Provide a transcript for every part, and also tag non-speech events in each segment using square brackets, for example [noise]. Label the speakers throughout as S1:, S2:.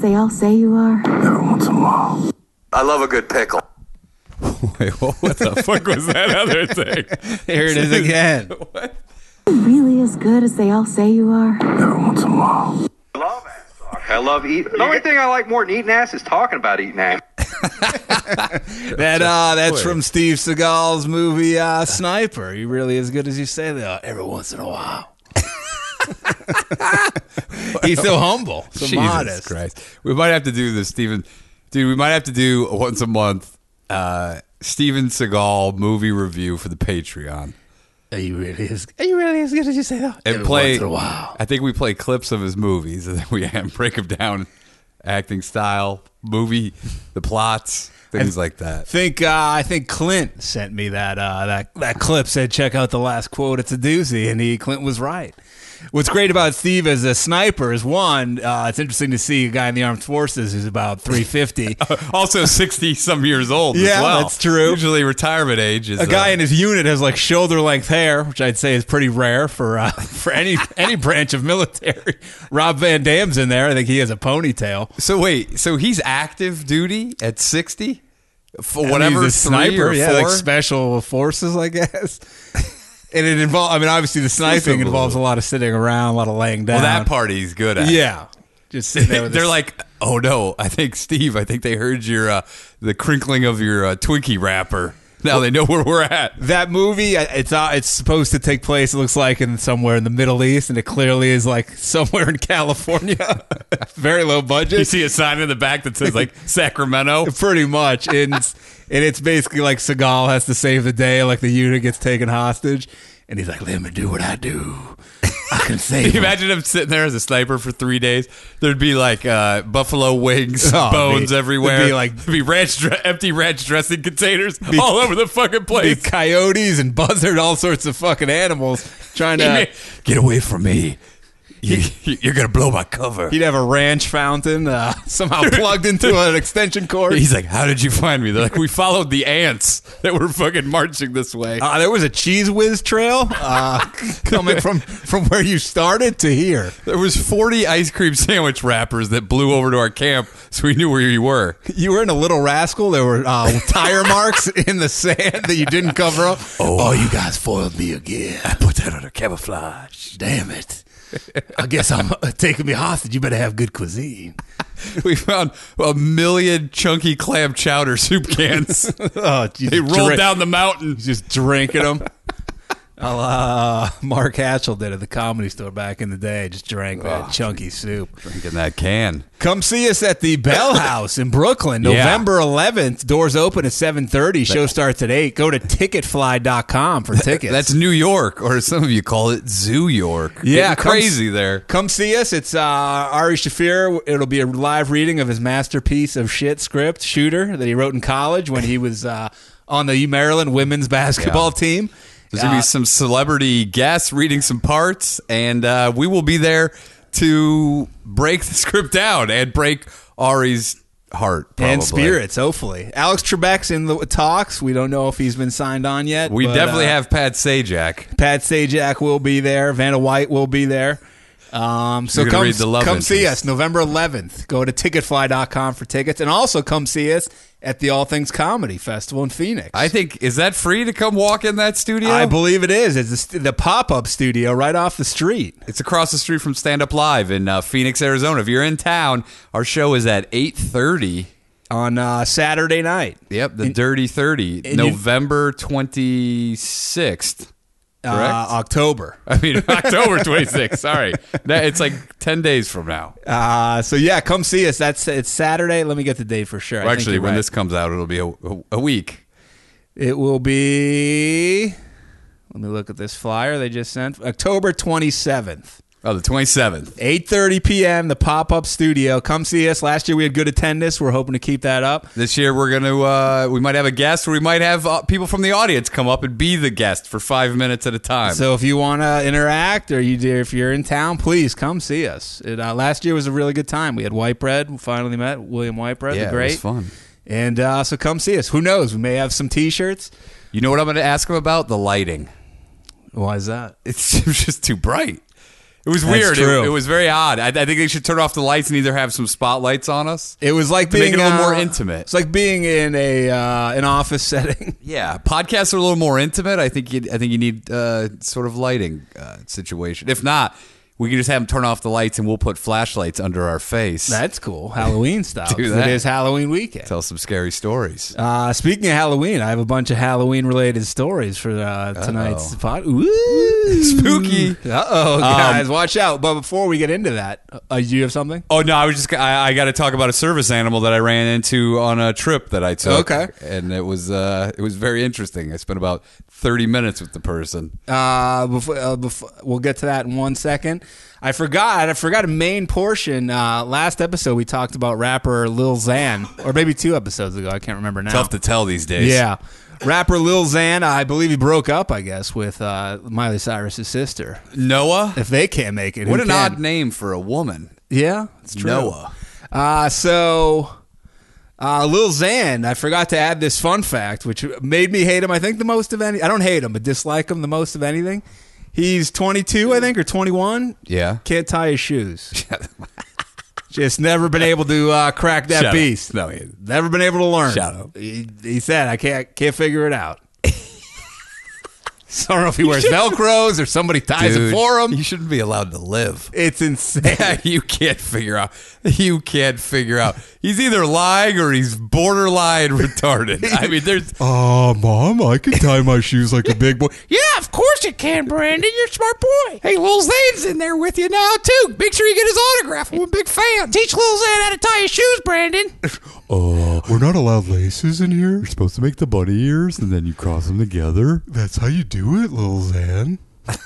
S1: they all say you are?
S2: Every once in a while. I love a good pickle.
S3: [laughs] Wait, what the fuck was that [laughs] other thing?
S4: Here
S3: [laughs]
S4: it is again.
S1: Really as good as they all say you are?
S2: Every once in a while.
S5: I love ass talk. I love eating. The only thing I like more than eating ass is talking about eating ass.
S4: That uh, that's from Steve Seagal's movie uh, Sniper. You really as good as you say they are every once in a [laughs] while. He's so humble, [laughs] so
S3: Jesus
S4: modest.
S3: Christ. We might have to do this, Steven. Dude, we might have to do a once a month uh, Steven Seagal movie review for the Patreon.
S4: Are you really as Are you really as good as you say though?
S3: And
S4: Every
S3: play
S4: once in a while.
S3: I think we play clips of his movies and then we [laughs] have- break them down acting style, movie, the plots, things like that.
S4: Think uh, I think Clint sent me that uh, that that clip said check out the last quote. It's a doozy, and he Clint was right. What's great about Steve as a sniper is one, uh, it's interesting to see a guy in the armed forces who's about three [laughs] fifty.
S3: Also 60 some years old as
S4: Yeah,
S3: well.
S4: that's true.
S3: Usually retirement age is
S4: a guy
S3: uh,
S4: in his unit has like shoulder length hair, which I'd say is pretty rare for uh, [laughs] for any any branch of military. [laughs] Rob Van Dam's in there. I think he has a ponytail.
S3: So wait, so he's active duty at 60? For whatever
S4: I mean, he's a
S3: three
S4: sniper,
S3: or
S4: yeah, like
S3: four?
S4: special forces, I guess. [laughs] and it involves. I mean, obviously, the sniping involves a lot of sitting around, a lot of laying down.
S3: Well, that part he's good at.
S4: [laughs] yeah, just sitting [laughs] there. With
S3: They're
S4: his-
S3: like, oh no, I think Steve, I think they heard your uh, the crinkling of your uh, Twinkie wrapper. Now they know where we're
S4: [laughs]
S3: at.
S4: that movie. I- It's uh, it's supposed to take place. It looks like in somewhere in the Middle East, and it clearly is like [laughs] somewhere in California. [laughs] Very low budget.
S3: You see a sign in the back that says
S4: [laughs]
S3: like Sacramento.
S4: pretty much
S3: [laughs]
S4: and it's- and it's basically like Seagal has to save the day like the unit gets taken hostage and he's like let me do what I do I
S3: [laughs]
S4: can save
S3: Can you
S4: him."
S3: imagine him sitting there as a sniper for three days? There'd be like uh, buffalo wings,
S4: Oh,
S3: bones
S4: be-
S3: everywhere.
S4: there'd be, like-
S3: There'd be ranch, dre- empty ranch dressing containers all over the fucking
S4: Be
S3: place.
S4: coyotes and buzzard all sorts of fucking animals trying
S3: He
S4: to
S3: may- Get away from me! You, you're gonna blow my cover.
S4: he'd have a ranch fountain uh, somehow plugged into an extension cord
S3: He's like, "How did you find me?" They're like, "We followed the ants that were fucking marching this way."
S4: uh, there was a cheese whiz trail uh, [laughs] coming from from where you started to here
S3: [laughs] There was 40 ice cream sandwich wrappers that blew over to our camp, so we knew where you were.
S4: you were in a little rascal there were
S3: [laughs]
S4: uh, tire marks in the sand that you didn't cover up oh you guys foiled me again
S3: I put that under camouflage.
S4: Damn it. I guess I'm uh, taking me hostage. You better have
S3: [laughs]
S4: good cuisine.
S3: We found a million chunky clam chowder soup
S4: [laughs]
S3: cans.
S4: Oh, you
S3: they rolled down the mountain.
S4: just drinking them. uh, Mark Hatchell did at the comedy store back in the day. Just drank that
S3: Oh,
S4: chunky soup.
S3: Drinking that can.
S4: Come see us at the
S3: [coughs]
S4: Bell House in Brooklyn,
S3: Yeah.
S4: November 11th. Doors open at 7:30. Show starts at eight. Go to ticketfly.com for tickets.
S3: That's New York, or as some of you call it, Zoo York.
S4: Yeah,
S3: Getting
S4: come-
S3: crazy there.
S4: Come see us. It's uh, Ari Shafir. It'll be a live reading of his masterpiece of shit script, Shooter, that he wrote in college when he was uh, on the Maryland women's basketball
S3: Yeah.
S4: team.
S3: There's gonna
S4: Uh,
S3: be some celebrity guests reading some parts, and uh, we will be there to break [laughs] the script down and break Ari's heart probably.
S4: and spirits, hopefully. Alex Trebek's in the talks. We don't know if he's been signed on yet.
S3: We
S4: but,
S3: definitely
S4: uh,
S3: have Pat Sajak.
S4: Pat Sajak will be there. Vanna White will be there. Um, so
S3: You're gonna
S4: come,
S3: read the love
S4: come see
S3: interest.
S4: us November 11th. Go to ticketfly.com for tickets. And also come see us at the All Things Comedy Festival in Phoenix.
S3: I think is that free to come walk in that studio?
S4: I believe it is. It's the, st- the pop up studio right off the street.
S3: it's across the street from Stand Up Live in uh, Phoenix, Arizona. If you're in town, our show is at eight thirty.
S4: on uh, Saturday night.
S3: Yep, the Dirty Thirty,
S4: and you-
S3: November twenty sixth.
S4: Uh,
S3: Correct.
S4: October.
S3: [laughs] I mean October twenty sixth. Sorry, that, it's like ten days from now.
S4: Uh, so yeah, come see us. That's it's Saturday. Let me get the date for sure. I
S3: Well,
S4: think
S3: actually,
S4: you're
S3: when
S4: right.
S3: this comes out, it'll be a, a, a week.
S4: it will be. Let me look at this flyer they just sent. October twenty seventh.
S3: Oh, the twenty seventh.
S4: 8:30 p.m. the pop-up studio. Come see us. Last year we had good attendance. We're hoping to keep that up.
S3: This year we're gonna uh, we might have a guest or we might have uh, people from the audience come up and be the guest for five minutes at a time.
S4: So if you want to interact or you do, if you're in town, please come see us. It, uh, last year was a really good time. We had Whitebread. We finally met William Whitebread.
S3: Yeah,
S4: the
S3: it
S4: great.
S3: was fun.
S4: And uh, so come see us. Who knows? We may have some T-shirts.
S3: you [laughs] know what I'm gonna ask him about the lighting.
S4: Why is that?
S3: It's just too bright. It was
S4: That's
S3: weird. It-
S4: true.
S3: It, was very odd. I, I think they should turn off the lights and either have some spotlights on us.
S4: It was like
S3: To make
S4: being
S3: it a little more
S4: uh,
S3: intimate.
S4: It's like being in a uh, an office [laughs] setting.
S3: Yeah, podcasts are a little more intimate. I think you, I think you need uh, sort of lighting uh, situation. If not, we can just have them turn off the lights and we'll put flashlights under our face.
S4: That's cool, Halloween style.
S3: [laughs] Do
S4: 'cause
S3: that.
S4: It is Halloween weekend.
S3: Tell some scary stories.
S4: Uh, speaking of Halloween, I have a bunch of Halloween related stories for uh, [laughs] tonight's pod. Ooh.
S3: Spooky.
S4: Uh oh, guys, watch out. But before we get into that, uh, you have something?
S3: Oh no! I was just I, I got to talk about a service animal that I ran into on a trip that I took.
S4: Okay.
S3: and it was uh, it was very interesting. I spent about thirty minutes with the person.
S4: Uh, before, uh, before, we'll get to that in one second. I forgot. I forgot a main portion. Uh, last episode we talked about rapper Lil Xan, or maybe two episodes ago. I can't remember now.
S3: Tough to tell these days.
S4: yeah, rapper Lil Xan. I believe he broke up. I guess with uh, Miley Cyrus's sister.
S3: Noah.
S4: If they can't make it, who
S3: What an
S4: can?
S3: odd name for a woman.
S4: Yeah, it's true.
S3: Noah.
S4: Uh, so, uh, Lil Xan, I forgot to add this fun fact, which made me hate him, I think, the most of any. I don't hate him, but dislike him the most of anything. He's 22, I think, or 21.
S3: [laughs] Yeah.
S4: Can't tie his shoes. [laughs] Just never been able to uh, crack that
S3: Shut up.
S4: beast.
S3: No, he isn't.
S4: Never been able to learn.
S3: Shut up.
S4: He, he said, I can't, can't figure
S3: [laughs]
S4: it out. so I don't know if he wears Velcros or somebody ties it
S3: Dude,
S4: for him.
S3: You shouldn't be allowed to live. [laughs]
S4: It's insane.
S3: you can't figure out. You can't figure out. He's either lying or he's borderline [laughs] retarded. I mean, there's
S4: [laughs] Oh, mom, I can tie my shoes like a big boy.
S3: Yeah, of course you can, Brandon. You're a smart boy. Hey, Lil Zane's in there with you now too. Make sure you get his autograph. I'm a big fan. Teach Lil Zane how to tie his shoes, Brandon.
S6: We're not allowed laces in here. You're supposed to make the bunny ears and then you cross them together. That's how you do it, little Zan.
S4: [laughs]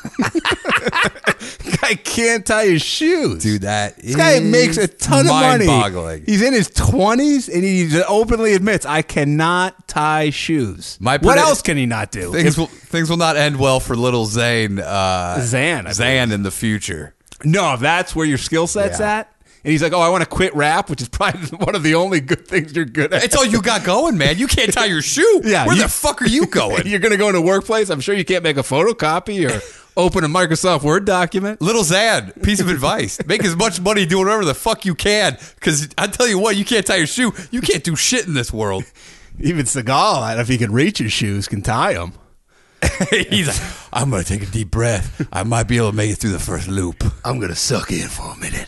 S4: I can't tie his shoes.
S3: Dude, that
S4: this guy makes a ton of money.
S3: Mind-boggling.
S4: He's in his 20s and he openly admits, I cannot tie shoes.
S3: My
S4: what
S3: predi-
S4: else can he not do?
S3: Things will things will not end well for Little Zane. Uh,
S4: Zan, I
S3: Zan in the future.
S4: No, if that's where your skill set's
S3: Yeah.
S4: at. And he's like, oh, I want to quit rap, which is [laughs] probably one of the only good things you're good at.
S3: It's all you got going, man. You can't tie your [laughs] shoe.
S4: Yeah,
S3: where
S4: you-
S3: the fuck are you [laughs] going?
S4: [laughs] you're going to go into a workplace. I'm sure you can't make a photocopy [laughs] or open a Microsoft Word document.
S3: Little Zan, piece of advice: make as much money doing whatever the fuck you can. Because I tell you what, you can't tie your shoe. You can't do shit in this world.
S4: Even Seagal, I don't know if he can reach his shoes, can tie them.
S3: [laughs] He's like, I'm gonna take a deep breath. I might be able to make it through the first loop.
S4: I'm gonna suck in for a minute.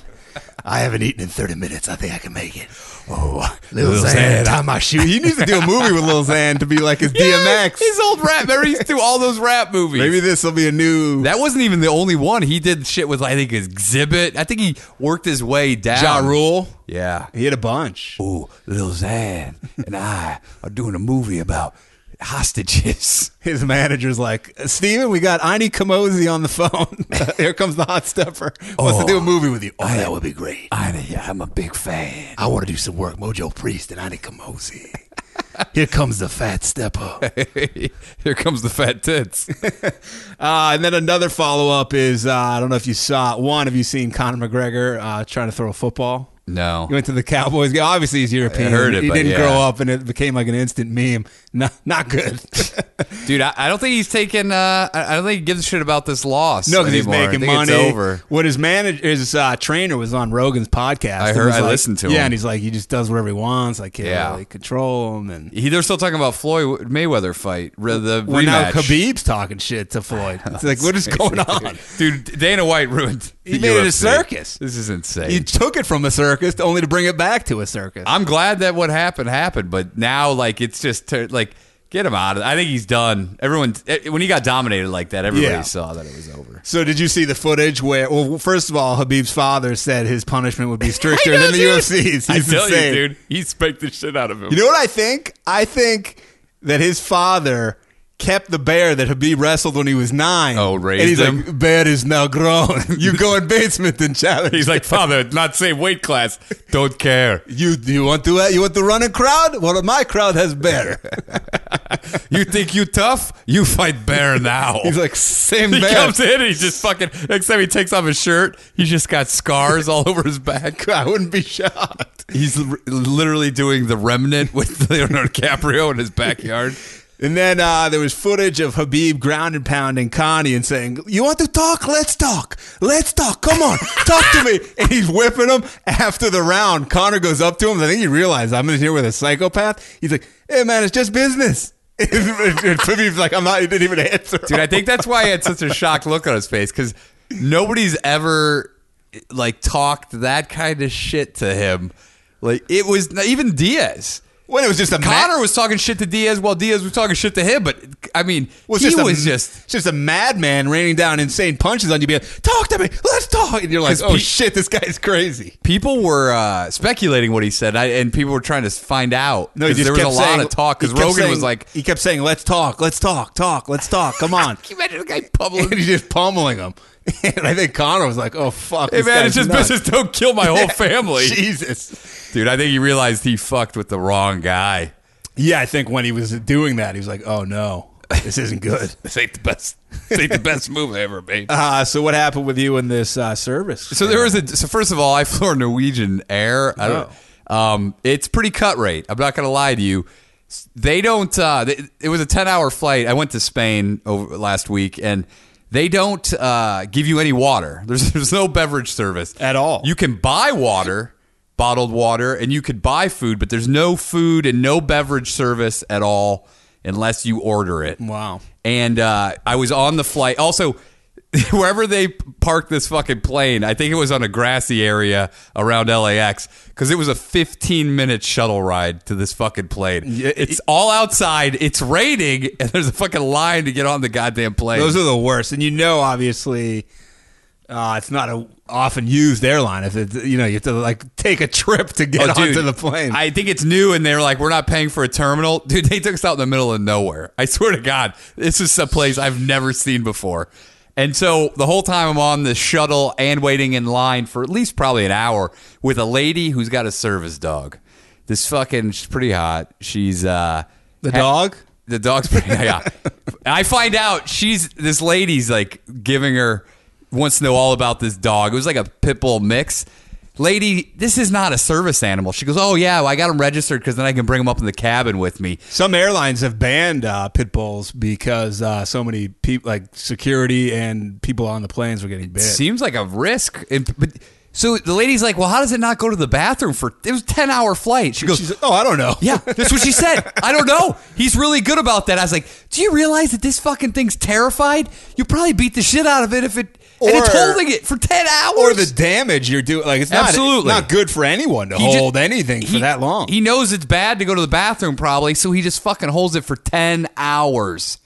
S4: I haven't eaten in 30 minutes. I think I can make it. Oh, Lil,
S3: Lil Xan.
S4: Xan, tie my shoe. He needs to do a movie with Lil Xan to be like [laughs] his DMX.
S3: His old rap. Remember, he used to do all those rap movies.
S4: Maybe this will be a new.
S3: that wasn't even the only one. He did shit with I think Exhibit. I think he worked his way down.
S4: Ja Rule.
S3: Yeah.
S4: He had a bunch.
S3: Ooh, Lil Xan and I are doing a movie about hostages.
S4: [laughs] His manager's like, Steven, we got Ani Kamosi on the phone. [laughs] Here comes the hot stepper. Wants to do a movie with you. Oh, that would be great.
S3: I, I'm a big fan.
S4: I want to do some work. Mojo Priest and Ani [laughs] Kamosi. Here comes the fat stepper.
S3: [laughs] Here comes the fat tits.
S4: [laughs] Uh, and then another follow up is uh, I don't know if you saw one. Have you seen Conor McGregor uh, trying to throw a football?
S3: No.
S4: He went to the Cowboys game. Obviously, he's European.
S3: heard it,
S4: He
S3: but
S4: didn't
S3: yeah.
S4: grow up, and it became like an instant meme. Not not good. [laughs]
S3: Dude, I, I don't think he's taking. Uh, I I don't think he gives a shit about this loss.
S4: no, because he's
S3: anymore. I
S4: making
S3: think
S4: money.
S3: It's over.
S4: What his manager, his uh, trainer, was on Rogan's podcast.
S3: I
S4: and
S3: heard-
S4: was
S3: I
S4: like-
S3: listened to
S4: Yeah,
S3: him.
S4: and he's like, he just does whatever he wants. I can't
S3: Yeah.
S4: really control him. And
S3: He, they're still talking about Floyd Mayweather fight. re- The
S4: well,
S3: rematch.
S4: now
S3: [laughs]
S4: Khabib's talking shit to Floyd. It's like, what is going [laughs] on?
S3: dude? Dana White ruined.
S4: He
S3: the
S4: made it a
S3: UFC.
S4: circus.
S3: This is insane.
S4: He took it from a circus only to bring it back to a circus.
S3: I'm glad that what happened happened, but now like it's just tur- like get him out of. I think he's done. Everyone eh, when he got dominated like that, everybody
S4: Yeah.
S3: saw that it was over.
S4: So did you see the footage where? Well, first of all, Habib's father said his
S3: [laughs]
S4: punishment would be stricter than the UFC's. He's
S3: I tell
S4: insane.
S3: you, dude, he spanked the shit out of him.
S4: You know what I think? I think that his father kept the bear that Habib wrestled when he was nine.
S3: Oh, raised
S4: and he's
S3: him?
S4: like, bear is now grown. [laughs] you go in basement and challenge.
S3: he's like, father, not same weight class. Don't care.
S4: you you want to uh, you want to run a crowd? Well, my crowd
S3: [laughs]
S4: has bear.
S3: You think you tough? You fight bear now.
S4: he's like same
S3: He
S4: bear.
S3: comes in and he's just fucking. Next time he takes off his shirt, he's just got scars all [laughs] over his back.
S4: I wouldn't be shocked.
S3: [laughs] He's l- literally doing the remnant with Leonardo DiCaprio in his backyard.
S4: And then uh, there was footage of Habib ground and pounding Connie and saying, "You want to talk? Let's talk. Let's talk.
S3: [laughs]
S4: Come on, talk to me." And he's whipping him after the round. Connor goes up to him. I think he realized I'm in here with a psychopath. He's like, "Hey man, it's just business." [laughs] and Habib's like, "I'm not." He didn't even answer.
S3: Dude, I think that's why he had such a shocked look on his face because nobody's ever like talked that kind of shit to him. Like it was even Diaz.
S4: when it was just a ma-
S3: Connor was talking shit to Diaz while Diaz was talking shit to him, but I mean,
S4: Well, it's
S3: he
S4: just a-
S3: was just
S4: it's just a madman raining down insane punches on you. Be like, talk to me, let's talk, and you're like,
S3: 'Cause
S4: oh
S3: pe-
S4: shit, this guy's crazy.
S3: people were uh, speculating what he said, I, and people were trying to find out.
S4: No, he
S3: 'Cause
S4: just
S3: there was
S4: kept
S3: a lot
S4: saying-
S3: of talk because
S4: he kept
S3: Rogan
S4: saying-
S3: was like,
S4: he kept saying, let's talk, let's talk, talk, let's talk. Come on,
S3: "Can you imagine the guy [laughs]
S4: and
S3: pummeling?"
S4: he's just pummeling him. [laughs] And I think Connor was like, oh fuck,
S3: Hey
S4: this
S3: man,
S4: guy's
S3: it's just
S4: nuts.
S3: business. Don't kill my
S4: [laughs]
S3: whole family,
S4: Jesus.
S3: dude. I think he realized he fucked with the wrong guy.
S4: Yeah, I think when he was doing that, he was like, oh no, this isn't good.
S3: [laughs] This ain't the best. This ain't the best move I ever made.
S4: [laughs] Uh, so what happened with you in this uh, service?
S3: So there was a. So first of all, I [laughs] flew Norwegian Air. I don't.
S4: Oh.
S3: Um, it's pretty cut rate. I'm not gonna lie to you. S- They don't. Uh, they, it was a 10 hour flight. I went to Spain over last week, and they don't uh, give you any water. [laughs] There's there's no beverage service
S4: At all.
S3: You can buy water, bottled water, and you could buy food, but there's no food and no beverage service at all unless you order it.
S4: Wow.
S3: And uh, I was on the flight. Also, [laughs] wherever they parked this fucking plane, I think it was on a grassy area around LAX because it was a 15 minute shuttle ride to this fucking plane. it's all outside. It's raining, and there's a fucking line to get on the goddamn plane.
S4: Those are the worst, and you know, obviously, uh, it's not a often used airline. If it's you know, you have to like take a trip to get
S3: Oh,
S4: [laughs] onto
S3: dude,
S4: the plane.
S3: I think it's new, and they're like, we're not paying for a terminal. [laughs] Dude, they took us out in the middle of nowhere. I swear to God, this is a place I've never seen before. And so the whole time I'm on the shuttle and waiting in line for at least probably an hour with a lady who's got a service dog. This fucking, she's pretty hot. She's, uh,
S4: the dog.
S3: the dog's [laughs] pretty. Yeah. I find out she's this lady's like giving her wants to know all about this dog. It was like a pit bull mix. Lady, this is not a service animal. She goes, "Oh yeah, well, I got him registered because then I can bring him up in the cabin with me."
S4: Some airlines have banned uh, pit bulls because uh, so many people, like security and people on the planes, were getting bit.
S3: Seems like a risk. And, but so the lady's like, "Well, how does it not go to the bathroom for it was a ten hour flight?" She goes,
S4: She's like, oh, I don't know.
S3: Yeah, that's what she said. I don't know. He's really good about that. I was like, do you realize that this fucking thing's terrified? You probably beat the shit out of it if it and it's
S4: Or-
S3: holding it for ten hours.
S4: [laughs] Or the damage you're doing, like it's not
S3: Absolutely.
S4: not good for anyone to
S3: He ju-
S4: hold anything for
S3: he-
S4: that long.
S3: He knows it's bad to go to the bathroom probably, so he just fucking holds it for ten hours.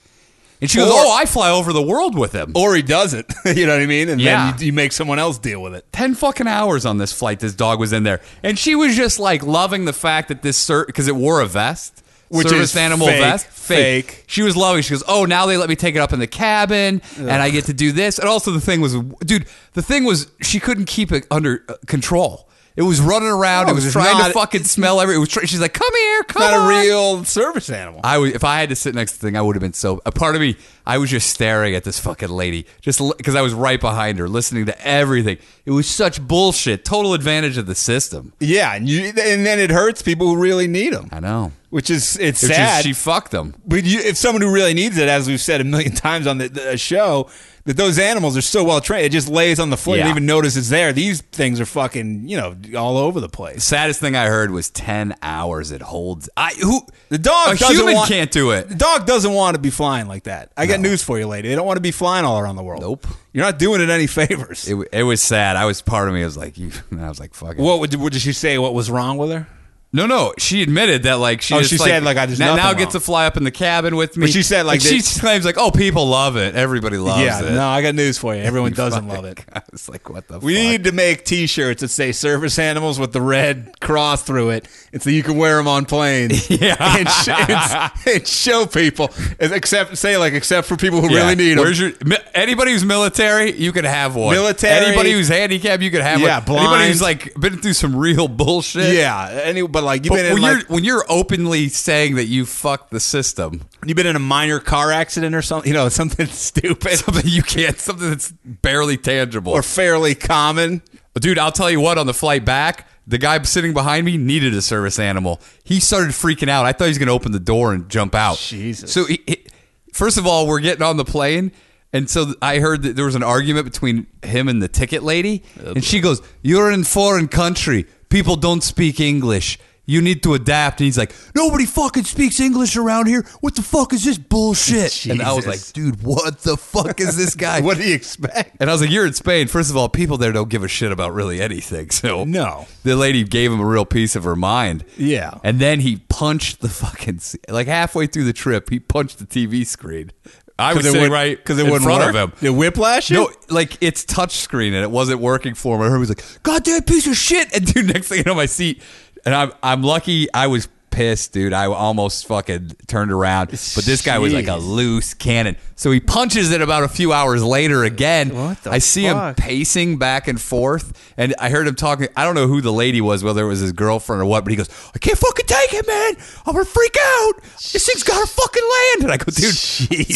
S3: And she goes,
S4: Or-
S3: "Oh, I fly over the world with him."
S4: or he does it. [laughs] you know what I mean? And
S3: Yeah.
S4: then you, you make someone else deal with it.
S3: 10 fucking hours on this flight this dog was in there and she was just like loving the fact that this because it wore a vest
S4: Which
S3: service
S4: is
S3: animal
S4: fake,
S3: vest
S4: fake.
S3: she was loving she goes oh now they let me take it up in the cabin and i get to do this and also the thing was dude the thing was she couldn't keep it under uh, control it was running around
S4: No,
S3: it was
S4: it's
S3: trying
S4: not-
S3: to fucking smell every it was try- she's like come here come
S4: Not a
S3: on
S4: real service animal.
S3: I would, if I had to sit next to the thing, I would have been so. A part of me, I was just staring at this fucking lady, just because I was right behind her, listening to everything. It was such bullshit. Total advantage of the system.
S4: Yeah, and you, and then it hurts people who really need them,
S3: I know.
S4: which is it's
S3: Which is,
S4: sad.
S3: she fucked them.
S4: but you, if someone who really needs it, as we've said a million [laughs] times on the, the uh, show, that those animals are so well trained, it just lays on the floor. You don't
S3: Yeah.
S4: even notice it's there. These things are fucking you know all over the place.
S3: Saddest thing I heard was ten hours it holds. I who
S4: The dog
S3: A
S4: doesn't
S3: human
S4: want-
S3: can't do it.
S4: The dog doesn't want to be flying like that. I got news for you, lady. They don't want to be flying all around the world.
S3: Nope.
S4: You're not doing it any favors.
S3: It, wa- it was sad. I was part of me. I was like, [laughs] you. I was like, fuck it.
S4: what, would, what did she say? What was wrong with her?
S3: No, no. She admitted that like she
S4: Oh,
S3: just
S4: she said, like, I- there's
S3: now,
S4: nothing
S3: now
S4: wrong.
S3: gets to fly up in the cabin with me.
S4: But she said, like,
S3: And she
S4: they-
S3: claims like oh people love it. Everybody loves
S4: yeah.
S3: it.
S4: No, I got
S3: [laughs]
S4: news for you. Everyone doesn't
S3: Fuck.
S4: love it.
S3: [laughs] I was like, what the
S4: We
S3: fuck?
S4: need to make T-shirts that say "Service Animals" with the red cross through it, and so you can wear them on planes
S3: [laughs] Yeah.
S4: and, sh- and, and show people. and Except say like, except for people who
S3: Yeah.
S4: really need them.
S3: Where's your mi- anybody who's military? You can have one.
S4: Military.
S3: Anybody who's handicapped, you can have
S4: Yeah,
S3: one. Anybody
S4: blind.
S3: who's like been through some real bullshit.
S4: yeah, any, but like you've
S3: But
S4: been
S3: when
S4: in
S3: you're
S4: like,
S3: when you're openly saying that you fucked the system, [laughs]
S4: you've been in a minor car accident or something, you know, something stupid
S3: something you can't, something that's barely tangible.
S4: or fairly common.
S3: Dude, I'll tell you what. On the flight back, The guy sitting behind me needed a service animal. He started freaking out. I thought he was going to open the door and jump out.
S4: Jesus.
S3: So, he, he- first of all, we're getting on the plane. And so I heard that there was an argument between him and the ticket lady. and she goes, You're in foreign country. People don't speak English. You need to adapt. And he's like, Nobody fucking speaks English around here. What the fuck is this bullshit? And I was like,
S4: Jesus.
S3: Dude, what the fuck is this guy?
S4: [laughs] What do you expect?
S3: And I was like, "You're in Spain. First of all, people there don't give a shit about really anything." [laughs] So
S4: No.
S3: the lady gave him a real piece of her mind.
S4: Yeah.
S3: and then he punched the fucking s- like halfway through the trip, he punched the TV screen. I was sitting right
S4: because it
S3: in
S4: wouldn't
S3: front
S4: work.
S3: of him.
S4: The whiplash?
S3: No, like it's touch screen and it wasn't working for him. I heard he was like, "Goddamn piece of shit!" And dude, next thing I know, my seat, and I'm I'm lucky I was pissed, dude. I almost fucking turned around, but this guy was like a
S4: Jeez.
S3: loose cannon. So he punches it about a few hours later again.
S4: What the
S3: I see him
S4: fuck?
S3: pacing back and forth, and I heard him talking. I don't know who the lady was, whether it was his girlfriend or what, but he goes, "I can't fucking take it, man. I'm gonna freak out. This thing's gotta fucking land." And I go,
S4: [laughs]
S3: "Dude."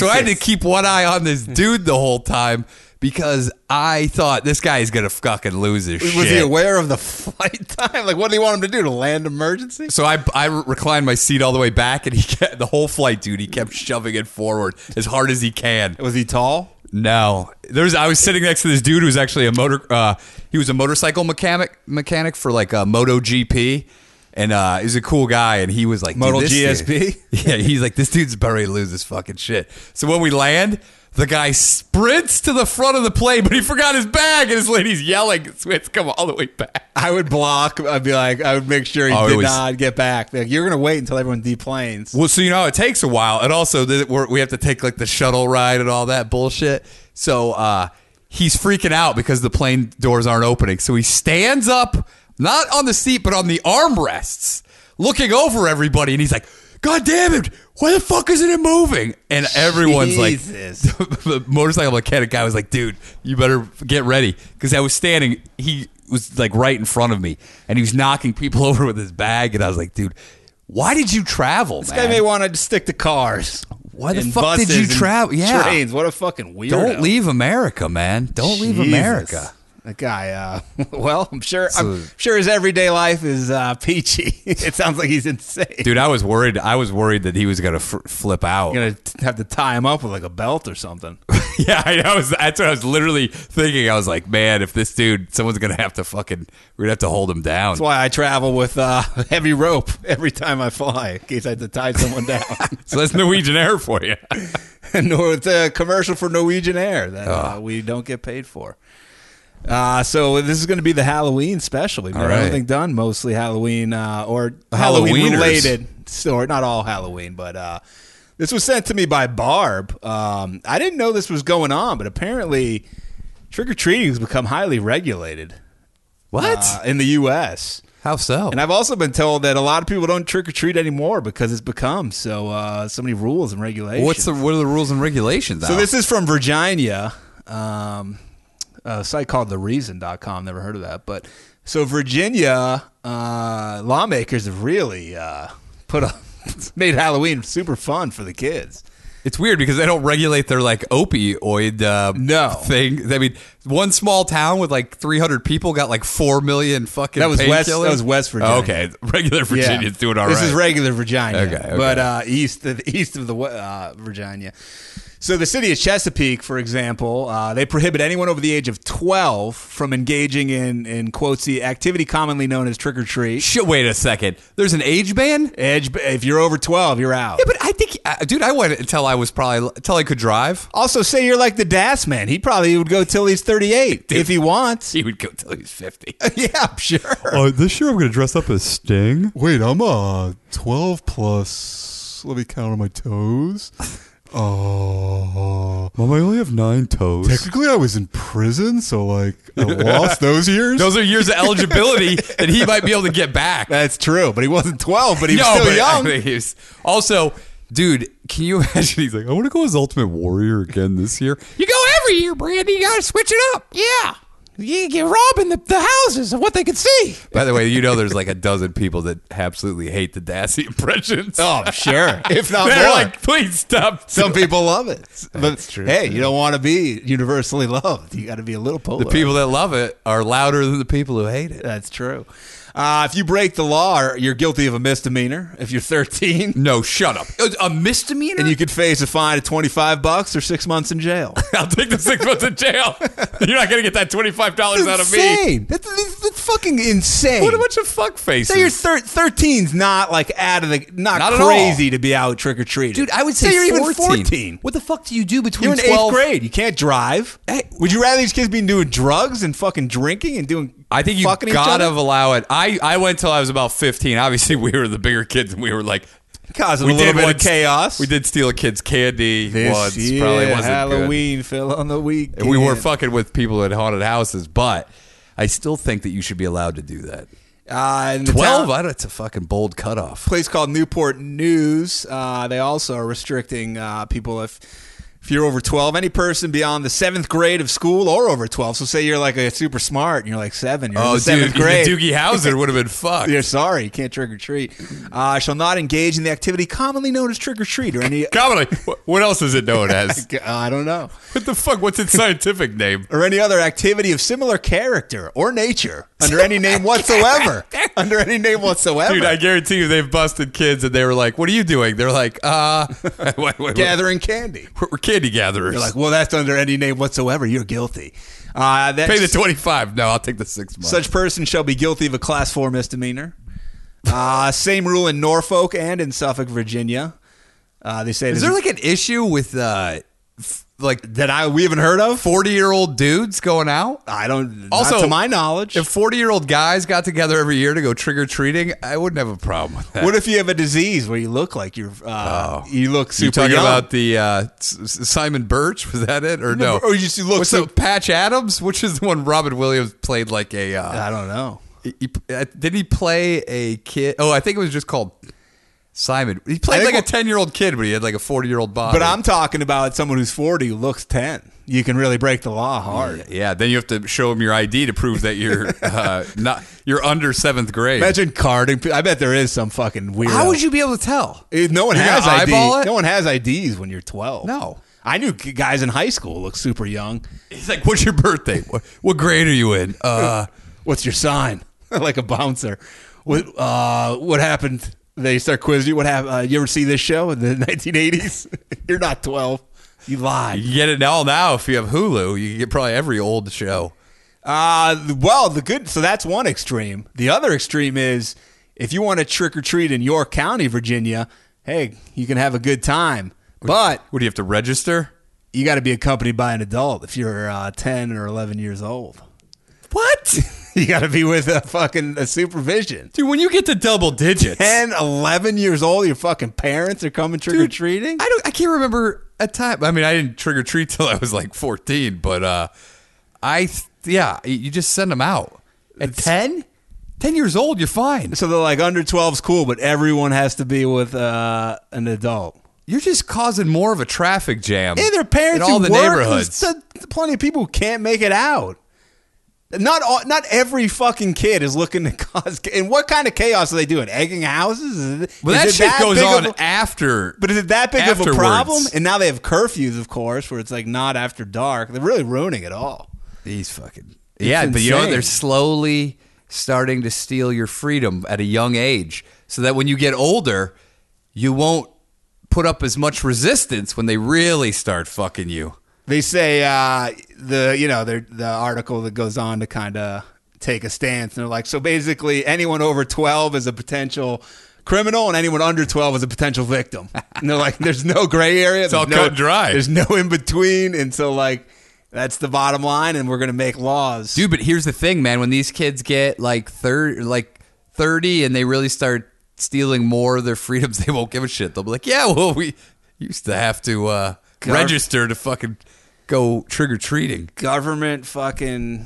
S3: So I had to
S4: Jesus.
S3: keep one eye on this
S4: Hmm.
S3: dude the whole time because I thought this guy is gonna fucking lose his shit.
S4: Was he aware of the [laughs] flight time? Like, what do you want him to do? To land emergency?
S3: So I, I reclined my seat all the way back, and he [laughs] kept, the whole flight, dude. He kept shoving it forward as hard as he can.
S4: Was he tall?
S3: No, there's. I was sitting next to this dude who's actually a motor. Uh, he was a motorcycle mechanic mechanic for like a Moto GP, and uh, he's a cool guy. And he was like dude,
S4: Moto
S3: this
S4: GSP?
S3: dude- [laughs] yeah, he's like this dude's about ready to lose his fucking shit. So when we land, the guy sprints to the front of the plane, but he forgot his bag, and his lady's yelling, "So it's come all the way back."
S4: I would block. I'd be like, I would make sure he
S3: Oh, it
S4: did
S3: was-
S4: not get back. Be Like, you're gonna wait until everyone deplanes.
S3: Well, so you know it takes a while, and also th- we're, we have to take like the shuttle ride and all that bullshit. So uh, he's freaking out because the plane doors aren't opening. So he stands up, not on the seat, but on the armrests, looking over everybody, and he's like, "God damn it! Why the fuck isn't it moving?" And everyone's
S4: Jesus.
S3: like, [laughs] "The motorcycle mechanic guy was like, dude, you better get ready," because I was standing. He was like right in front of me, and he was knocking people [laughs] over with his bag, and I was like, dude. Why did you travel?
S4: This
S3: man?
S4: guy may want to stick to cars.
S3: Why the
S4: and
S3: fuck did
S4: buses
S3: you
S4: and
S3: travel? Yeah.
S4: trains. What a fucking weirdo.
S3: Don't leave America, man. Don't leave
S4: Jesus.
S3: America.
S4: That guy. Uh, [laughs] well, I'm sure. I'm sure his everyday life is uh, peachy. [laughs] it sounds like he's insane.
S3: Dude, I was worried. I was worried that he was gonna fr- flip out.
S4: You're gonna t- have to tie him up with like a belt or something.
S3: [laughs] yeah, I, I was. That's what I was literally thinking. I was like, man, if this dude, someone's gonna have to fucking, we're gonna have to hold him down.
S4: That's why I travel with uh, [laughs] heavy rope every time I fly, in case I had to tie someone down. [laughs]
S3: So that's Norwegian air for you.
S4: Nor it's a commercial for Norwegian Air that
S3: Ah.
S4: uh, we don't get paid for. Uh, so this is going to be the Halloween special. We've got
S3: All right.
S4: everything done, mostly Halloween uh, or Halloween
S3: Halloweeners.
S4: related story. Not all Halloween, but uh, this was sent to me by Barb. Um, I didn't know this was going on, but apparently trick or treating has become highly regulated
S3: What?
S4: uh, in the U.S.
S3: How so?
S4: And I've also been told that a lot of people don't trick or treat anymore because it's become so uh, so many rules and regulations.
S3: What's the what are the rules and regulations?
S4: So this is from Virginia, um, a site called TheReason.com. Never heard of that, but so Virginia uh, lawmakers have really uh, put a [laughs] made Halloween super fun for the kids.
S3: It's weird because they don't regulate their like opioid uh,
S4: No.
S3: thing. I mean, one small town with like 300 people got like four million fucking.
S4: That was West-
S3: painkillers.
S4: that was West Virginia.
S3: okay, regular Virginia's doing all right.
S4: this is regular Virginia,
S3: Okay, okay.
S4: but uh, east of east of the we- uh, Virginia. So the city of Chesapeake, for example, uh, they prohibit anyone over the age of twelve from engaging in in quotes the activity commonly known as trick or treat.
S3: Shit, wait a second. There's an age ban. Yeah,
S4: Edge, if you're over twelve, you're out.
S3: but I think, uh, dude, I went until I was probably until I could drive.
S4: Also, say you're like the Das man. He probably would go till he's 38 if he
S3: [laughs]
S4: wants.
S3: He Oh, would go till he's [laughs] 50.
S4: yeah, I'm sure.
S6: Uh, this year I'm going to dress up as Sting. Wait, I'm uh 12 plus. Let me count on my toes. [laughs] Oh, mom! I only have nine toes. Technically, I was in prison, so like [laughs] I lost those years.
S3: Those are years of [laughs] eligibility that he might be able to get back.
S4: That's true, but he wasn't 12, but he was
S3: No,
S4: still
S3: but I [laughs]
S4: young.
S3: think he's- also, dude, can you [laughs] imagine? He's like,
S6: I want to go as Ultimate Warrior again this year.
S3: you go every year, Brandy. You got to switch it up. Yeah.
S4: You get robbing the, the houses of what they could see.
S3: By the way, you know there's like a dozen people that absolutely hate the Dassey impressions.
S4: Oh,
S3: [laughs]
S4: sure. If not
S3: They're
S4: more.
S3: like, please stop. [laughs]
S4: [laughs] some people love it. But
S3: true,
S4: hey, you don't want to be universally loved. You got to be a little polar.
S3: the people that love it are louder than the people who hate it.
S4: That's true. Uh, if you break the law, you're guilty of a misdemeanor. If you're 13,
S3: No, shut up. A, a misdemeanor?
S4: and you could face a fine of 25 bucks or six months
S3: [laughs]
S4: in jail.
S3: [laughs] I'll take the six months in
S4: [laughs]
S3: jail. You're not going to get that $25 out of me.
S4: insane. That's, that's, that's fucking insane.
S3: What a bunch of fuck faces.
S4: Say you're thir- 13's not like out of the not,
S3: Not at
S4: crazy to be out trick or treating.
S3: Dude, I would say,
S4: you're
S3: 14.
S4: even 14.
S3: What the fuck do you do between
S4: You're in
S3: 12
S4: eighth grade. You can't drive.
S3: Hey.
S4: would you rather these kids be doing drugs and fucking drinking and doing?
S3: I think you
S4: fucking each
S3: gotta
S4: other?
S3: allow it. I, I went till I was about 15. Obviously, [laughs] we were the bigger kids, and we were like,
S4: causing
S3: we
S4: a little
S3: did
S4: bit of
S3: once-
S4: chaos.
S3: We did steal a kid's candy once. Probably wasn't good.
S4: Halloween fell on the weekend.
S3: And we were fucking with people at haunted houses, but I still think that you should be allowed to do that.
S4: uh, in the
S3: Twelve,
S4: town-
S3: I don't, it's a fucking bold cutoff.
S4: place called Newport News. Uh, they also are restricting uh, people if if you're over 12, any person beyond the seventh grade of school or over 12. So say you're like a super smart and you're like seven. You're in
S3: Oh,
S4: the seventh
S3: dude,
S4: grade.
S3: Doogie Howser would have been fucked.
S4: You're sorry, you can't trick or treat. Uh, shall not engage in the activity commonly known as trick or treat or any.
S3: [laughs]
S4: [laughs]
S3: Comedy. Wh- What else is it known as?
S4: I don't know.
S3: What the fuck? What's its scientific name?
S4: Or any other activity of similar character or nature under any name whatsoever. under any name whatsoever.
S3: Dude, I guarantee you they've busted kids and they were like, what are you doing? They're like, uh, [laughs] wait, wait, wait.
S4: Gathering candy.
S3: We're- we're candy gatherers.
S4: You're like, well, that's under any name whatsoever. You're guilty. Uh, that
S3: Pay the 25. No, I'll take the six months.
S4: such person shall be guilty of a class four misdemeanor. Uh, [laughs] same rule in Norfolk and in Suffolk, Virginia. Uh, they say
S3: is
S4: it
S3: there like an issue with, uh, f- like,
S4: that I we haven't heard of.
S3: 40 year old dudes going out?
S4: I don't.
S3: Also,
S4: Also, to my knowledge,
S3: If 40 year old guys got together every year to go trick or treating, I wouldn't have a problem with that.
S4: what if you have a disease where you look like you're uh, you look super
S3: Oh. you talking
S4: young?
S3: about the uh, S- S- Simon Birch? Was that it or no?
S4: No, or you just look
S3: What's
S4: so-
S3: the Patch Adams? Which is the one Robin Williams played like a? Uh,
S4: I don't know.
S3: he- he- uh, did he play a kid? Oh, I think it was just called Simon. He played
S4: I
S3: like
S4: think
S3: a
S4: wh-
S3: ten year old kid, but he had like a forty year old body.
S4: But I'm talking about someone who's 40 who looks 10. You can really break the law hard.
S3: yeah. Then you have to show him your ID to prove that you're [laughs] uh, not you're under seventh grade.
S4: Imagine carding. I bet there is some fucking weird.
S3: How would you be able to tell?
S4: It- No one
S3: You're
S4: has
S3: gonna
S4: ID.
S3: eyeball it?
S4: No one has IDs when you're 12.
S3: No.
S4: I knew g- guys in high school look super young.
S3: He's like, "What's your birthday? What, what grade are you in?" Uh,
S4: What's your sign? [laughs] like a bouncer. What uh, what happened? They start quizzing you. What happened? Uh, you ever see this show in the [laughs] 1980s? you're not 12. You
S3: you
S4: lied.
S3: can get it all now if you have Hulu. You can get probably every old show.
S4: Uh, well, the good. So that's one extreme. The other extreme is if you want to trick or treat in York County, Virginia. Hey, you can have a good time, but
S3: What do you have to register?
S4: you got to be accompanied by an adult if you're uh, 10 or 11 years old.
S3: What?
S4: [laughs] You got to be with a fucking a supervision.
S3: [laughs] Dude, when you get to double digits,
S4: 10, 11 years old, your fucking parents are coming trick or treating?
S3: I don't I can't remember a time. I mean, I didn't trick or treat till I was like 14, but uh I th- yeah, y- you just send them out. At 10? 10 years old, you're fine.
S4: So they're like, under 12's cool, but everyone has to be with uh, an adult.
S3: You're just causing more of a traffic jam.
S4: Yeah, their parents
S3: in all
S4: who
S3: the
S4: work,
S3: neighborhoods.
S4: There's t- plenty of people who can't make it out. Not all, not every fucking kid is looking to [laughs] cause. And what kind of chaos are they doing? Egging houses? Is it-
S3: well,
S4: is
S3: that
S4: it
S3: shit goes
S4: big
S3: on
S4: of a-
S3: after.
S4: But is it that big of
S3: afterwards.
S4: a problem? And now they have curfews, of course, where it's like not after dark. They're really ruining it all.
S3: These fucking yeah, but you know
S4: insane.
S3: they're slowly starting to steal your freedom at a young age, so that when you get older, you won't put up as much resistance when they really start fucking you.
S4: They say uh, the you know they're- the article that goes on to kind of take a stance, and they're like, so basically, anyone over twelve is a potential criminal, and anyone under twelve is a potential [laughs] victim. and they're like, there's no gray area. It's
S3: all cut and dry.
S4: There's no in between, and so like that's the bottom line, and we're gonna make laws.
S3: Dude, but here's the thing, man. When these kids get like thirty, like thirty, and they really start stealing more of their [laughs] freedoms, they won't give a shit. They'll be like, "Yeah, well, we used to have to uh,
S4: Gar-
S3: register to fucking go trick or treating."
S4: Government fucking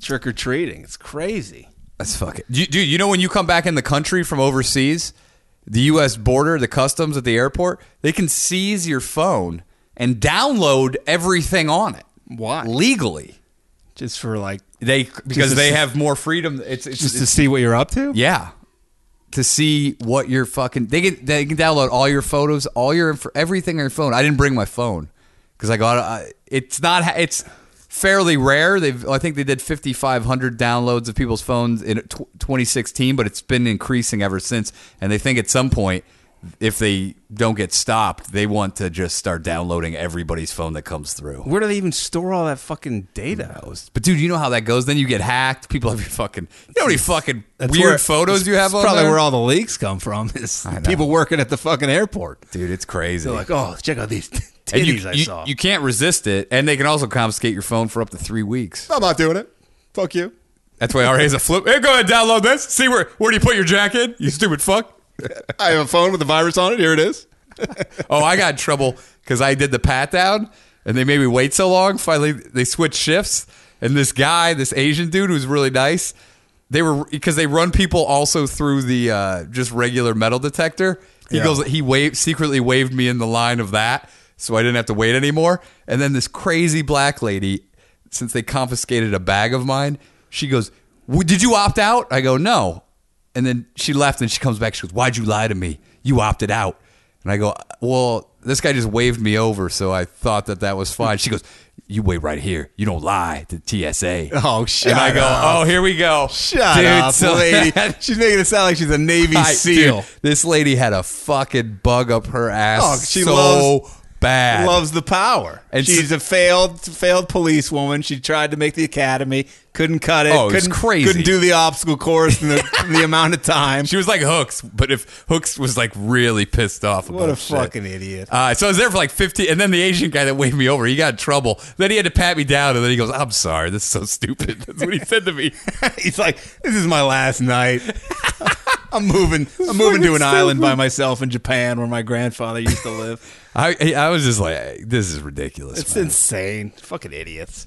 S4: trick or treating. It's crazy.
S3: That's fucking dude. You know when you come back in the country from overseas, the U.S. border, the customs at the airport, they can seize your phone and download everything on it.
S4: Why?
S3: Legally,
S4: Just for like
S3: they because
S4: to
S3: they
S4: see-
S3: have more freedom. It's, it's,
S4: just to
S3: it's-
S4: see what you're up to.
S3: yeah, to see what you're fucking. They can they can download all your photos, all your inf- everything on your phone. I didn't bring my phone because I got. I, it's not. ha- It's fairly rare. They've I think they did 5,500 downloads of people's phones in tw 2016, but it's been increasing ever since. And they think at some point, if they don't get stopped, they want to just start downloading everybody's phone that comes through.
S4: Where do they even store all that fucking data?
S3: But dude, you know how that goes. Then you get hacked. People have your fucking. You know how many fucking
S4: That's
S3: weird
S4: where-
S3: photos you have on
S4: That's probably
S3: there?
S4: where all the leaks come from. [laughs] Is
S3: know.
S4: people working at the fucking airport.
S3: dude, it's crazy.
S4: They're like, oh, check out these [laughs] titties
S3: and you,
S4: I
S3: you-
S4: saw.
S3: you can't resist it, and they can also confiscate your phone for up to three weeks.
S4: I'm not doing it. Fuck you.
S3: That's why RA is a flip. Hey, go ahead, download this. See where where do you put your jacket? You stupid fuck.
S4: I have a phone with a virus on it. Here it is.
S3: Oh, I got in trouble because I did the pat down and they made me wait so long. Finally, they switched shifts. And this guy, this Asian dude who's really nice, they were because they run people also through the uh, just regular metal detector. He
S4: Yeah.
S3: goes, he waved, secretly waved me in the line of that. So I didn't have to wait anymore. And then this crazy black lady, since they confiscated a bag of mine, she goes, "W- Did you opt out? I go, No. And then she left and she comes back. She goes, Why'd you lie to me? You opted out. And I go, Well, this guy just waved me over. So I thought that that was fine. She goes, You wait right here. You don't lie to TSA.
S4: Oh, shut
S3: And I go,
S4: up.
S3: Oh, here we go.
S4: Shut up, [laughs] lady. she's making it sound like she's a
S3: [laughs]
S4: Navy
S3: I-
S4: SEAL.
S3: dude, this lady had a fucking bug up her ass
S4: Oh, she
S3: so
S4: loves-
S3: bad.
S4: Loves the power.
S3: And
S4: she's
S3: so-
S4: a failed failed police woman. She tried to make the academy, couldn't cut it.
S3: Oh, it was
S4: couldn't,
S3: crazy.
S4: Couldn't do the obstacle course in the, in the amount of time. [laughs]
S3: She was like Hooks, but if Hooks was like really pissed off about
S4: what a
S3: shit.
S4: fucking idiot.
S3: Uh, so I was there for like 15, and then the Asian guy that waved me over, he got in trouble. Then he had to pat me down, and then he goes, "I'm sorry, this is so stupid." [laughs] That's what he said to
S4: [laughs]
S3: me.
S4: He's like, this is my last night. [laughs] I'm [laughs] moving. I'm moving to an island by myself in Japan where my grandfather used to live.
S3: I I was just like, "This is ridiculous."
S4: [laughs] It's
S3: man."
S4: insane. Fucking idiots.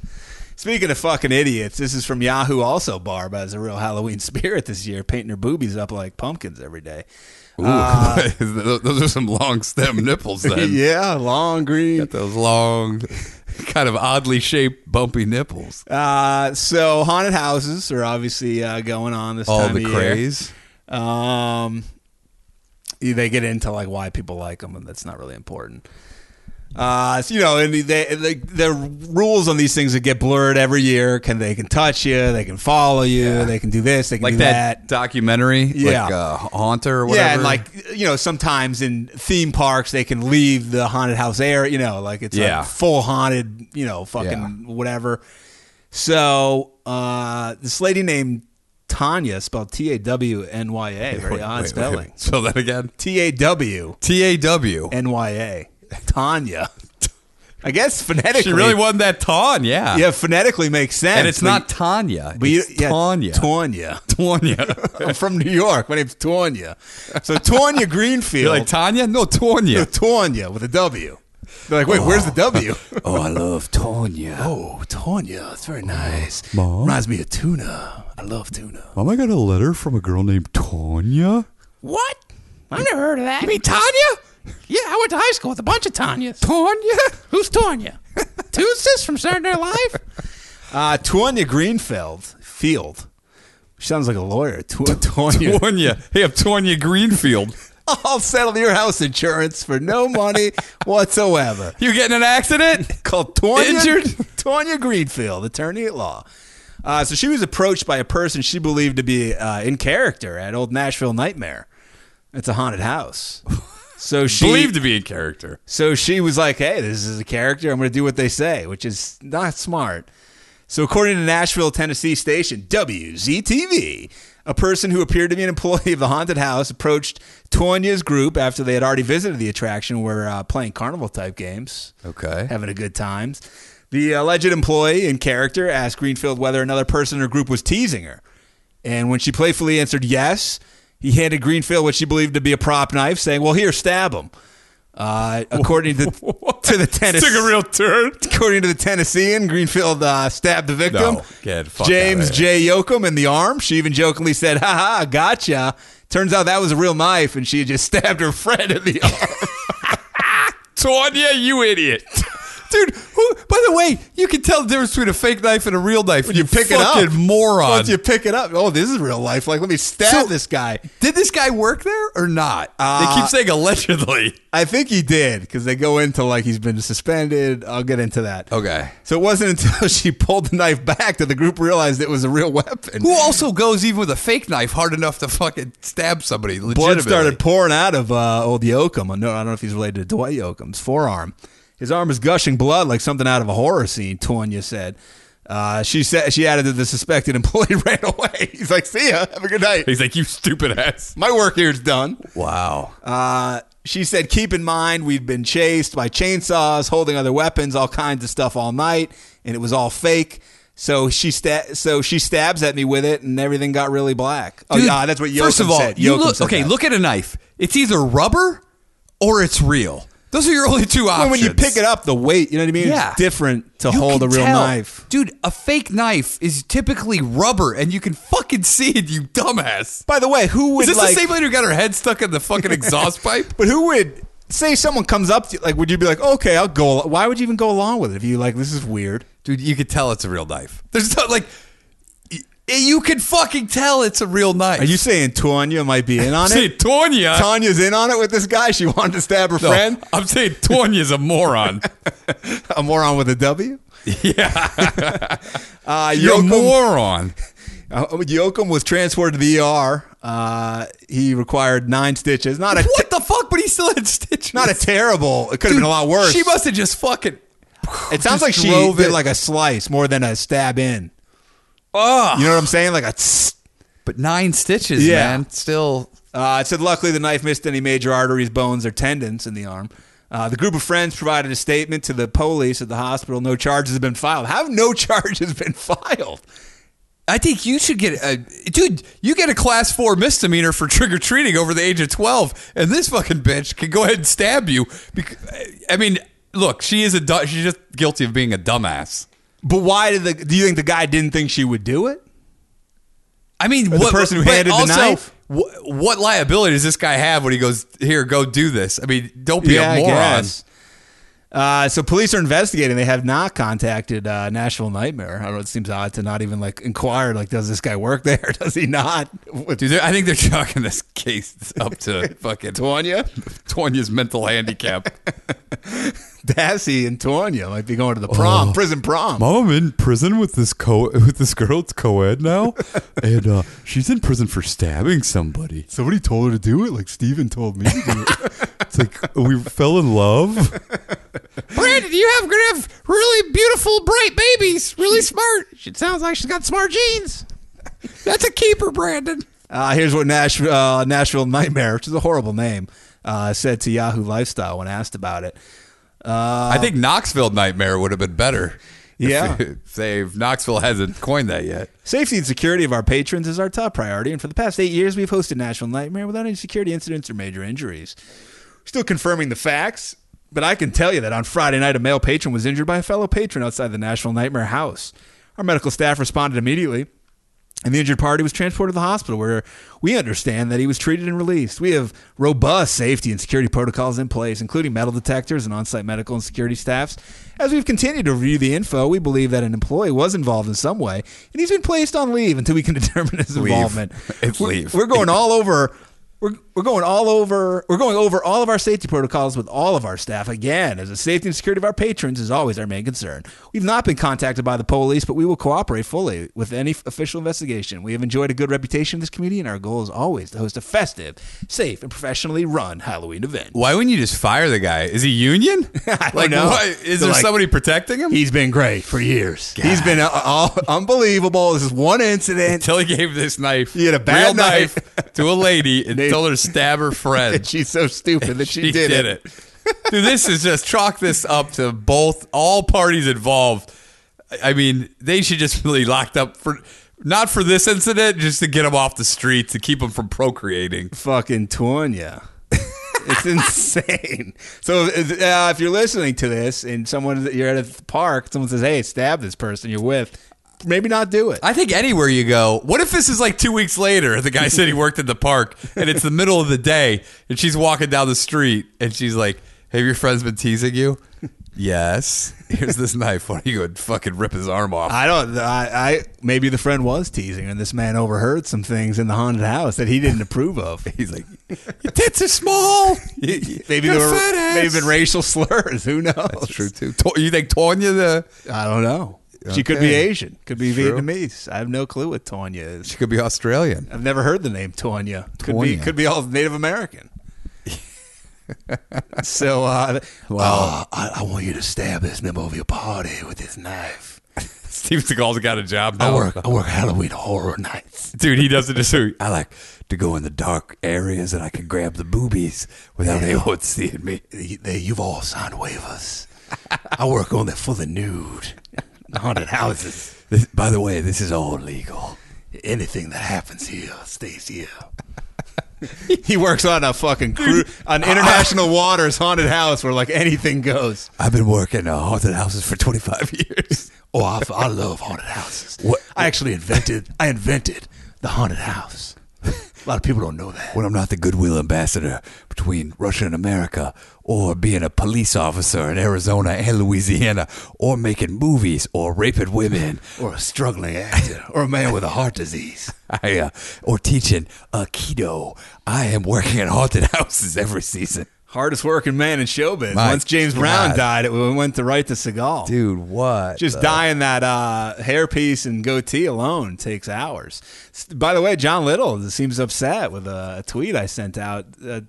S4: Speaking of fucking idiots, this is from Yahoo. Also, Barb has a real Halloween [laughs] spirit this year, painting her boobies up like pumpkins every day.
S3: Ooh, [laughs] those are some long stem
S4: [laughs]
S3: nipples. Then
S4: Ah. yeah, long green.
S3: got those long, kind of oddly shaped, bumpy nipples.
S4: Uh, so haunted houses are obviously uh, going on this
S3: All
S4: time
S3: the
S4: of
S3: craze.
S4: year. Um, they get into like why people like them, and that's not really important. Uh, so, you know, and they, they, the rules on these things that get blurred every year. Can they can touch you? They can follow you. They can do this. They can
S3: like
S4: do
S3: that, documentary,
S4: Yeah.
S3: like uh, Haunter or whatever.
S4: Yeah, and like you know, sometimes in theme parks they can leave the haunted house area. You know, like it's
S3: Yeah.
S4: like full haunted. You know, fucking
S3: Yeah.
S4: whatever. So uh, this lady named Tanya, spelled T A W N Y A,
S3: [laughs]
S4: very
S3: Wait,
S4: odd
S3: wait, wait,
S4: spelling.
S3: wait. Spell that again.
S4: T A W
S3: T A W.
S4: N Y A, Tanya. [laughs] I guess phonetically,
S3: She really wasn't that Ton, yeah.
S4: yeah, phonetically makes sense.
S3: And it's
S4: but-
S3: not Tanya.
S4: but you-
S3: it's
S4: yeah,
S3: Tanya. [laughs]
S4: Tanya.
S3: Tonya.
S4: I'm from New York. My name's Tanya. So Tanya Greenfield.
S3: You're like Tanya? No,
S4: Yeah.
S3: Tonya. [laughs]
S4: Tanya with a W. They're like, wait, where's the W?
S3: oh, I love Tonya.
S4: oh, Tanya. It's very nice.
S7: Mom?
S4: Reminds me of tuna. I love tuna.
S7: Mom, I got a letter from a girl named Tonya.
S4: What? I've never heard of that.
S3: Me, Tanya?
S4: Yeah, I went to high school with a bunch of Tanyas.
S3: Tonya?
S4: Who's Tanya? Tootsis from Saturday Night Live? Uh, Tanya Greenfield. Field. She sounds like a lawyer. Tw- Tanya.
S3: Tonya. Hey, I'm Tonya Greenfield.
S4: [laughs] I'll settle your house insurance for no money whatsoever.
S3: You getting in an accident?
S4: called Tonya,
S3: Injured?
S4: [laughs] Tonya Greenfield, attorney at law. Uh, so she was approached by a person she believed to be uh, in character at Old Nashville Nightmare. It's a haunted house. So she
S3: Believed to be in character.
S4: so she was like, "Hey, this is a character. I'm going to do what they say," which is not smart. So according to Nashville, Tennessee station WZTV, a person who appeared to be an employee of the haunted house approached Tonya's group after they had already visited the attraction and were uh, playing carnival type games
S3: Okay.
S4: having a good time. The alleged employee in character asked Greenfield whether another person or group was teasing her. And when she playfully answered yes, he handed Greenfield what she believed to be a prop knife, saying, Well, here, stab him. Uh, according
S3: [laughs]
S4: to, to the Tennessee,
S3: Took a real turn.
S4: according to the Tennessean, Greenfield uh, stabbed the victim,
S3: No, get the fuck
S4: James
S3: outta here.
S4: J. Yoakum, in the arm. She even jokingly said, "Ha ha, gotcha." Turns out that was a real knife, and she had just [laughs] stabbed her friend in the arm.
S3: [laughs] Tonya, you idiot.
S4: Dude, who
S3: Who, by the way, you can tell the difference between a fake knife and a real knife.
S4: When you pick it up,
S3: fucking moron.
S4: Once you pick it up, oh, this is real life. Like, let me stab
S3: So-
S4: this guy.
S3: Did this guy work there or not? they
S4: Uh,
S3: keep saying allegedly.
S4: I think he did because they go into like he's been suspended. I'll get into that.
S3: Okay.
S4: So it wasn't [laughs] until she pulled the knife back that the group realized it was a real weapon.
S3: Who also goes even with a fake knife hard enough to fucking stab somebody?
S4: Blood
S3: Legitimately.
S4: started pouring out of uh, old Yoakum. I know- I don't know if he's related to Dwight Yoakum's forearm. His arm is gushing blood like something out of a horror scene. Tonya said. Uh, she said she added that the suspected [laughs] employee ran away. [laughs] He's like, "See ya, have a good night.
S3: He's like, you stupid ass.
S4: My work here is done."
S3: Wow.
S4: Uh, she said, keep in mind, we've been chased by chainsaws, holding other weapons, all kinds of stuff all night, and it was all fake. So she sta- so she stabs at me with it, and everything got really black. oh,
S3: Dude,
S4: yeah, that's what Yoakum
S3: First of all,
S4: said.
S3: you
S4: Yoakum
S3: look,
S4: said
S3: okay,
S4: that.
S3: look at a knife. It's either rubber or it's real. Those are your only two
S4: When,
S3: options.
S4: when you pick it up, the weight, you know what I mean?
S3: Yeah.
S4: It's different to
S3: You
S4: hold a
S3: can
S4: real
S3: tell.
S4: knife.
S3: Dude, a fake knife is typically rubber and you can fucking see it, you dumbass.
S4: By the way, who would
S3: Is this
S4: like?
S3: the same lady who got her head stuck in the
S4: [laughs]
S3: fucking exhaust pipe?
S4: but who would say someone comes up to you? Like, would you be like, okay, I'll go? al- Why would you even go along with it if you like this is weird?
S3: Dude, you could tell it's a real knife. There's no, like, y- you can fucking tell it's a real knife.
S4: Are you saying Tonya might be
S3: [laughs]
S4: in on
S3: saying
S4: it?
S3: Tonya?
S4: Tanya's in on it with this guy. She wanted to stab her
S3: No,
S4: friend.
S3: I'm saying Tonya's a
S4: [laughs]
S3: moron. [laughs]
S4: A moron with a W. Yeah. uh,
S3: You're a
S4: Yoakum,
S3: moron.
S4: uh, Yoakum was transported to the ER. Uh, he required nine stitches. Not a
S3: What the fuck? But he still had stitches.
S4: not a terrible. It could have been a lot worse.
S3: She must have just fucking.
S4: it sounds
S3: just
S4: like she
S3: drove
S4: did
S3: it.
S4: like a slice more than a stab in.
S3: Ugh.
S4: You know what I'm saying? Like a. Tss.
S3: But nine stitches,
S4: Yeah.
S3: man. Still.
S4: Uh, it said, luckily, the knife missed any major arteries, bones, or tendons in the arm. Uh, the group of friends provided a statement to the police at the hospital. No charges have been filed. How have no [laughs] charges been filed?
S3: I think you should get a dude. You get a class four misdemeanor for trick or treating over the age of twelve, and this fucking bitch can go ahead and stab you. bec- I mean, look, she is a du- she's just guilty of being a dumbass.
S4: But why did the? Do you think the guy didn't think she would do it?
S3: I mean,
S4: Or the
S3: what,
S4: person who
S3: but
S4: handed the
S3: also,
S4: knife?
S3: wh- what liability does this guy have when he goes here? Go do this. I mean, don't be a moron.
S4: Uh, so police are investigating. They have not contacted uh, Nashville Nightmare. I don't know. It seems odd to not even like inquire. Like, does this guy work there? [laughs] Does he not? With
S3: Dude, they're- I think they're [laughs] chalking this case up
S4: [laughs]
S3: to fucking
S4: Tonya,
S3: Tonya's mental handicap.
S4: Dassey, and Tonya might be going to the prom, prison prom.
S6: Mom, I'm in prison with this co [laughs] with this girl. It's
S4: [laughs]
S6: co-ed now, and uh, she's in prison for stabbing somebody. Somebody told her to do it, like Steven told me to do [laughs] it. it's like we fell in love.
S3: Brandon, you have gonna have really beautiful, bright babies. Really smart.
S4: It sounds like she's got smart genes.
S3: [laughs] That's a keeper, Brandon.
S4: Uh, here's what Nash, uh, Nashville Nightmare, which is a horrible name, uh, said to Yahoo Lifestyle when asked about it.
S3: I think Knoxville Nightmare would have been better.
S4: [laughs] Yeah.
S3: If they- if Knoxville hasn't coined that yet.
S4: Safety and security of our patrons is our top priority, and for the past eight years, we've hosted National Nightmare without any security incidents or major injuries. Still confirming the facts, but I can tell you that on Friday night, a male patron was injured by a fellow patron outside the National Nightmare house. Our medical staff responded immediately, and the injured party was transported to the hospital where we understand that he was treated and released. We have robust safety and security protocols in place, including metal detectors and on site medical and security staffs. As we've continued to review the info, we believe that an employee was involved in some way, and he's been placed on leave until we can [laughs] determine his involvement.
S3: It's
S4: we're,
S3: leave.
S4: We're going all over. We're, we're going all over. We're going over all of our safety protocols with all of our staff again, as the safety and security of our patrons is always our main concern. We've not been contacted by the police, but we will cooperate fully with any official investigation. We have enjoyed a good reputation in this community, and our goal is always to host a festive, safe, and professionally run Halloween event.
S3: Why wouldn't you just fire the guy? Is he union?
S4: [laughs] I don't
S3: like,
S4: know.
S3: why- is
S4: They're
S3: there
S4: like-
S3: somebody protecting him?
S4: He's been great for years. He's been uh, uh, unbelievable. This is one incident.
S3: until he gave this knife,
S4: He had a
S3: real
S4: bad knife.
S3: to a
S4: [laughs]
S3: lady and
S4: They-
S3: told her to stab her friend.
S4: [laughs] She's so stupid [laughs] that she, did, it.
S3: Dude, this is just chalk this up to both all parties involved. I- I mean, they should just really locked up for not for this incident, just to get them off the street to keep them from procreating.
S4: fucking Tonya. it's insane. So uh, if you're listening to this and someone you're at a park, someone says, "Hey, stab this person you're with," maybe not do it.
S3: I think anywhere you go, what if this is like two weeks later? The guy said he worked at the park, and it's the middle of the day, and she's walking down the street, and she's like, "Have your friends been teasing you?" Yes. Here's this knife. Why don't you go and fucking rip his arm off?
S4: I don't. I, I maybe the friend was teasing, her, and this man overheard some things in the haunted house that he didn't approve of.
S3: [laughs] He's like, your tits are small. maybe
S4: [laughs] Maybe there were maybe been racial [laughs] slurs. Who knows? That's
S3: True too. [laughs] To- you think Tonya the
S4: I don't know. She could be
S3: Okay.
S4: Asian. Could be Vietnamese. I have no clue what Tonya is.
S3: she could be Australian?
S4: I've never heard the name Tonya. Could be
S3: Tonya.
S4: could be all Native [laughs] American. so, uh, well, I, I want you to stab this member of your party with this knife. [laughs]
S3: Steve Seagal's got a job
S4: I
S3: now.
S4: work. I work Halloween horror nights.
S3: Dude, he doesn't just [laughs] I like to go in the dark areas and I can grab the boobies without anyone seeing
S4: [laughs]
S3: me.
S4: They, they- you've all signed waivers. I work on the for the nude, the haunted houses.
S3: This, by the way, this is all legal.
S4: Anything that happens here stays here. he works on a fucking cru- an international waters haunted house where like anything goes.
S3: I've been working uh, haunted houses for 25 [laughs] years.
S4: Oh, I, I love haunted houses.
S3: What-
S4: I actually invented I invented the haunted house. A lot of people don't know that.
S3: When I'm not the goodwill ambassador between Russia and America, or being a police officer in Arizona and Louisiana, or making movies, or raping women,
S4: [laughs] Or a struggling actor, or a man with a heart disease.
S3: [laughs] I, uh, or teaching uh, keto, I am working at haunted [laughs] houses every season.
S4: Hardest working man in showbiz.
S3: My
S4: Once James Brown
S3: God.
S4: died, it went to right to Seagal.
S3: Dude, what?
S4: Just dyeing that uh, hairpiece and goatee alone takes hours. S- By the way, John Little seems upset with a tweet I sent out uh,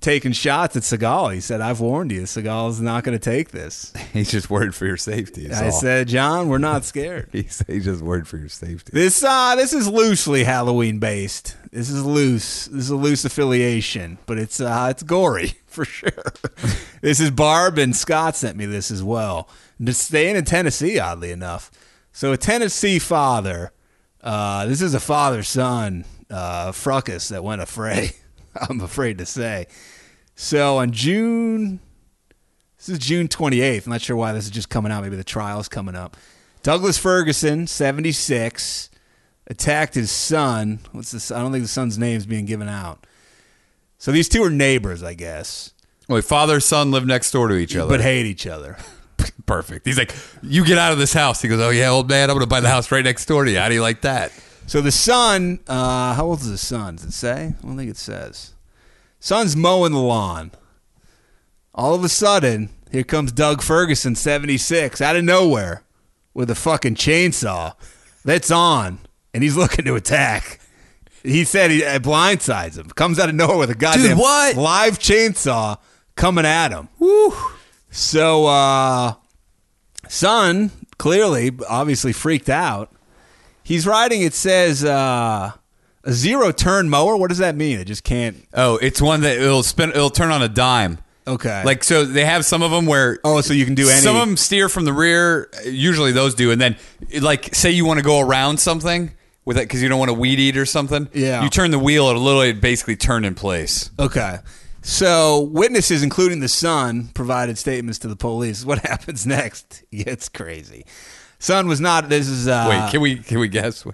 S4: taking shots at Seagal. He said, I've warned you, Seagal's not going to take this.
S3: He's just worried for your safety. is
S4: I
S3: all.
S4: said, John, we're not scared.
S3: [laughs] he's, he's just worried for your safety.
S4: This uh, this is loosely Halloween based. This is loose. This is a loose affiliation, but it's uh, it's gory [laughs] for sure. this is Barb and Scott sent me this as well. Just Staying in Tennessee, oddly enough. So a Tennessee father. Uh, this is a father son uh, fracas that went afray. [laughs] I'm afraid to say. So on June this is June 28th. I'm not sure why this is just coming out. Maybe the trial's coming up. Douglas Ferguson, 76, attacked his son. What's this? I don't think the son's name's being given out. So these two are neighbors, I guess,
S3: Wait, father and son live next door to each other.
S4: but hate each other. [laughs]
S3: Perfect. He's like, you get out of this house. He goes, oh yeah, old man, I'm gonna buy the house right next door to you. How do you like that?
S4: So the son, uh, how old is the son? Does it say? I don't think it says. Son's mowing the lawn. All of a sudden, here comes Doug Ferguson, 76, out of nowhere with a fucking chainsaw that's on, and he's looking to attack. He said he uh, blindsides him, comes out of nowhere with a goddamn
S3: what?
S4: live chainsaw coming at him. Woo! So, uh, son, clearly, obviously freaked out. He's riding, it says, uh, a zero turn mower. What does that mean? It just can't.
S3: Oh, it's one that it'll spin. It'll turn on a dime.
S4: Okay.
S3: Like so, they have some of them where
S4: oh, so you can do any.
S3: some of them steer from the rear. Usually those do, and then like say you want to go around something with it because you don't want to weed eat or something.
S4: Yeah.
S3: You turn the wheel, it'll literally basically turn in place.
S4: Okay. So witnesses, including the son, provided statements to the police. What [laughs] happens next gets crazy. Son was not. This is uh,
S3: Wait, can we can we guess?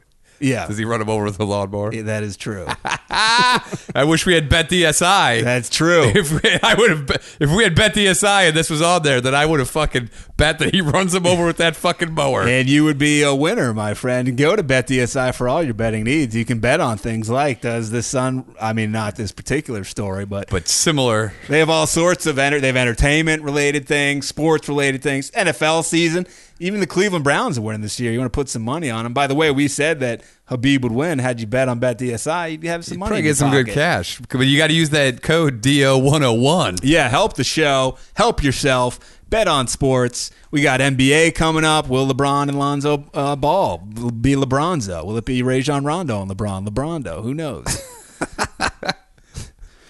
S4: yeah,
S3: Does he run him over with a lawnmower?
S4: Yeah, that
S3: [laughs]
S4: is true.
S3: I wish we had bet DSI.
S4: That's true.
S3: [laughs] If we, I would have, bet- if we had bet DSI and this was on there, then I would have fucking bet that he [laughs] runs him over with that fucking mower.
S4: And you would be a winner, my friend. Go to BetDSI for all your betting needs. You can bet on things like does the son? I mean, not this particular story, but
S3: But similar,
S4: They have all sorts of enter- they have entertainment related things, sports related things, NFL season. Even the Cleveland Browns are winning this year. You want to put some money on them. By the way, we said that Habib would win had you bet on BetDSI. You'd have some money.
S3: probably
S4: in your
S3: get some good
S4: pocket.
S3: cash. But you got to use that code DO101.
S4: Yeah, help the show. Help yourself. Bet on sports. We got NBA coming up. Will LeBron and Lonzo uh, Ball be LeBronzo? Will it be Rajon Rondo and LeBron? LeBrondo?
S3: [laughs]
S4: Who knows?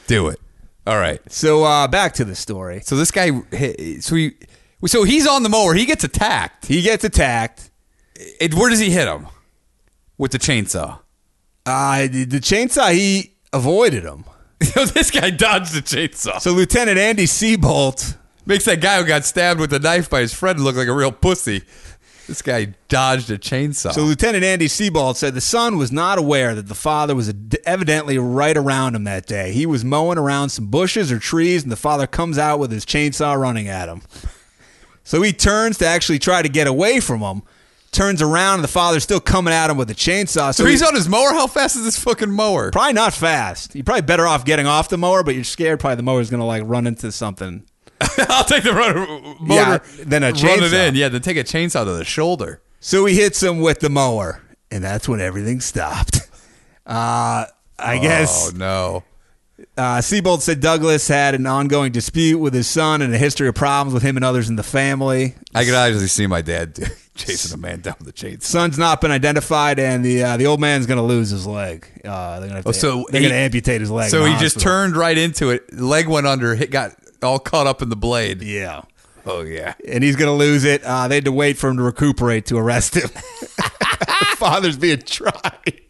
S3: Do it. All right.
S4: so uh, back to the story.
S3: So this guy, so he, so he's on the mower. He gets attacked.
S4: He gets attacked.
S3: It, where does he hit him? With the chainsaw. [laughs]
S4: Uh, the the chainsaw. He avoided him.
S3: So this guy dodged the chainsaw.
S4: So Lieutenant Andy Seabolt,
S3: Makes that guy who got stabbed with a knife by his friend look like a real pussy. This guy dodged a chainsaw.
S4: so Lieutenant Andy Seabolt said the son was not aware that the father was evidently right around him that day. He was mowing around some bushes or trees, and the father comes out with his chainsaw running at him. So he turns to actually try to get away from him, turns around, and the father's still coming at him with a chainsaw.
S3: So
S4: he-
S3: he's on his mower. How fast is this fucking mower?
S4: Probably not fast. You're probably better off getting off the mower, but you're scared probably the mower's gonna like run into something.
S3: [laughs] I'll take the runner, motor.
S4: Yeah, then a
S3: Run it
S4: chainsaw.
S3: in. Yeah, then take a chainsaw to the shoulder.
S4: So he hits him with the mower, and that's when everything stopped. Uh I
S3: Oh
S4: guess
S3: no.
S4: uh, Siebold said Douglas had an ongoing dispute with his son and a history of problems with him and others in the family.
S3: I could actually see my dad [laughs] do- chasing a man down with a chainsaw.
S4: Son's not been identified, and the uh, the old man's going to lose his leg. Uh, they're going to
S3: Oh, so
S4: they're
S3: he-
S4: going to amputate his leg.
S3: So
S4: in the
S3: he just
S4: hospital.
S3: turned right into it. Leg went under. Hit got all caught up in the blade.
S4: Yeah,
S3: Oh yeah.
S4: and he's going to lose it. Uh, they had to wait for him to recuperate to
S3: [laughs]
S4: arrest him. Father's being tried.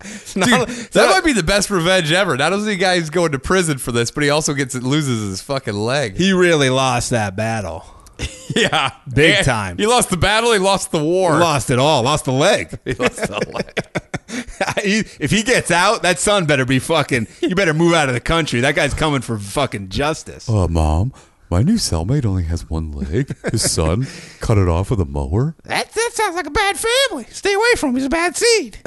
S4: It's [laughs] not-
S3: Dude,
S4: it's
S3: that
S4: not-
S3: might be the best revenge ever. Not only the guy's going to prison for this, but he also gets loses his fucking leg.
S4: he really lost that battle.
S3: [laughs] yeah,
S4: Big
S3: Yeah.
S4: time.
S3: He lost the battle. He lost the war.
S4: lost it all. Lost the [laughs] leg.
S3: He lost the leg.
S4: He- if he gets out, that son better be fucking. You better move out of the country. That guy's coming for fucking justice.
S3: Oh.
S6: Uh, mom, my new cellmate only has one leg. His
S3: [laughs]
S6: son cut it off with a mower.
S4: That, that sounds like a bad family. Stay away from him. He's a bad seed. [laughs]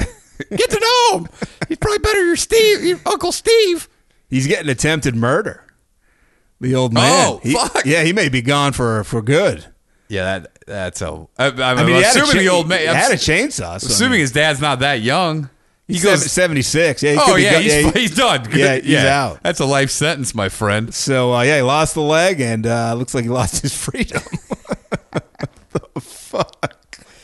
S4: Get to know him. He's probably better your Steve, your
S3: oh,
S4: Uncle Steve. He's getting attempted murder. The old man.
S3: Oh,
S4: He-
S3: fuck.
S4: Yeah, he may be gone for for good.
S3: Yeah, that that's a. I, I mean,
S4: I mean,
S3: I'm
S4: he had a
S3: assuming
S4: cha-
S3: the old man.
S4: He
S3: I'm
S4: had a
S3: s-
S4: chainsaw. So
S3: assuming his dad's not that young. He
S4: he
S3: goes.
S4: goes seventy six. Yeah. He could
S3: Oh
S4: be
S3: yeah,
S4: go-
S3: he's,
S4: he-
S3: [laughs] he's done. Good.
S4: Yeah, he's out.
S3: That's a life sentence, my friend.
S4: So uh, yeah, he lost the leg, and uh, looks like he lost his freedom. [laughs] The fuck.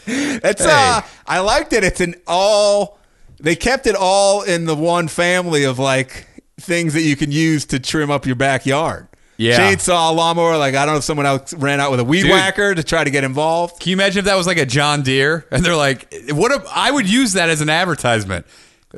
S4: That's uh,
S3: Hey.
S4: I liked it. It's an all. They kept it all in the one family of like things that you can use to trim up your backyard.
S3: Yeah.
S4: chainsaw, lawnmower. Like I don't know if someone else ran out with a weed
S3: Dude.
S4: whacker to try to get involved.
S3: Can you imagine if that was like a John Deere? [laughs] And they're like, what if I would use that as an advertisement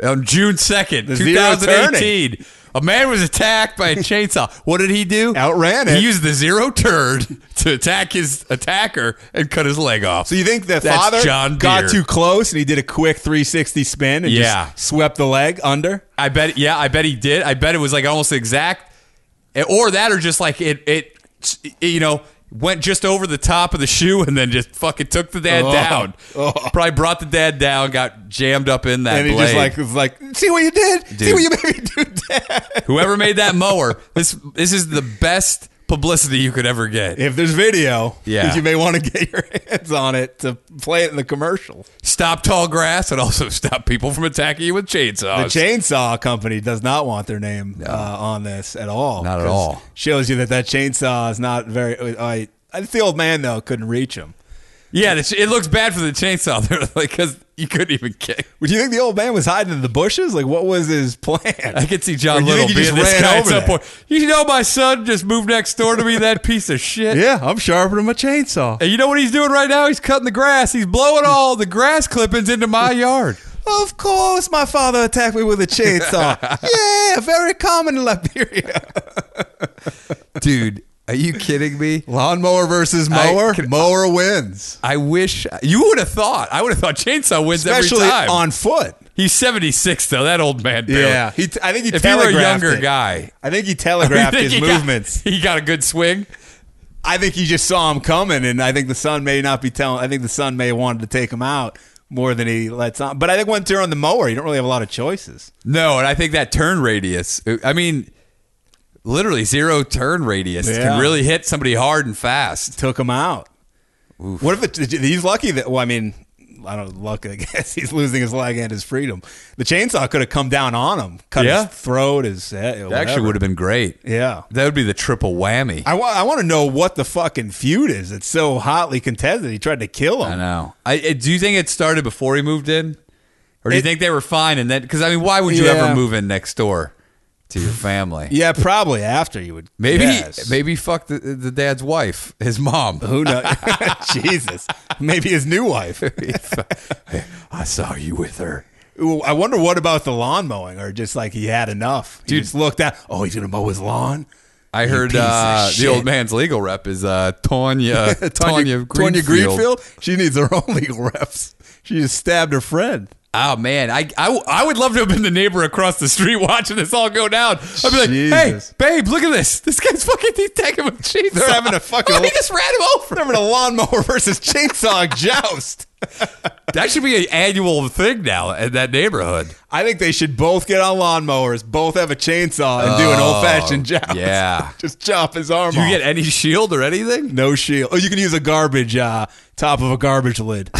S3: on June 2nd,
S4: The zero turning.
S3: 2018. A man was attacked by a chainsaw. What did he do?
S4: Outran it.
S3: He used the zero turd [laughs] to attack his attacker and cut his leg off.
S4: So you think the
S3: That's
S4: father
S3: John Deere.
S4: got too close and he did a quick 360 spin and
S3: Yeah.
S4: just swept the leg under?
S3: I bet. Yeah, I bet he did. I bet it was like almost exact, or that, or just like it. It, it you know, went just over the top of the shoe and then just fucking took the dad
S4: Oh.
S3: down.
S4: [laughs] Oh.
S3: Probably brought the dad down, got jammed up in that.
S4: And he
S3: blade.
S4: just like was like, see what you did, see
S3: Dude.
S4: what you made me do, Dad.
S3: whoever made that mower. [laughs] This this is the best publicity you could ever get.
S4: If there's video,
S3: Yeah.
S4: you may want to get your hands on it to play it in the commercial.
S3: Stop tall grass and also [laughs] stop people from attacking you with
S4: The
S3: chainsaws.
S4: chainsaw company does not want their name uh, on this at all.
S3: Not at
S4: 'cause
S3: all.
S4: Shows you that that chainsaw is not very. uh, I, I think the old man though couldn't reach him.
S3: yeah, the ch- it looks bad for the chainsaw. [laughs] They're like because you couldn't even kick.
S4: Would you think the old man was hiding in the bushes? Like, what was his plan?
S3: I could see John
S4: Or you
S3: Little
S4: think he
S3: being
S4: just
S3: this
S4: ran
S3: guy at
S4: over
S3: some
S4: there?
S3: point. You know, my son just moved next door to me. That piece of shit.
S4: Yeah, I'm sharpening my chainsaw.
S3: And you know what he's doing right now? He's cutting the grass. He's blowing all the grass clippings into my yard.
S4: Of course, my father attacked me with a chainsaw.
S3: [laughs]
S4: yeah, very common in Liberia.
S3: [laughs] Dude, are you kidding me?
S4: Lawnmower versus
S3: I-
S4: mower.
S3: can-
S4: mower wins.
S3: I wish you would have thought. I would have thought chainsaw wins
S4: Especially
S3: every time.
S4: on foot.
S3: He's 76 though. That old man. Barely.
S4: Yeah. He t- I think he
S3: if he were a
S4: telegraphed
S3: younger
S4: it.
S3: guy,
S4: I think he
S3: [laughs]
S4: telegraphed
S3: You think
S4: his
S3: he got-
S4: movements.
S3: he got a good swing.
S4: I think he just saw him coming, and I think the son may not be telling. I think the son may have wanted to take him out more than he lets on. But I think once you're on the mower, you don't really have a lot of choices.
S3: No, and I think that turn radius. uh, I mean, literally zero turn radius
S4: Yeah.
S3: can really hit somebody hard and fast.
S4: Took him out. What if it, he's lucky that? Well, I mean, I don't luck. I guess [laughs] he's losing his leg and his freedom. The chainsaw could have come down on him, cut
S3: Yeah.
S4: his throat, his head.
S3: That actually would have been great.
S4: Yeah.
S3: That would be the triple whammy. I,
S4: I, wa- I want to know what the fucking feud is. It's so hotly contested. He tried to kill him.
S3: know. I, I- do you think it started before he moved in, or do you
S4: It-
S3: think they were fine and then? Because I mean, why would you
S4: Yeah.
S3: ever move in next door to your family?
S4: Yeah, probably after you would.
S3: Maybe
S4: guess.
S3: maybe fuck the, the dad's wife, his mom.
S4: [laughs] Who knows? Jesus. Maybe his new wife. [laughs]
S3: I saw you with her.
S4: Ooh, I wonder what about the lawn mowing or just like he had enough. He
S3: Dude.
S4: just looked out. Oh, he's going to mow his lawn.
S3: I heard
S4: piece of
S3: uh, the
S4: shit.
S3: old man's legal rep is uh, Tonya [laughs]
S4: [laughs]
S3: Tonya Greenfield.
S4: Tonya Greenfield. She needs her own legal reps. She just stabbed her friend.
S3: Oh man, I, I I would love to have been the neighbor across the street [laughs] watching this all go down. I'd be like,
S4: Jesus.
S3: "Hey, babe, look at this! This guy's fucking he's
S4: [laughs]
S3: taking with chainsaw.
S4: They're
S3: [laughs]
S4: having a fucking-
S3: he just ran him over.
S4: Remember the lawnmower [laughs] versus chainsaw joust?
S3: That should be an annual thing now in that neighborhood.
S4: I think they should both get on lawnmowers, both have a chainsaw, and do an old fashioned joust.
S3: Oh, yeah.
S4: [laughs] just chop his arm
S3: Do
S4: off.
S3: you get any shield or [laughs] anything?
S4: no shield. Oh, you can use a garbage uh, top of a garbage lid. [laughs]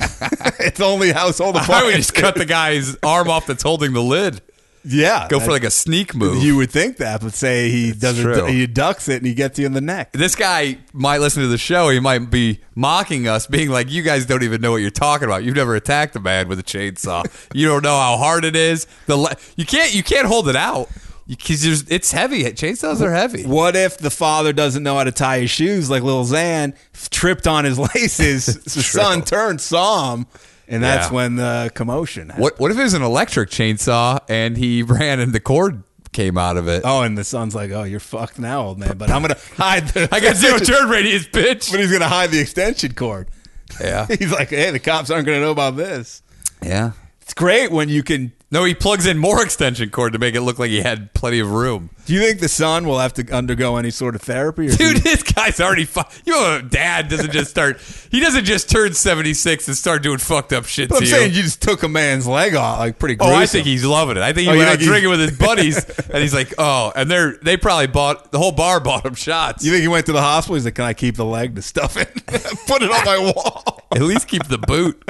S4: it's only
S3: [laughs]
S4: household
S3: Why don't we
S4: appliances.
S3: just cut the guy's arm off that's holding the lid?
S4: yeah,
S3: Go for like a [laughs] sneak move.
S4: You would think that, but say he
S3: true.
S4: doesn't. He ducks it and he gets you in the neck.
S3: this guy might listen to the show. He might be mocking us, being like, "You guys don't even know what you're talking about. You've never attacked a man with a chainsaw. you don't know how hard it is. The le- you can't you can't hold it out because it's heavy. Chainsaws are heavy.
S4: What if the father doesn't know how to tie his shoes like little Zan tripped on his
S3: [laughs]
S4: [laughs] laces? the son turned, saw him, and that's
S3: Yeah.
S4: when the commotion. Happened.
S3: What what if it was an electric chainsaw and he [laughs] ran and the cord came out of it?
S4: Oh, and the son's like, "Oh, you're fucked now, old man." But I'm gonna hide the.
S3: [laughs] I got [laughs] zero turn radius,
S4: But
S3: bitch.
S4: he's gonna hide the extension cord. [laughs]
S3: Yeah,
S4: He's like, "Hey, the cops aren't gonna know about this."
S3: yeah.
S4: It's great when you can.
S3: No, he plugs in more extension cord to make it look like he had plenty of room.
S4: Do you think the son will have to undergo any sort of therapy? Or
S3: [laughs] [laughs] Dude, this guy's already. Fu- you know, dad doesn't just start. He doesn't just turn seventy six and start doing fucked up shit to
S4: But I'm
S3: you.
S4: saying you just took a man's leg off, like pretty.
S3: oh,
S4: Gruesome.
S3: I think he's loving it. I think he
S4: Oh, you
S3: went out
S4: think he's-
S3: drinking with his [laughs] buddies, and he's like, oh, and they're they probably bought the whole bar bought him shots.
S4: You think he went to the hospital? He's like, "Can I keep the leg to stuff it? [laughs] Put it
S3: [laughs]
S4: on my wall."
S3: At least keep the boot,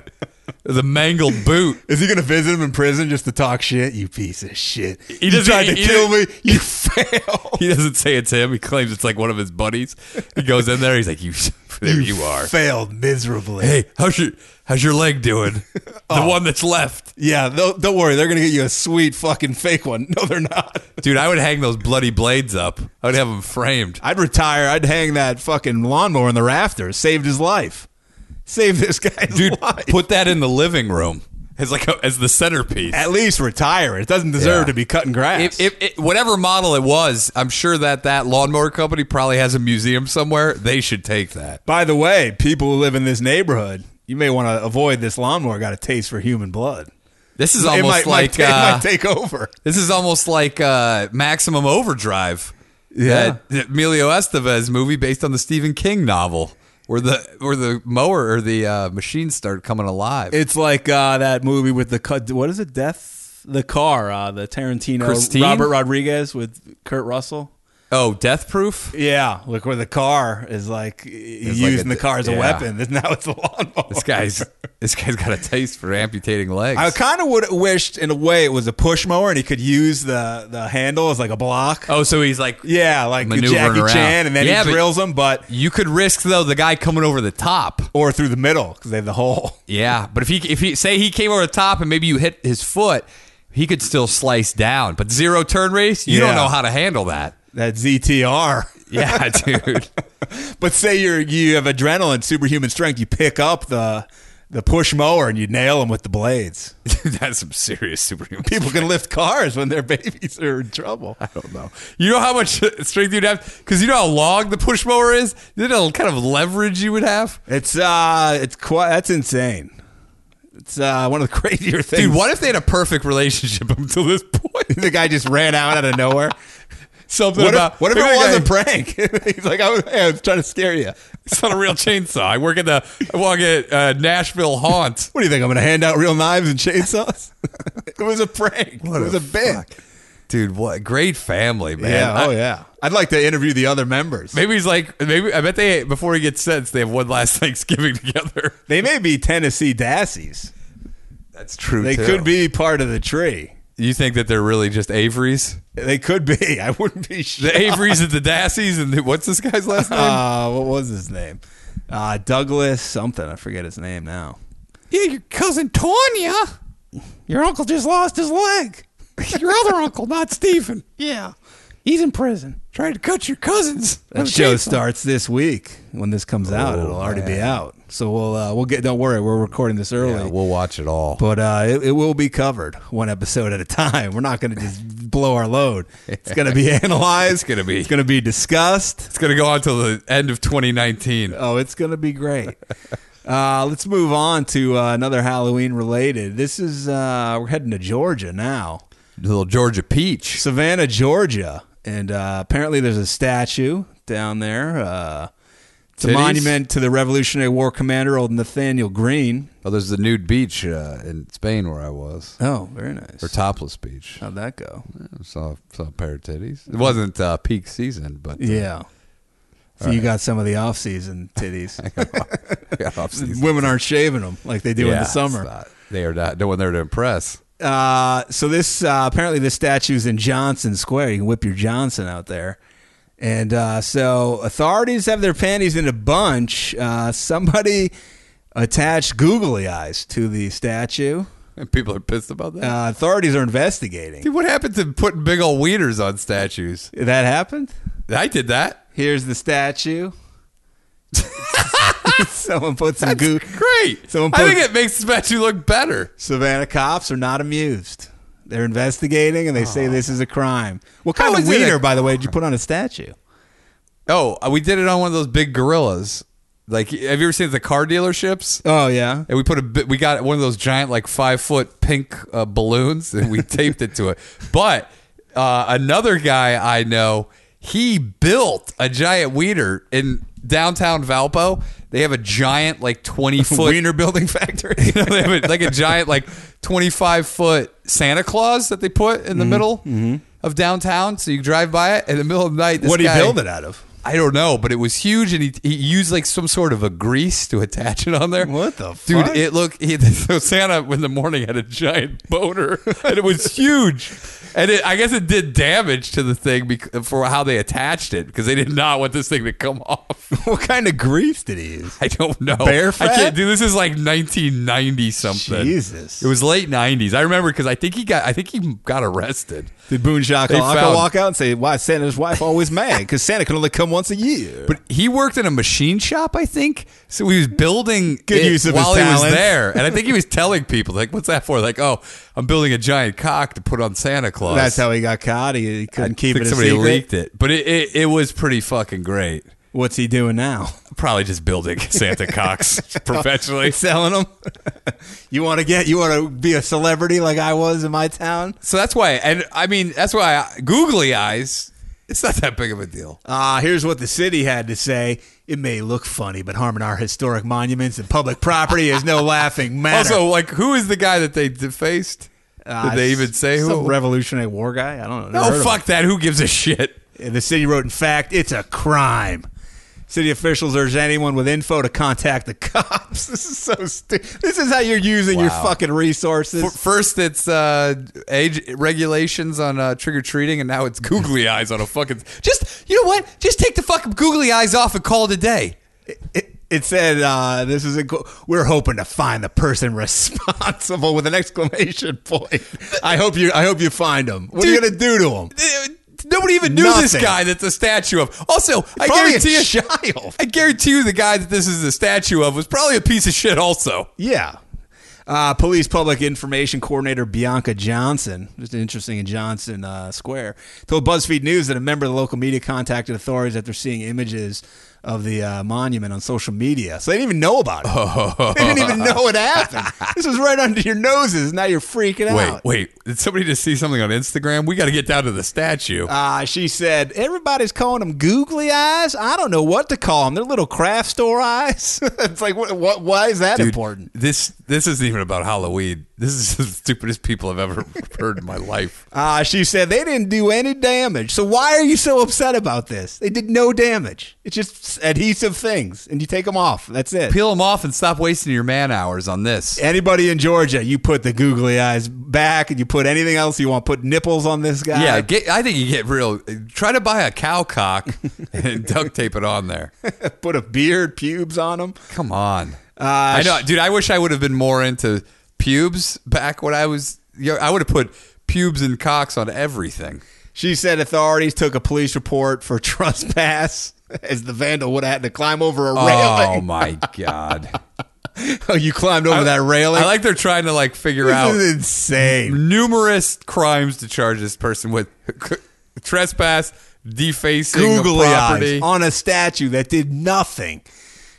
S3: the mangled boot.
S4: Is he gonna visit him in prison just to talk shit? You piece of shit! He you
S3: doesn't- e-
S4: tried to
S3: he- he
S4: kill me.
S3: [laughs]
S4: You failed.
S3: He doesn't say it's him. He claims it's like one of his buddies. He goes in there. He's like, you, [laughs] there you, are.
S4: Failed miserably.
S3: Hey, how's your how's your leg
S4: [laughs]
S3: doing? The
S4: Oh.
S3: one that's left,
S4: Yeah, don't, don't worry. They're gonna get you a sweet fucking fake one. [laughs] No, they're not.
S3: dude. I would hang those bloody blades up. I would have them
S4: [laughs]
S3: framed.
S4: I'd retire. I'd hang that fucking lawnmower in the rafters. Saved his life. Saved this guy's
S3: dude
S4: life.
S3: put that in the living room as like a, as the centerpiece
S4: At least retire. It doesn't deserve
S3: Yeah.
S4: to be cutting
S3: if,
S4: grass.
S3: if, if- whatever model it was i'm sure that that lawnmower company probably has a museum somewhere they should take that
S4: By the way, people who live in this neighborhood, you may want to avoid this lawnmower. Got a taste for human blood.
S3: this is
S4: It
S3: almost
S4: might,
S3: like
S4: might, ta- it
S3: uh,
S4: might take over.
S3: this is almost like uh, maximum overdrive
S4: Yeah.
S3: that- that emilio estevez movie based on the stephen king novel where the where the mower or the uh, machines start coming alive
S4: It's like uh, that movie with the cut. What is it? Death the car. Uh, the Tarantino
S3: Christine?
S4: Robert Rodriguez with Kurt Russell.
S3: oh death proof
S4: Yeah, look where the car is like
S3: It's like
S4: using
S3: a-
S4: the car as a
S3: yeah.
S4: weapon. [laughs] Now it's a lawnmower.
S3: this guy's this guy's got a taste for amputating legs
S4: [laughs] I kind of would have wished, in a way, it was a push mower and he could use the the handle as like a block.
S3: oh so he's like
S4: Yeah, like
S3: Maneuvering
S4: Jackie
S3: around.
S4: Chan, and then
S3: Yeah,
S4: he
S3: but-
S4: drills them, but
S3: You could risk though the guy coming over the top.
S4: or through the middle because they have the hole.
S3: Yeah, but if he if he say he came over the top and maybe you hit his foot, he could still slice down. But zero turn race, you
S4: Yeah.
S3: don't know how to handle that.
S4: That ZTR. [laughs]
S3: Yeah, dude.
S4: But say you're you have adrenaline, superhuman strength, you pick up the the push mower and you nail them with the blades. [laughs]
S3: Dude, [laughs] That's some serious superhuman.
S4: People can lift cars when their [laughs] babies are in trouble. I don't know.
S3: You know how much [laughs] strength you'd have because you know how long the push mower is. You know what kind of leverage you would have,
S4: It's uh, it's quite that's insane. It's uh, one of the [laughs] crazier things.
S3: dude. What if they had a perfect relationship [laughs] up until this point?
S4: the guy just ran out out of nowhere.
S3: Something
S4: [laughs] What
S3: about
S4: if, what if it
S3: maybe the
S4: was
S3: guy-
S4: a prank? [laughs] He's like, I was, hey, I was trying to scare you.
S3: It's not a real chainsaw. I work at the I work at uh, Nashville Haunt. [laughs]
S4: What do you think? I'm going to hand out real knives and [laughs] chainsaws? it was a prank. it was a, bit.
S3: dude what great family man
S4: Yeah. Oh,
S3: I-
S4: yeah. I'd like to interview the other members.
S3: maybe he's like maybe i bet they before he gets sentenced they have one last [laughs] thanksgiving together
S4: They may be Tennessee Dassies.
S3: that's true
S4: They could be part of the tree.
S3: you think that they're really just averys
S4: They could be. [laughs] I wouldn't be
S3: [laughs]
S4: sure.
S3: the averys and the dassies and the, what's this guy's last name
S4: Uh, what was his name? Uh, Douglas something. I forget his name now.
S3: yeah your cousin tonya
S4: Your uncle just lost his leg. [laughs]
S3: your other uncle not stephen
S4: Yeah. He's in prison.
S3: trying to cut your cousins
S4: That show starts this week. When this comes out, it'll already be out. So we'll uh, we'll get. Don't worry, we're recording this early.
S3: yeah, we'll watch it all
S4: but uh, it, it will be covered one episode at a time. We're not going to just blow our load. It's going to be
S3: [laughs]
S4: analyzed.
S3: It's gonna be-
S4: It's going to be discussed.
S3: it's gonna go on till the end of 2019
S4: Oh, it's going to be great. Uh, let's move on to uh, another Halloween related. This is uh, we're heading to Georgia now.
S3: Little Georgia Peach.
S4: Savannah, Georgia, and uh, apparently there's a statue down there. Uh, it's a
S3: Titties?
S4: monument to the Revolutionary War commander, old Nathaniel Greene.
S3: Oh, there's the nude beach uh, in Spain where I was,
S4: Oh, very nice.
S3: or topless beach.
S4: How'd that go?
S3: Saw saw a pair of titties. It wasn't uh, peak season,
S4: [laughs]
S3: but [laughs] uh,
S4: Yeah. So you got some of the off-season
S3: [laughs]
S4: titties.
S3: yeah, off-season.
S4: Women aren't shaving them like they do in
S3: Yeah,
S4: the
S3: it's
S4: summer.
S3: not- they are not. No one there to impress. [laughs]
S4: Uh, so this uh, apparently this statue's in Johnson Square. You can whip your Johnson out there. And uh, so authorities have their panties in a bunch. Uh, somebody attached googly eyes to the statue.
S3: And people are pissed about that.
S4: Uh, authorities are investigating.
S3: Dude, what happened to putting big old wieners on statues?
S4: That happened.
S3: I did that.
S4: Here's the statue. [laughs] Someone put some goo.
S3: Great.
S4: Someone
S3: I think
S4: put-
S3: it makes the statue look better.
S4: Savannah cops are not amused. They're investigating and they say this is a crime. What kind
S3: Oh. How
S4: of
S3: is it a
S4: wiener, by the way, did you put on a statue?
S3: Oh, we did it on one of those big gorillas. Like, have you ever seen the car dealerships?
S4: Oh yeah.
S3: And we put a bi- we got one of those giant like five foot pink uh, balloons and
S4: [laughs]
S3: we taped it to it. But uh, another guy I know, he built a giant wiener in downtown Valpo. They have a giant like
S4: [laughs]
S3: twenty foot
S4: Wiener building factory.
S3: [laughs] You know, they have a, like a giant, like twenty-five foot Santa Claus that they put in the
S4: Mm-hmm.
S3: middle of downtown, so you drive by it in the middle of the night. This
S4: what do you
S3: guy-
S4: build it out of? [laughs]
S3: I don't know, but it was huge, and he, he used like some sort of a grease to attach it on there.
S4: What the
S3: dude?
S4: fuck?
S3: It looked he, [laughs] so Santa in the morning had a giant boner, and it was huge, and it, I guess it did damage to the thing bec- for how they attached it because they did not want this thing to come [laughs] off.
S4: What kind of grease did he use?
S3: I don't know.
S4: Bear
S3: I
S4: fat?
S3: can't do this. Is like 1990 something.
S4: Jesus.
S3: It was late 90s. I remember because I think he got. I think he got arrested.
S4: Did Boone
S3: They
S4: Shakalaka
S3: found-
S4: walk out and say, "Why is Santa's wife always mad? Because Santa can only come once a year."
S3: But he worked in a machine shop, I think. So he was building
S4: [laughs] Good
S3: it
S4: use of his
S3: while he was
S4: talents.
S3: there, and I think he
S4: [laughs]
S3: was telling people like, "What's that for?" Like, "Oh, I'm building a giant cock to put on Santa Claus."
S4: That's how he got caught. He, he couldn't
S3: I
S4: keep
S3: think
S4: it a
S3: somebody
S4: secret.
S3: leaked it, but it, it it was pretty fucking great.
S4: What's he
S3: [laughs]
S4: doing now?
S3: Probably just building [laughs] Santa
S4: [laughs]
S3: cocks professionally.
S4: Selling them? [laughs] you want to get? You want to be a celebrity like I was in my town?
S3: So that's why, and I mean, that's why I, googly eyes. It's not that big of a deal.
S4: Ah, here's what the city had to say. It may look funny, but harming our historic monuments and public property
S3: [laughs]
S4: is no laughing matter.
S3: Also, like, who is the guy that they defaced?
S4: Ah,
S3: Did they even say
S4: some
S3: who?
S4: Revolutionary War guy? I don't know. Never heard
S3: No,
S4: of
S3: Oh, fuck that. Who gives a shit?
S4: him. The city wrote, in fact, it's a crime. City officials urge anyone with info to contact the [laughs] cops. This is so stupid. This is how you're using your
S3: Wow.
S4: fucking resources.
S3: F- First, it's uh, age regulations on uh, trick or treating, and now it's googly eyes on a fucking. Just you know what? Just take the fucking googly eyes off and call it a day.
S4: it, it said, uh, "This is a co- we're hoping to find the person [laughs] responsible with an exclamation point." I hope you. I hope you find him. What are you
S3: Dude.
S4: gonna do to him?
S3: Eh, Nobody even knew this
S4: Nothing.
S3: guy that's a statue of. Also, I
S4: Probably a
S3: guarantee you,
S4: [laughs] child.
S3: I guarantee you, the guy that this is a statue of was probably a piece of shit. Also,
S4: Yeah. Uh, Police Public Information Coordinator Bianca Johnson, just interesting in Johnson uh, Square, told BuzzFeed News that a member of the local media contacted authorities after seeing images of the uh, monument on social media. So they didn't even know about it. They didn't even know it happened. this was right under your noses. Now you're freaking
S3: [laughs] wait,
S4: out.
S3: wait. Did somebody just see something on Instagram? We got to get down to the statue.
S4: Uh, she said, everybody's calling them googly eyes. I don't know what to call them. They're little craft store eyes. [laughs] it's like, what, what, why is that
S3: Dude,
S4: important?
S3: This this isn't even about Halloween. This is the [laughs] stupidest people I've ever [laughs] heard in my life.
S4: Uh, she said they didn't do any damage. So why are you so upset about this? They did no damage. It's just adhesive things, and you take them off. That's it.
S3: Peel them off and stop wasting your man hours on this.
S4: Anybody in Georgia, you put the googly eyes back, and you put anything else you want. Put nipples on this guy.
S3: Yeah, get, I think you get real. Try to buy a cow cock [laughs] and duct tape it on there.
S4: [laughs] put a beard, pubes on Ah, them.
S3: Come on.
S4: Uh,
S3: I know, dude. I wish I would have been more into pubes back when I was. yo- I would have put pubes and cocks on everything.
S4: She said authorities took a police report for [laughs] trespass, as the vandal would have had to climb over a [laughs]
S3: Oh
S4: railing.
S3: my
S4: [laughs]
S3: god!
S4: Oh, you climbed over that railing.
S3: I like they're trying to like figure
S4: this
S3: out
S4: is insane.
S3: numerous crimes to charge this person with [laughs] trespass, defacing of
S4: googly Oh,
S3: property.
S4: eyes on a statue that did nothing.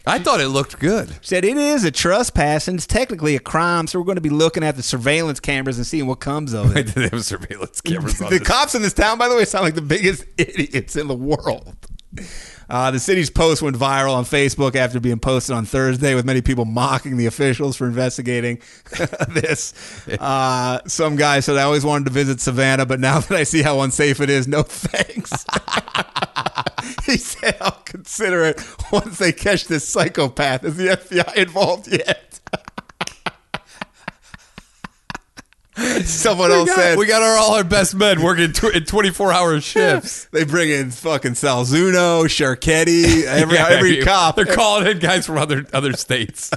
S3: I thought it looked good.
S4: said it is a trespass and it's technically a crime, so we're going to be looking at the surveillance cameras and seeing what comes of
S3: I [laughs]
S4: it.
S3: did have surveillance [laughs] cameras on
S4: the
S3: this.
S4: cops in this town, by the way, sound like the biggest [laughs] idiots in the world. Uh, the city's post went viral on Facebook after being posted on Thursday, with many people mocking the officials for investigating [laughs] this. Uh, some guy said, "I always wanted to visit Savannah, but now [laughs] that I see how unsafe it is, no thanks." [laughs] he said, "I'll consider it once they catch this psychopath. Is the FBI involved yet?" [laughs] Someone
S3: We
S4: else
S3: got-
S4: said,
S3: we got our all our best men working tw- in 24 hour shifts.
S4: [laughs] They bring in fucking Salzuno,
S3: [laughs]
S4: Sharketti, every
S3: Yeah,
S4: every
S3: you-
S4: cop.
S3: They're calling in guys from other other [laughs] states.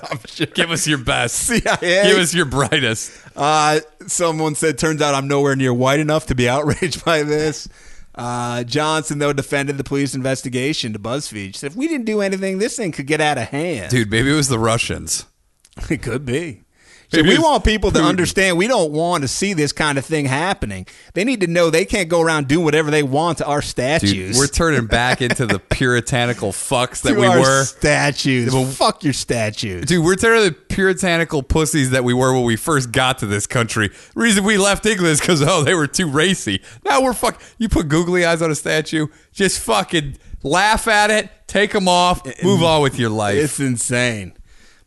S3: Give us your best.
S4: CIA.
S3: Give us your brightest.
S4: Uh, someone said, "Turns out I'm nowhere near white enough to be [laughs] outraged by this." Uh, Johnson though defended the police investigation to BuzzFeed. She said, "If we didn't do anything, this thing could get out of hand.
S3: Dude, maybe it was the Russians.
S4: [laughs] It could be." She
S3: Maybe
S4: said,
S3: it's
S4: we want people to
S3: Putin.
S4: understand we don't want to see this kind of thing happening. They need to know they can't go around doing whatever they want to our statues.
S3: Dude, we're turning back into the puritanical fucks that
S4: To
S3: we
S4: our
S3: were.
S4: statues. Fuck your statues.
S3: Dude, we're turning the puritanical pussies that we were when we first got to this country. reason we left England is because, oh, they were too racy. Now we're fuck. You put googly eyes on a statue, just fucking laugh at it, take them off, move on with your life.
S4: It's insane.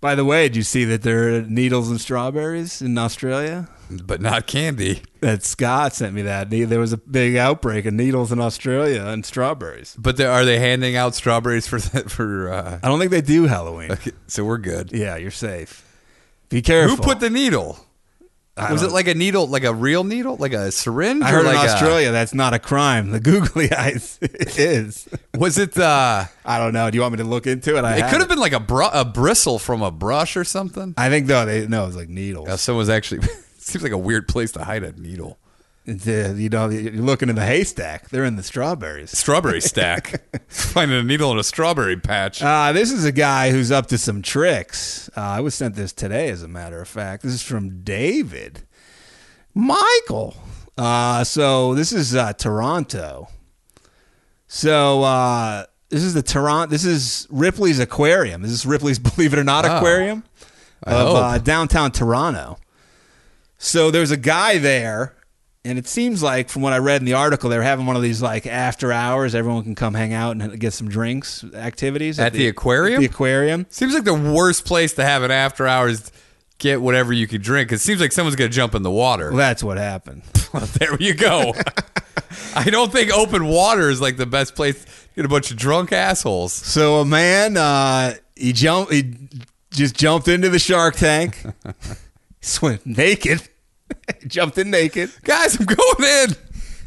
S4: By the way, did you see that there are needles and strawberries in Australia?
S3: But not candy.
S4: That Scott sent me that. Ne- There was a big outbreak of needles in Australia and strawberries.
S3: But there, are they handing out strawberries for for? Uh,
S4: I don't think they do Halloween.
S3: so we're good.
S4: Yeah, you're safe. Be careful.
S3: Who put the needle? Was it
S4: don't-
S3: like a needle, like a real needle, like a syringe?
S4: I
S3: or
S4: heard in
S3: like a-
S4: Australia that's not a crime. The googly [laughs] eyes is.
S3: was it? Uh,
S4: I don't know. Do you want me to look into it?
S3: it
S4: I
S3: could have
S4: haven't.
S3: been like a bru- a bristle from a brush or something.
S4: I think though they no, it's like needles.
S3: Uh, someone's actually [laughs] seems like a weird place to hide a needle.
S4: It's, uh, you know, you're looking in the haystack. They're in the strawberries.
S3: Strawberry stack. [laughs] Finding a needle in a strawberry patch.
S4: Uh, this is a guy who's up to some tricks. Uh, I was sent this today, as a matter of fact. This is from David Michael. Uh, so this is uh, Toronto. So uh, this is the Toronto. This is Ripley's Aquarium. This is Ripley's [laughs] Believe It or Not Aquarium of
S3: hope.
S4: uh, downtown Toronto. So there's a guy there, and it seems like from what I read in the article, they're having one of these like after hours, everyone can come hang out and get some drinks activities
S3: At the aquarium?
S4: the aquarium.
S3: seems like the worst place to have an after hours get whatever you could drink. It seems like someone's gonna jump in the water.
S4: Well, that's what happened.
S3: [laughs]
S4: [laughs]
S3: there you go. [laughs] I don't think open water is like the best place to get a bunch of drunk assholes.
S4: So a man, uh, he jumped, he just jumped into the shark tank, [laughs] swim naked, [laughs] jumped in naked.
S3: Guys, I'm [laughs] going in.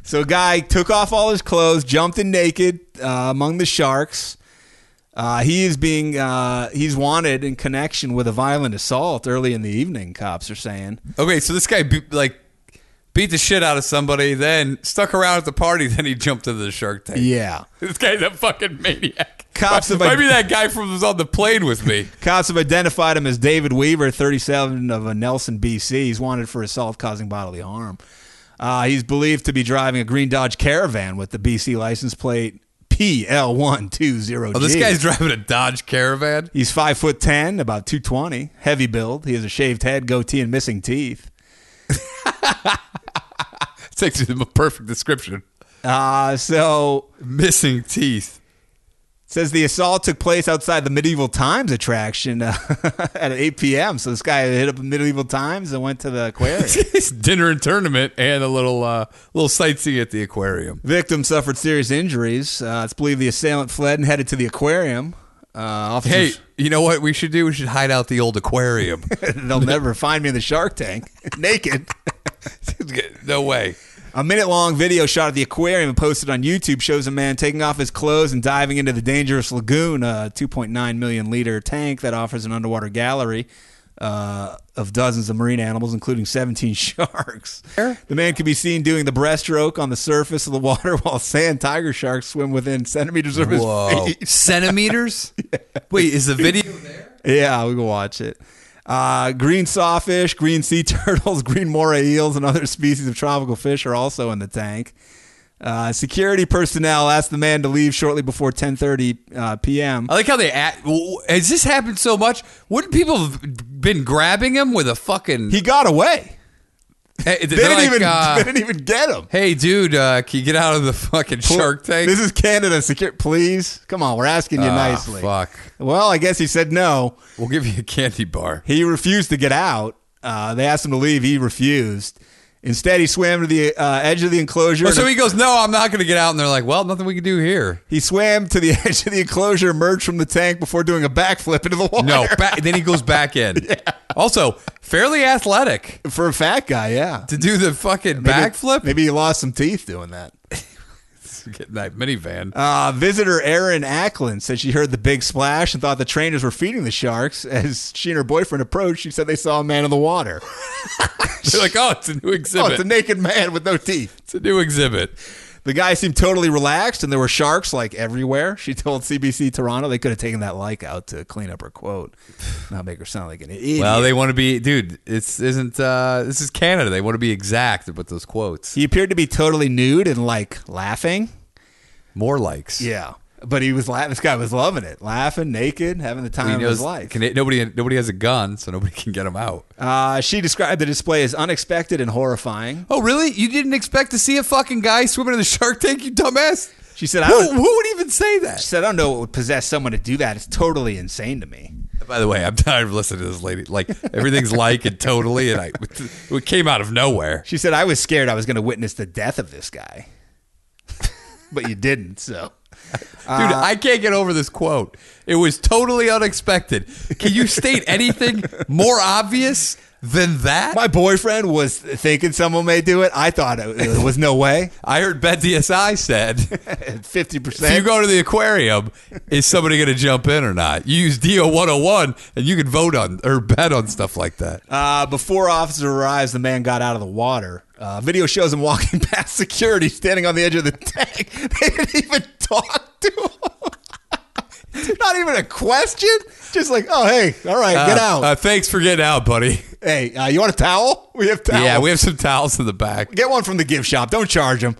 S4: So a guy took off all his clothes, jumped in naked uh, among the sharks. Uh, he is being uh, he's wanted in connection with a violent assault early in the evening. Cops are saying.
S3: Okay, so this guy be- like beat the shit out of somebody, then stuck around at the party, then he jumped into the shark tank.
S4: Yeah.
S3: This guy's a fucking maniac.
S4: Cops have-
S3: Maybe that guy from was on the plane with me.
S4: Cops have identified him as David Weaver, 37 of uh, Nelson, BC. He's wanted for assault causing bodily harm. Uh, he's believed to be driving a green Dodge Caravan with the BC license plate PL120.
S3: Oh, this guy's driving a Dodge Caravan.
S4: He's five foot ten, about two twenty, heavy build. He has a shaved head, goatee, and missing teeth.
S3: It's actually the perfect description.
S4: Uh, so
S3: Missing teeth.
S4: it says the assault took place outside the medieval times attraction uh, [laughs] at 8 p.m. So this guy hit up medieval times and went to the aquarium.
S3: It's dinner and tournament and a little uh, little sightseeing at the aquarium.
S4: Victim suffered serious injuries. Uh, it's believed the assailant fled and headed to the aquarium. Uh,
S3: Hey,
S4: officers,
S3: you know what we should do? We should hide out the old aquarium.
S4: [laughs] they'll never find me in the shark tank [laughs] naked.
S3: [laughs] no way.
S4: A minute long video shot at the aquarium and posted on YouTube shows a man taking off his clothes and diving into the dangerous lagoon, a 2.9 million liter tank that offers an underwater gallery uh, of dozens of marine animals, including 17 [laughs] sharks. The man could be seen doing the breaststroke on the surface of the water [laughs] while sand tiger sharks swim within centimeters of his
S3: Whoa. [laughs]
S4: feet.
S3: Centimeters? Wait, is the video there?
S4: Yeah, we can watch it. Uh, green sawfish, [laughs] green sea turtles, green moray eels, and other species of tropical fish are also in the tank. Uh, security personnel asked the man to leave shortly before 10:30 uh, p.m.
S3: I like how they act. w- Has this happened so much? Wouldn't people have been grabbing him with a fucking?
S4: He got away.
S3: Hey,
S4: They
S3: they're
S4: didn't,
S3: like,
S4: even, [laughs]
S3: uh,
S4: they didn't even get him.
S3: hey, dude, uh, can you get out of the fucking [laughs] shark tank?
S4: This is Canada. Secure, please. Come on, we're asking you
S3: Ah,
S4: nicely.
S3: fuck.
S4: Well, I guess he said no.
S3: We'll give you a candy bar.
S4: He refused to get out. Uh, they asked him to leave. He refused. Instead, he swam to the uh, edge of the enclosure.
S3: Oh,
S4: and
S3: so he goes, no, I'm not going to get out. And they're like, well, nothing we can do here.
S4: He swam to the [laughs] edge of the enclosure, emerged from the tank before doing a backflip into the water.
S3: No, back, then he goes back in. Also, fairly athletic
S4: [laughs] for a fat guy, yeah.
S3: to do the fucking
S4: Maybe-
S3: backflip.
S4: Maybe he lost some teeth
S3: [laughs]
S4: doing that.
S3: Getting that minivan.
S4: Uh, visitor Erin Ackland said she heard the big splash and thought the trainers were feeding the sharks. As she and her boyfriend approached, she said they saw a man in
S3: [laughs]
S4: the water.
S3: They're like, oh, it's a new
S4: [laughs] oh,
S3: exhibit.
S4: it's a naked man with no teeth.
S3: it's a new exhibit.
S4: The guy seemed totally relaxed, and there were sharks like everywhere. She told CBC Toronto they could have taken that like out to clean up her quote, not make her sound like an idiot.
S3: Well, they want to be, dude. It's isn't. Uh, this is Canada. They want to be exact with those quotes.
S4: he appeared to be totally nude and like laughing.
S3: More likes.
S4: Yeah, but he was la- this guy was loving it, laughing, naked, having the time
S3: He
S4: of
S3: knows
S4: his uh, life.
S3: Cana- nobody, nobody has a gun, so nobody can get him out.
S4: uh, she described the display as unexpected and horrifying.
S3: Oh, really? You didn't expect to see a fucking guy swimming in the shark tank, you dumbass?
S4: She said, "I
S3: Who,
S4: don't."
S3: who would even say
S4: She
S3: that?
S4: said, "I don't know what would possess someone to do that. It's totally insane to me."
S3: By the way, I'm tired of listening to this lady. Like everything's like and totally, and I, it came out of nowhere.
S4: She said, "I was scared I was going to witness the death of this guy, [laughs] but you didn't." So.
S3: Dude, I can't get over this quote. It was totally unexpected. Can you state anything more obvious than that?
S4: My boyfriend was thinking someone may do it. I thought it, it was
S3: [laughs]
S4: no way.
S3: I heard Bet DSI said
S4: Fifty
S3: if you
S4: percent.
S3: go to the aquarium, is somebody going to jump in or not? You use DO 101 and you can vote on or bet on stuff like that.
S4: Uh, before officer arrives, the man got out of the water. Uh, video shows him walking [laughs] past security, standing on the edge of the tank. [laughs] They didn't even talk to him. [laughs] Not even a question. Just like, oh hey, all right, get
S3: Uh,
S4: out.
S3: uh, thanks for getting out,
S4: [laughs]
S3: buddy.
S4: hey, uh, you want a towel? We have towels.
S3: Yeah, we have some towels in the back.
S4: Get one from the gift shop. Don't charge
S3: [laughs]
S4: him.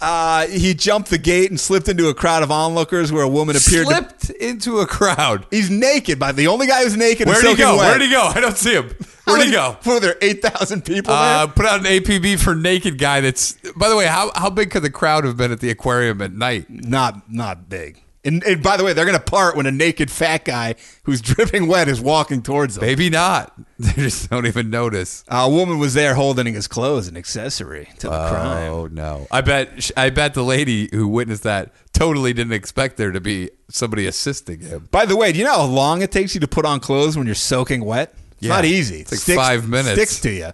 S4: Uh, he jumped the gate and slipped into a crowd of onlookers where a woman appeared. to-
S3: Slipped into a crowd.
S4: He's naked, by the only guy who's naked. and
S3: Where'd he
S4: soaking
S3: go?
S4: wet.
S3: Where'd he go? I don't see him.
S4: How
S3: Where'd he
S4: many-
S3: go?
S4: [laughs] Were there eight thousand people
S3: Uh,
S4: there?
S3: put out an APB for naked guy. That's by the way, how how big could the crowd have been at the aquarium at night?
S4: Not, not big. And, and by the way, they're gonna part when a naked fat guy who's [laughs] dripping wet is walking towards them.
S3: Maybe not. [laughs] They just don't even notice.
S4: Uh, a woman was there holding his clothes, an accessory to the crime.
S3: Oh no! I bet I bet the lady who witnessed that totally didn't expect there to be somebody assisting him.
S4: By the way, do you know how long it takes you to put on clothes when you're soaking wet? It's
S3: Yeah.
S4: not easy.
S3: It's like five minutes.
S4: Sticks to you.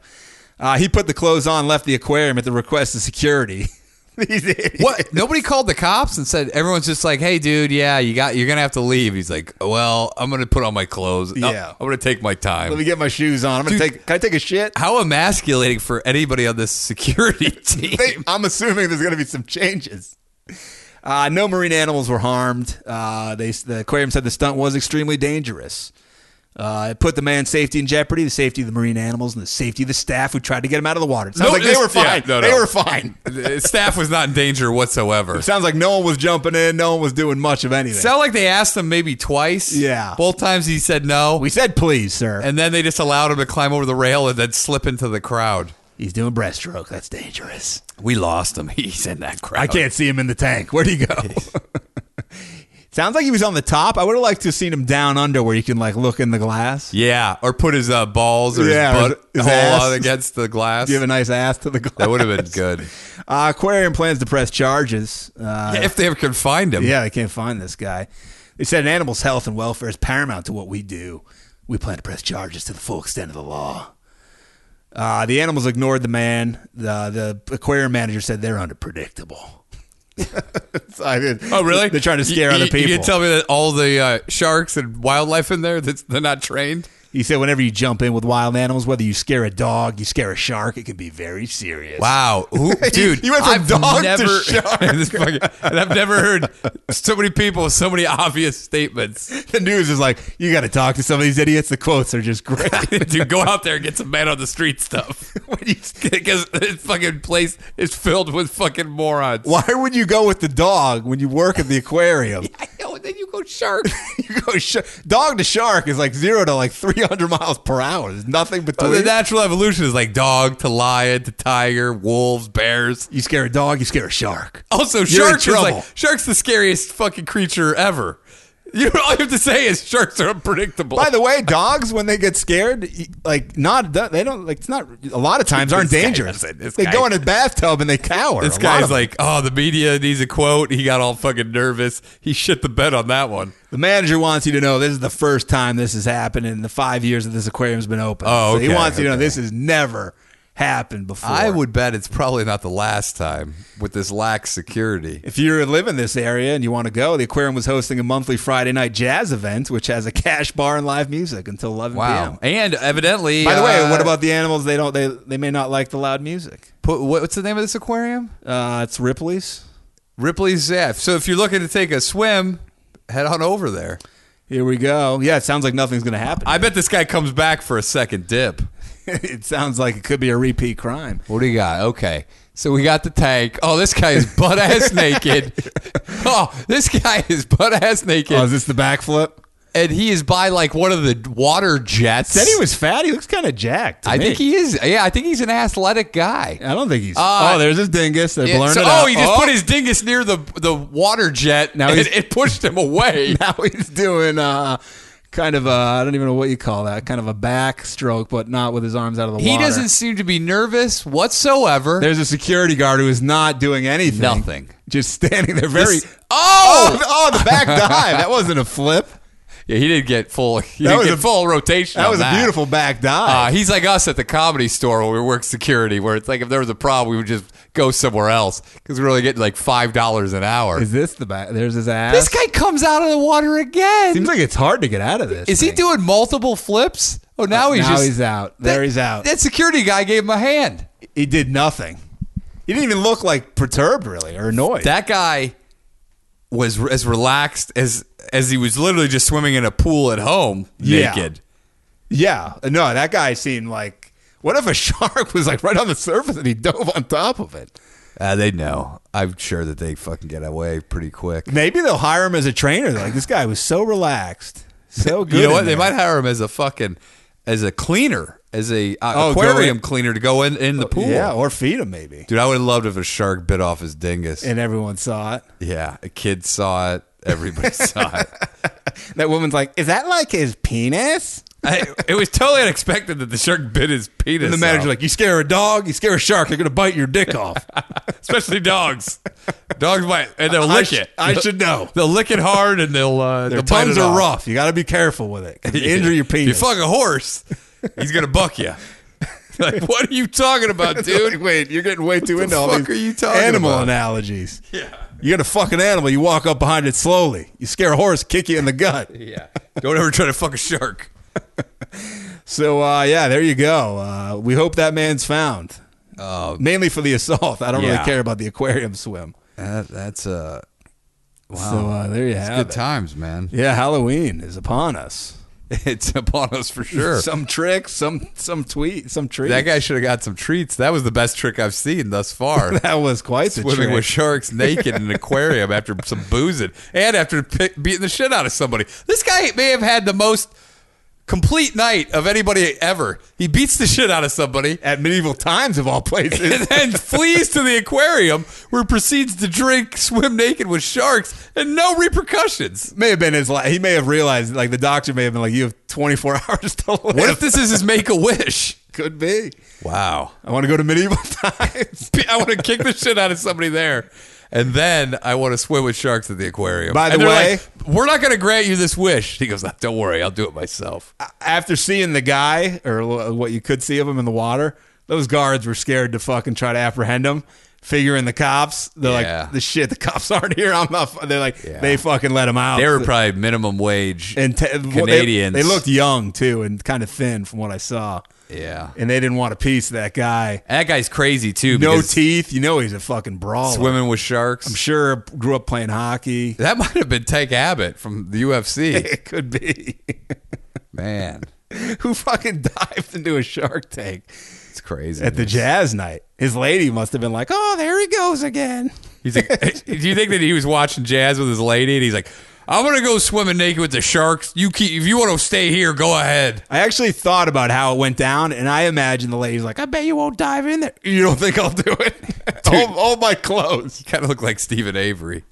S4: Uh, he put the clothes on, left the aquarium at the request of security. [laughs] These
S3: [laughs]
S4: idiots.
S3: What? Nobody called the cops and said everyone's just like, "Hey, dude, yeah, you got you're gonna have to leave." He's like, "Well, I'm gonna put on my clothes. I'm-
S4: Yeah.
S3: I'm gonna take my
S4: Let
S3: time."
S4: me get my shoes on. I'm gonna
S3: Dude.
S4: take. Can I take a shit?
S3: [laughs] How emasculating for anybody on this security team.
S4: [laughs]
S3: [laughs]
S4: They- I'm assuming there's going to be some changes. Uh, no marine animals were harmed. Uh, they, the aquarium said the stunt was extremely dangerous. Uh, it put the man's safety in jeopardy, the safety of the marine animals, and the safety of the staff who tried to get him out of the water. It sounds
S3: No,
S4: like they
S3: this-
S4: were fine.
S3: yeah, no,
S4: They
S3: no.
S4: were fine. [laughs]
S3: The staff was not in danger whatsoever.
S4: It sounds like no one was jumping in. No one was doing much of anything.
S3: Sound like they asked him maybe twice.
S4: Yeah.
S3: Both times he said no.
S4: we [laughs] said, please, sir.
S3: and then they just allowed him to climb over the rail and then slip into the crowd.
S4: He's doing breaststroke. That's dangerous.
S3: We lost
S4: [laughs]
S3: him. He's in that crowd.
S4: I can't see him in the tank. Where'd he go? [laughs] Sounds like he was on the top. I would have liked to have seen him down under where you can like look in the glass.
S3: Yeah. Or put his uh, balls or
S4: Yeah, or
S3: his butt
S4: his- his
S3: hole
S4: ass.
S3: out against the glass.
S4: Give a nice [laughs] ass to the glass.
S3: that would have been good.
S4: Uh, aquarium plans to press charges. Uh,
S3: [laughs] if they ever could find him.
S4: yeah, they can't find this guy. They said an animal's health and welfare is paramount to what we do. We plan to press charges to the full extent of the law. Uh, the animals ignored the man. The, the aquarium manager said they're unpredictable. [laughs] So I mean,
S3: Oh, really?
S4: They're trying to scare
S3: You-
S4: other
S3: you-
S4: people.
S3: You can tell me that all the uh, sharks and wildlife in there, that's, they're not trained?
S4: He said, whenever you jump in with wild animals, whether you scare a dog, you scare a shark, it can be very serious.
S3: Wow, Who- dude!
S4: you went from
S3: I've
S4: dog to
S3: never, [laughs]
S4: shark.
S3: This fucking- and I've never heard so many people with so many obvious statements. [laughs]
S4: [laughs] The news is like, you got to talk to some of these idiots. The quotes are just great.
S3: [laughs] Dude, go out there and get some man on the street
S4: [laughs]
S3: stuff because this fucking place is filled with fucking morons.
S4: Why would you go with the dog when you work at
S3: [laughs]
S4: the aquarium?
S3: Yo, and then you go shark.
S4: [laughs] you go sh- dog to shark is like zero to like 300 miles per hour. There's nothing between.
S3: the natural evolution is like dog to lion to tiger, wolves, bears.
S4: you scare a dog, you scare a shark.
S3: Also,
S4: You're in
S3: sharks is like
S4: trouble.
S3: shark's the scariest fucking creature ever. [laughs] You all you have to say is sharks are unpredictable.
S4: By the way, dogs when they get scared, like not they don't like it's not a lot of times aren't
S3: This guy
S4: dangerous.
S3: doesn't. This
S4: They
S3: guy-
S4: go in a bathtub and they cower.
S3: This
S4: A lot
S3: guy's
S4: of-
S3: like, oh, the media needs a quote. He got all fucking nervous. He shit the bed on that one.
S4: the manager wants you to know this is the first time this has happened in the five years that this aquarium's been open.
S3: Oh,
S4: So he
S3: okay,
S4: wants you to know this has never happened before.
S3: I would bet it's probably not the last time with this lax security.
S4: If you live in this area and you want to go, the aquarium was hosting a monthly Friday night jazz event, which has a cash bar and live music until 11
S3: Wow.
S4: p.m.
S3: And evidently,
S4: By the way,
S3: uh,
S4: what about the animals? They don't. They they may not like the loud music.
S3: put, what- what's the name of this aquarium?
S4: Uh, it's Ripley's.
S3: Ripley's F. So if you're looking to take a swim, head on over there.
S4: Here we go. Yeah, it sounds like nothing's going to happen.
S3: I bet this guy comes back for a second dip.
S4: [laughs] it sounds like it could be a repeat crime.
S3: What do you got? Okay. So we got the tank. Oh, this guy is butt
S4: [laughs]
S3: ass naked. Oh, this guy is butt ass naked.
S4: Oh, is this the backflip?
S3: and he is by like one of the water jets.
S4: Said he was fat. He looks kind of jacked. to
S3: I
S4: me.
S3: think he is. Yeah, I think he's an athletic guy.
S4: I don't think he's.
S3: Uh,
S4: oh, there's this dingus. They're
S3: Yeah,
S4: blurring
S3: so-
S4: it
S3: oh,
S4: out.
S3: he just
S4: Oh, [laughs]
S3: put his dingus near the the water jet. Now
S4: Now
S3: and
S4: he's-
S3: it pushed him away.
S4: [laughs] now he's doing uh, kind of a, I don't even know what you call that, kind of a backstroke, but not with his arms out of the
S3: he
S4: water.
S3: doesn't seem to be nervous whatsoever.
S4: There's a security guard who is not doing anything.
S3: Nothing.
S4: Just standing there very.
S3: This- oh!
S4: oh, oh, the [laughs] back dive. That wasn't a [laughs] flip.
S3: yeah, he didn't get full. He
S4: That
S3: didn't
S4: was
S3: get
S4: a-
S3: full rotation.
S4: That
S3: on
S4: was a beautiful back
S3: Uh,
S4: dive.
S3: he's like us at the comedy store where we work security, where it's like if there was a problem, we would just go somewhere else because we're only getting like five dollars an hour.
S4: Uh, is this the back? There's his ass.
S3: This guy comes out of the water again.
S4: Seems like it's hard to get out of this.
S3: Is he
S4: thing.
S3: doing multiple flips? Oh, now he's
S4: now
S3: just
S4: he's out. There
S3: That-
S4: he's out.
S3: That security guy gave him a hand.
S4: He did nothing. He didn't even look like perturbed, really, or annoyed.
S3: That guy was r- as relaxed as as he was literally just swimming in a pool at home
S4: Yeah.
S3: naked.
S4: yeah, no, that guy seemed like. What if a [laughs] shark was like right on the surface and he dove on top of it?
S3: Uh, they know. I'm sure that they fucking get away pretty quick.
S4: Maybe they'll hire him as a trainer. They're like this guy was so relaxed, so good.
S3: You know what?
S4: in
S3: They
S4: there.
S3: might hire him as a fucking as a cleaner, as a uh,
S4: Oh, go
S3: aquarium
S4: in- Oh,
S3: cleaner to go in in the pool.
S4: yeah, or feed him maybe.
S3: Dude, I would have loved if a shark bit off his dingus.
S4: And everyone saw it.
S3: yeah, a kid saw it.
S4: [laughs]
S3: Everybody saw it.
S4: That woman's like, "Is that like his penis?"
S3: I, it was totally unexpected that the shark bit his penis.
S4: And the manager's
S3: off.
S4: like, "You scare a dog, you scare a shark, they're gonna bite your dick off."
S3: [laughs] especially dogs. Dogs bite and they'll
S4: I
S3: lick
S4: sh-
S3: it.
S4: I should know.
S3: They'll lick it hard and they'll. Uh, they'll
S4: Their
S3: bite
S4: tongues
S3: it
S4: are
S3: off.
S4: rough. You got to be careful with it. 'cause [laughs] you Injure your
S3: If you
S4: penis.
S3: fuck a horse, he's gonna buck [laughs] you. like, what are you talking about, dude?
S4: Like, [laughs] wait, you're getting way too
S3: the
S4: into all
S3: fuck
S4: these
S3: are you talking
S4: animal
S3: about?
S4: analogies. Yeah. You got a fucking animal, you walk up behind it slowly. You scare a horse, kick you in the [laughs] gut.
S3: Yeah. Don't ever try to fuck a shark.
S4: So uh, yeah, there you go. Uh, we hope that man's found. Mainly for the assault. I don't
S3: yeah.
S4: really care about the aquarium swim.
S3: That, that's uh,
S4: So uh, there you have
S3: good
S4: it.
S3: times, man.
S4: Yeah, Halloween is upon us.
S3: [laughs] It's upon us for sure.
S4: Some trick, some some tweet, some treat.
S3: that guy should have got some treats. That was the best trick I've seen thus far.
S4: That was quite the
S3: Swimming
S4: trick.
S3: with sharks naked in an aquarium after some boozing and after pick, beating the shit out of somebody. This guy may have had the most complete night of anybody ever. He beats the shit out of somebody
S4: At medieval times of all
S3: and
S4: places.
S3: then flees to the aquarium where he proceeds to drink, swim naked with sharks, and no repercussions.
S4: may have been his life. He may have realized, like the doctor may have been like, "You have 24 [laughs] hours to live."
S3: What if this is his make a wish?
S4: [laughs] could be?
S3: Wow.
S4: I want to go to medieval [laughs] times.
S3: I want to kick the shit out of somebody there. And then I want to swim with sharks at the aquarium.
S4: By the
S3: And they're
S4: way-
S3: like, we're not going to grant you this wish. He goes, "Ah, don't worry, I'll do it myself.
S4: Uh, After seeing the guy, or wh- what you could see of him in the water, those guards were scared to fucking try to apprehend him. figuring the cops. They're
S3: Yeah.
S4: like, the shit, the cops [laughs] aren't here. I'm not. fu-" They're like, they fucking let them out.
S3: They were probably minimum wage
S4: uh, and te- well, they-
S3: Canadians.
S4: They, looked young too and kind of thin from what I saw.
S3: Yeah.
S4: And they didn't want a piece of that guy.
S3: And that guy's crazy too.
S4: No
S3: because
S4: teeth. You know he's a fucking brawler.
S3: Swimming with sharks.
S4: I'm sure grew up playing hockey. [laughs]
S3: That might have been Take Abbott from the UFC.
S4: It could be. [laughs]
S3: Man,
S4: Who fucking dived into a shark tank
S3: it's crazy.
S4: at the jazz night? His lady must have been like, "Oh, there he goes again."
S3: He's like, do you think that he was watching jazz with his lady? And he's like, I'm gonna go swimming naked with the sharks. You keep if you want to stay here, go ahead.
S4: I actually thought about how it went down, and I imagine the lady's like, "I bet you won't dive in there." You don't think I'll do it?
S3: [laughs]
S4: all, all my clothes.
S3: You kind of look like Stephen Avery.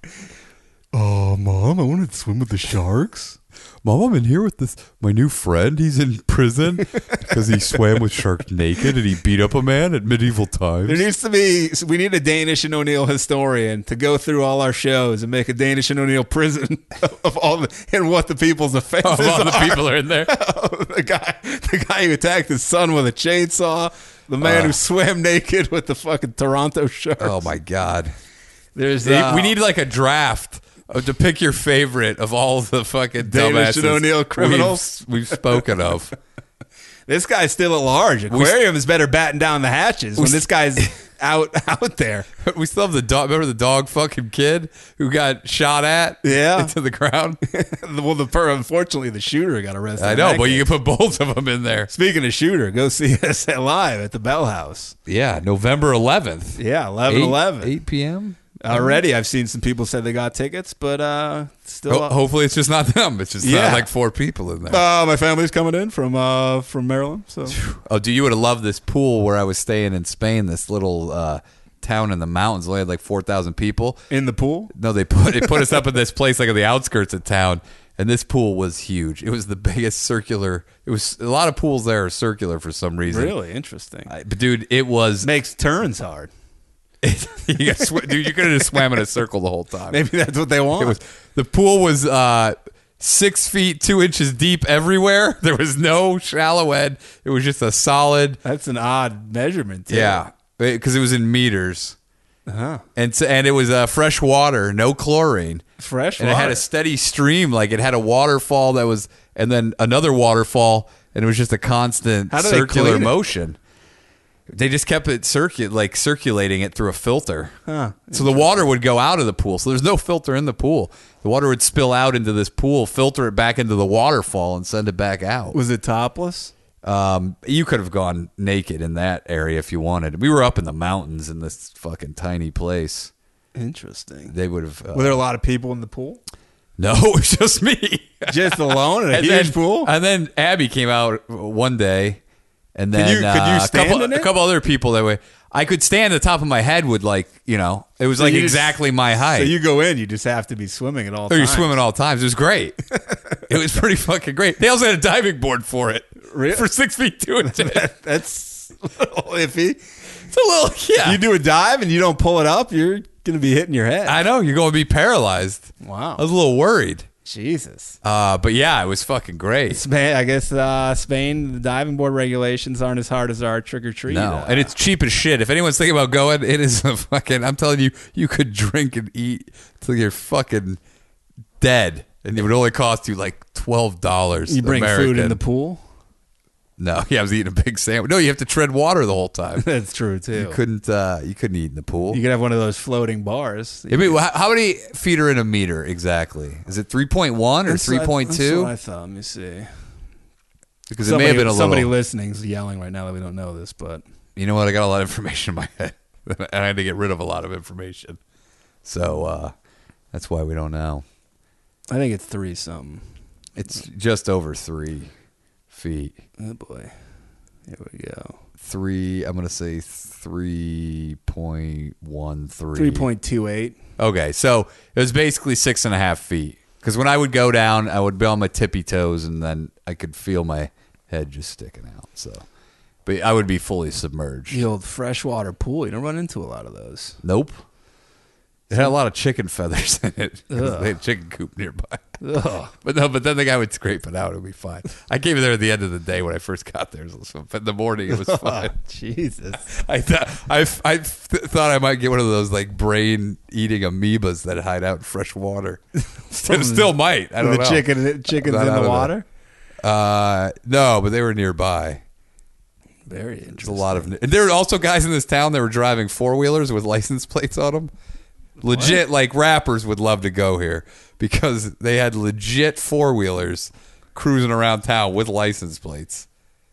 S6: Oh, mom, I wanted to swim with the sharks. Mom, I'm in here with this my new friend. He's in prison [laughs] because he swam with shark naked and he beat up a man at medieval
S4: There
S6: times.
S4: needs to be. We need a Danish and O'Neill historian to go through all our shows and make a Danish and O'Neill prison [laughs] of all the and what the people's
S3: Of [laughs]
S4: offenses
S3: all the
S4: are.
S3: people are in
S4: [laughs]
S3: there.
S4: the guy, the guy who attacked his son with a chainsaw, the man who swam naked with the fucking Toronto sharks.
S3: Uh. Oh my god.
S4: There's
S3: They-
S4: uh,
S3: we need like a draft of- to pick your favorite of all the fucking dumbasses
S4: Danish and O'Neill criminals.
S3: we've, we've spoken of.
S4: this guy's still at large. Aquarium is better batting down the hatches when this
S3: [laughs]
S4: guy's out out there. [laughs]
S3: But [laughs] we still have the dog. Remember the dog fucking kid who got shot at? [laughs]
S4: Yeah.
S3: into the
S4: [laughs]
S3: ground.
S4: well, the per unfortunately the shooter got arrested.
S3: I
S4: in
S3: know,
S4: that
S3: but
S4: case.
S3: you can put both of them in there.
S4: Speaking of shooter, go see [laughs] us at live at the Bell House.
S3: Yeah, November 11th.
S4: Yeah, 11 11.
S3: 8 p.m.
S4: Already, I've seen some people said they got tickets, but uh, still.
S3: Ho- hopefully, it's just not them. It's just
S4: Yeah.
S3: not like four people in there.
S4: uh, my family's coming in from uh, from Maryland,
S3: [sighs]
S4: so
S3: oh, do you would have loved this pool where I was staying in Spain? This little uh, town in the mountains only had like 4,000 people.
S4: in the pool.
S3: No, they put it put us up at this place like on the outskirts of town, and this pool was huge. It was the biggest circular. It was a lot of pools there are circular for some reason.
S4: Really interesting.
S3: I- but dude, it was. [laughs]
S4: Makes turns hard.
S3: you got sw- dude, you could have just swam in a circle the whole time.
S4: Maybe that's what they want.
S3: It was the pool was uh, six feet two inches deep everywhere. [laughs] There was no shallow end. It was just a solid.
S4: that's an odd measurement. Too.
S3: Yeah, because it was in meters. And so, and it was uh, fresh water, no chlorine.
S4: fresh.
S3: and it had a steady stream, like it had a waterfall that was, and then another waterfall, and it was just a constant
S4: How do they
S3: circular
S4: clean it?
S3: motion. They just kept it circuit, like circulating it through a filter. So the water would go out of the pool. So there's no filter in the pool. The water would spill out into this pool, filter it back into the waterfall, and send it back out.
S4: was it topless?
S3: Um, you could have gone naked in that area if you wanted. We were up in the mountains in this fucking tiny place.
S4: Interesting.
S3: They would have. Uh,
S4: Were there a lot of people in the pool?
S3: [laughs] no, it was just me.
S4: Just alone in a
S3: and
S4: huge
S3: then,
S4: pool.
S3: And then Abby came out one day, and then
S4: you- could you
S3: uh,
S4: stand
S3: a couple,
S4: in it?
S3: a couple other people that way. I could stand. The top of my head would like you know it was like
S4: you just-
S3: exactly my height.
S4: so you go in, you just have to be swimming at all.
S3: So Oh, you're
S4: times.
S3: swimming all times. It was great. it was pretty fucking great. They also had a diving board for it.
S4: Really?
S3: For six feet two
S4: [laughs]
S3: inches.
S4: That's a little iffy.
S3: it's a little yeah.
S4: You do a dive and you don't pull it up, you're gonna be hitting your head.
S3: I know you're going to be paralyzed.
S4: Wow.
S3: I was a little worried.
S4: Jesus.
S3: Uh, but yeah, it was fucking great.
S4: Spain, I guess uh, Spain, the diving board regulations aren't as hard as our trick or treat.
S3: No, and it's cheap as shit. If anyone's thinking about going, it is a [laughs] fucking. I'm telling you, you could drink and eat till you're fucking dead, and it would only cost you like twelve dollars.
S4: you bring food in the pool. [laughs]
S3: No, [laughs] yeah, I was eating a big sandwich. No, you have to tread water the whole
S4: [laughs]
S3: time.
S4: That's true too.
S3: you couldn't. Uh, you couldn't eat in the pool.
S4: You could have one of those floating bars.
S3: I mean, how how many feet are in a meter exactly? Is it three point one or
S4: That's what I-
S3: three point
S4: That's
S3: two?
S4: what I thought. Let me see.
S3: Because it may
S4: somebody,
S3: have been a
S4: somebody
S3: little.
S4: listening's yelling right now that we don't know this, but
S3: you know what? I got a lot of information in my head, [laughs] and I had to get rid of a lot of information. So uh, that's why we don't know.
S4: I think it's three something.
S3: It's just over three feet.
S4: Oh boy, here we go.
S3: Three. I'm gonna say three point one three.
S4: Three point two eight.
S3: Okay, so it was basically six and a half feet. Because when I would go down, I would be on my tippy toes, and then I could feel my head just sticking out. So, but I would be fully submerged.
S4: The old freshwater pool. You don't run into a lot of those.
S3: Nope. It had a lot of chicken feathers in it. 'cause They had a chicken coop nearby. [laughs] But no, but then the guy would scrape it out. It would be fine. I came there at the end of the day when I first got there. So but in the morning,
S4: [laughs]
S3: it was fine.
S4: [laughs] Jesus.
S3: I thought I, I th- thought I might get one of those like brain eating amoebas that hide out in fresh water. [laughs] still, still might. I don't
S4: the
S3: know.
S4: chicken, chickens
S3: That- I
S4: in
S3: don't
S4: the
S3: know.
S4: water.
S3: Uh, no, but they were nearby.
S4: Very
S3: There's a
S4: interesting.
S3: lot of. And there were also guys in this town that were driving four wheelers with license plates on them. Legit, like rappers would love to go here because they had legit four wheelers cruising around town with license plates,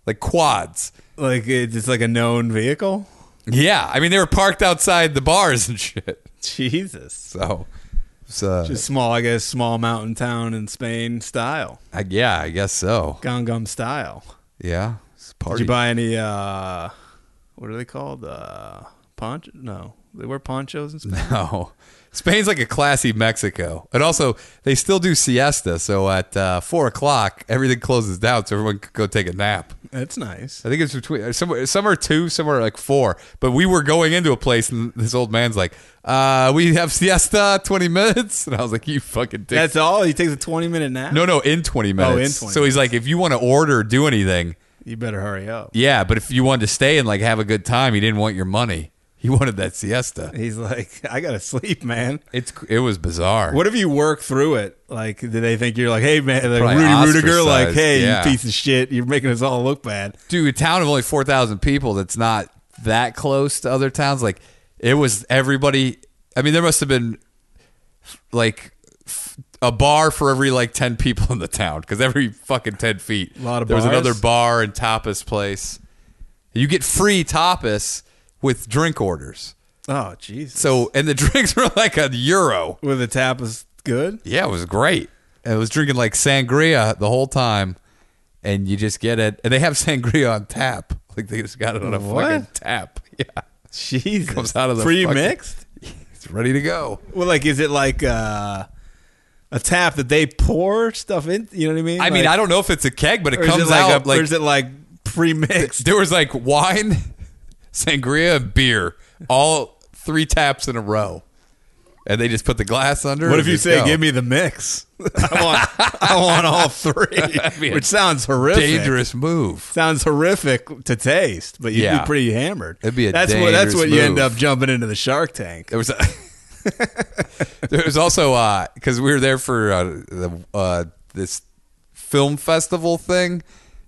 S3: like quads.
S4: Like it's it's like a known vehicle.
S3: Yeah, I mean they were parked outside the bars and [laughs] shit.
S4: Jesus.
S3: So, so
S4: Just small, I guess, small mountain town in Spain style,
S3: I, yeah, I guess so.
S4: Gangam style.
S3: Yeah, it's a
S4: Did
S3: party.
S4: you buy any? uh What are they called? Uh Poncho? No, they wear ponchos and stuff.
S3: [laughs] No. Spain's like a classy Mexico. And also, they still do siesta. So at uh, four o'clock, everything closes down so everyone could go take a nap.
S4: That's nice.
S3: I think it's between uh, somewhere, some are two, some are like four. But we were going into a place and this old man's like, uh, we have siesta 20 minutes. And I was like, you fucking dick.
S4: That's all. He takes a twenty-minute nap.
S3: no, no, Oh, in 20 minutes.
S4: in 20
S3: so he's like, if you want to order or do anything,
S4: you better hurry up.
S3: yeah, but if you wanted to stay and like have a good time, he didn't want your money. He wanted that siesta.
S4: He's like, I gotta sleep, man.
S3: It's it was bizarre.
S4: What if you work through it? Like, do they think you're like, hey, man, like
S3: Probably
S4: Rudy Rudiger, like,
S3: ostracized,
S4: hey,
S3: yeah.
S4: you piece of shit, you're making us all look bad.
S3: dude, a town of only four thousand people that's not that close to other towns. Like it was everybody. I mean, there must have been like f- a bar for every like ten people in the town because every fucking ten feet,
S4: Lot of
S3: there was
S4: bars.
S3: another bar and tapas place. You get free tapas with drink orders.
S4: Oh, jeez.
S3: So and the [laughs] drinks were like a euro.
S4: With the tap is good.
S3: Yeah, it was great. I was drinking like sangria the whole time, and you just get it. And they have [laughs] sangria on tap. Like they just got it on a
S4: What?
S3: fucking tap. [laughs] Yeah,
S4: Jesus.
S3: Comes out of the fucking-
S4: pre-mixed.
S3: it's ready to go.
S4: Well, like, is it like uh, a tap that they pour stuff in? You know what I mean?
S3: I mean, I don't know if it's a keg, but it
S4: Or is
S3: comes
S4: it like
S3: out
S4: a,
S3: like
S4: or is it like [laughs] pre-mixed?
S3: there was like wine, [laughs] sangria, and beer, all three taps in a row, and they just put the glass under.
S4: What
S3: and
S4: if you
S3: just
S4: say,
S3: go.
S4: "Give me the mix"? [laughs] I want, I want all [laughs]
S3: That'd be
S4: three,
S3: a
S4: which sounds horrific.
S3: dangerous move?
S4: Sounds horrific to taste, but you'd
S3: Yeah.
S4: be pretty hammered.
S3: It'd be a
S4: that's what that's
S3: dangerous
S4: what you end
S3: move.
S4: up jumping into the Shark Tank.
S3: There was a, [laughs] there was also because we were there for uh, the, uh, this film festival thing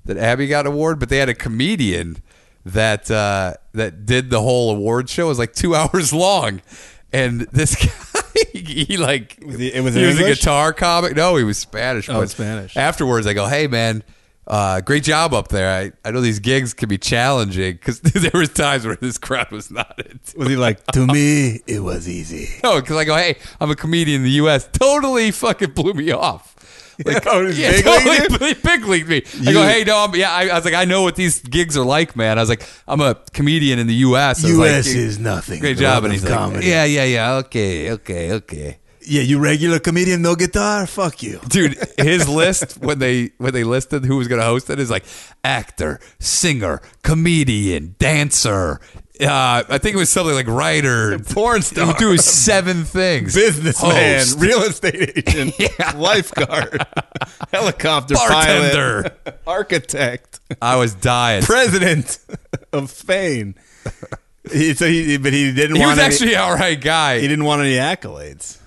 S3: that Abby got an award, but they had a comedian that uh, that did the whole award show. It was like two [laughs] hours long, and this [laughs] guy he like
S4: Was he- it was in
S3: he was a
S4: English?
S3: guitar comic. No, he was Spanish.
S4: Oh,
S3: but
S4: Spanish.
S3: Afterwards, I go, hey man. Uh, great job up there. I, I know these gigs can be challenging because [laughs] there was times where this crowd was not into
S4: Was he like to me? It was easy.
S3: no, because I go, hey, I'm a comedian in the U.S. Totally fucking blew me
S4: [laughs]
S3: off. Like,
S4: Oh, just big leagued you?
S3: totally [laughs] big leagued me. I go,
S4: You-
S3: hey, no, I'm, yeah. I, I was like, I know what these gigs are like, man. I was like, I'm a comedian in the U.S. I was
S4: U.S.
S3: like,
S4: is nothing.
S3: great
S4: The
S3: job,
S4: love
S3: and
S4: of
S3: he's like,
S4: comedy.
S3: yeah, yeah, yeah, okay, okay, okay.
S4: yeah, you regular comedian, no guitar. Fuck you.
S3: Dude,
S4: [laughs]
S3: his list when they when they listed who was going to host it is like actor, singer, comedian, dancer. Uh, I think it was something like writer, porn star. He threw seven things.
S4: [laughs] Businessman,
S3: Host.
S4: real estate [laughs] agent, lifeguard, [laughs] helicopter
S3: Bartender.
S4: pilot, architect,
S3: I was dying.
S4: president of Spain. He, so he, but he didn't
S3: he
S4: want
S3: was
S4: any,
S3: actually an all right
S4: he
S3: guy.
S4: didn't want any accolades.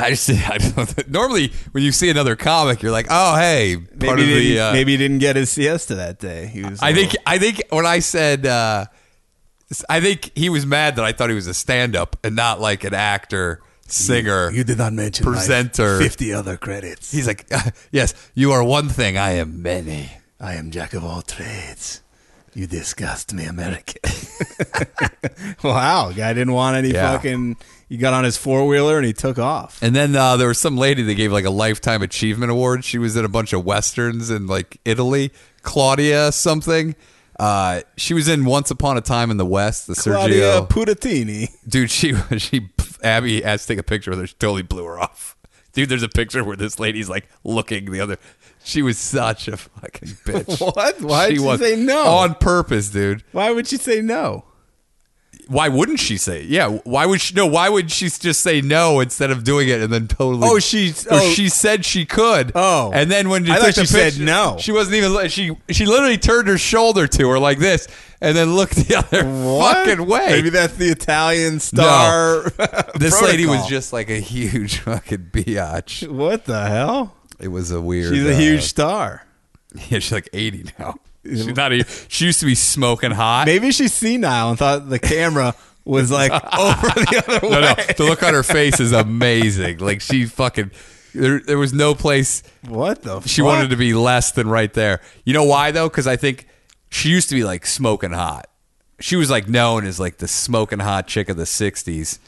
S3: I just, [laughs] I don't, normally when you see another comic, you're like, oh hey, part
S4: Maybe,
S3: of
S4: he
S3: the.
S4: didn't,
S3: Uh,
S4: maybe he didn't get his siesta that day. He was.
S3: I
S4: a
S3: think
S4: little-
S3: I think when I said, uh, I think he was mad that I thought he was a stand-up and not like an actor, singer.
S4: you did not mention my
S3: presenter.
S4: Fifty other credits.
S3: He's like, [laughs] yes, you are one thing. I am many.
S4: I am jack of all trades. You disgust me, American. [laughs] wow, guy didn't want any
S3: Yeah.
S4: fucking. He got on his four wheeler and he took off.
S3: And then uh, there was some lady that gave like a lifetime achievement award. She was in a bunch of westerns in like Italy, Claudia something. Uh, she was in Once Upon a Time in the West, the
S4: Claudia
S3: Sergio
S4: Putatini.
S3: dude. She [laughs] she Abby asked to take a picture with her. She totally blew her off. Dude, there's a picture where this lady's like looking the other. She was such a fucking bitch.
S4: [laughs] What? Why'd she
S3: was
S4: say no?
S3: on purpose, dude?
S4: Why would she say no?
S3: Why wouldn't she say? Yeah, why would she? No, why would she just say no instead of doing it and then totally?
S4: Oh, she's-
S3: or
S4: oh.
S3: she said she could.
S4: Oh.
S3: and then when you
S4: I
S3: took
S4: thought
S3: the
S4: she said
S3: picture,
S4: no.
S3: She wasn't even. li- She she literally turned her shoulder to her like this, and then looked the other fucking way.
S4: Maybe that's the Italian
S3: No.
S4: star. [laughs]
S3: this lady was
S4: protocol.
S3: just like a huge [laughs] fucking biatch.
S4: What the hell?
S3: It was a weird.
S4: She's
S3: uh,
S4: a huge star.
S3: [laughs] Yeah, she's like eighty now. She's
S4: [laughs]
S3: not. A, she used to be smoking hot.
S4: Maybe she's senile and thought the camera
S3: [laughs]
S4: was like [laughs] over the other way.
S3: No, no. The look on her face is amazing. Like she fucking. There, there was no place
S4: What the?
S3: she
S4: fuck?
S3: wanted to be less than right there. You know why though? Because I think she used to be like smoking hot. She was like known as like the smoking hot chick of the '60s,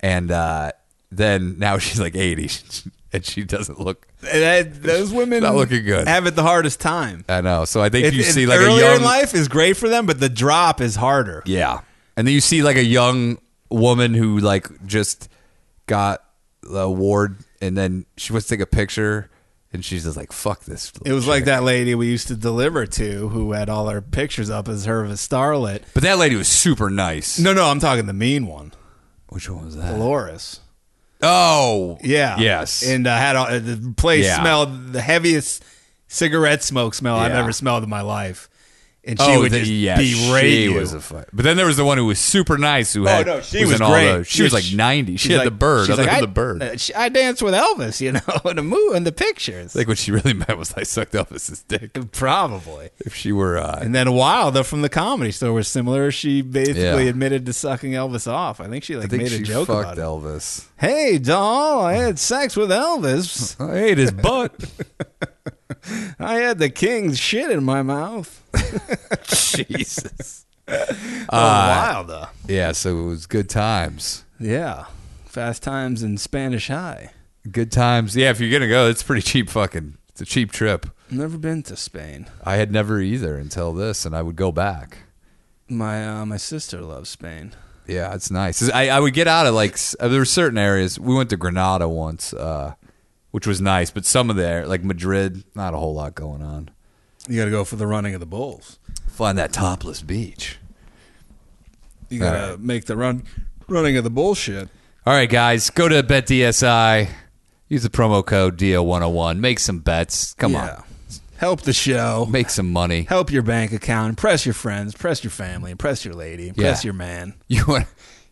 S3: and uh, then now [laughs] she's like 80, [laughs] and she doesn't look.
S4: [laughs] That, those women
S3: Not looking good.
S4: Have it the hardest time.
S3: I know. So I think
S4: It-
S3: you
S4: it-
S3: see like a
S4: earlier
S3: young
S4: in life is great for them, but the drop is harder.
S3: Yeah. And then you see like a young woman who like just got the award and then she wants to take a picture and she's just like, fuck this.
S4: It was like that lady we used to deliver to who had all her pictures up as her of a starlet.
S3: But that lady was super nice.
S4: No, no, I'm talking the mean one,
S3: Which one was that?
S4: Uh, Dolores.
S3: Oh.
S4: Yeah.
S3: Yes.
S4: And uh, had all, uh, the place
S3: Yeah.
S4: smelled the heaviest cigarette smoke smell I've
S3: Yeah.
S4: ever smelled in my life. And she
S3: oh,
S4: would
S3: the-
S4: just
S3: yeah,
S4: berate
S3: she
S4: you. Oh,
S3: was a fu- But then there was the one who was super nice who had
S4: no, she was
S3: in all
S4: great.
S3: those- She
S4: Yeah,
S3: was like
S4: she-
S3: 90. She
S4: She's
S3: had
S4: like-
S3: the bird. I
S4: she's
S3: love
S4: like,
S3: the bird.
S4: uh, she- I danced with Elvis, you know, [laughs] in the mo- in the pictures.
S3: I think what she really [laughs] meant was I sucked Elvis's dick.
S4: Probably.
S3: If she were, uh,
S4: And then a while, though, from the comedy store was similar. She basically
S3: Yeah.
S4: admitted to sucking Elvis off. I think she like
S3: I think
S4: made
S3: she
S4: a joke
S3: fucked Hmm.
S4: about it.
S3: Elvis.
S4: Hey, doll, I had sex
S3: [laughs]
S4: with Elvis.
S3: I Oh, ate his butt.
S4: [laughs] I had the king's shit in my mouth.
S3: Jesus.
S4: A
S3: Ah.
S4: while, Oh, though.
S3: Yeah, so it was good times.
S4: Yeah. Fast Times in Spanish High.
S3: Good times. Yeah, if you're gonna go, it's pretty cheap. Fucking, it's a cheap trip.
S4: Never been to Spain.
S3: I had never either until this, and I would go back.
S4: My uh, my sister loves Spain.
S3: Yeah, it's nice. I, I would get out of like s- uh, there were certain areas. We went to Granada once, uh, which was nice, but some of there, like Madrid, not a whole lot going on.
S4: You got to go for the running of the bulls.
S3: Find that topless beach.
S4: You
S3: All
S4: got to make the run running of the bullshit.
S3: All right, guys, go to BetDSI. Use the promo code DO101. Make some bets. Come
S4: Yeah. Help the show.
S3: on, make some money. [laughs]
S4: Help your bank account. Impress your friends. Impress your family. Impress your lady. Impress your man.
S3: You want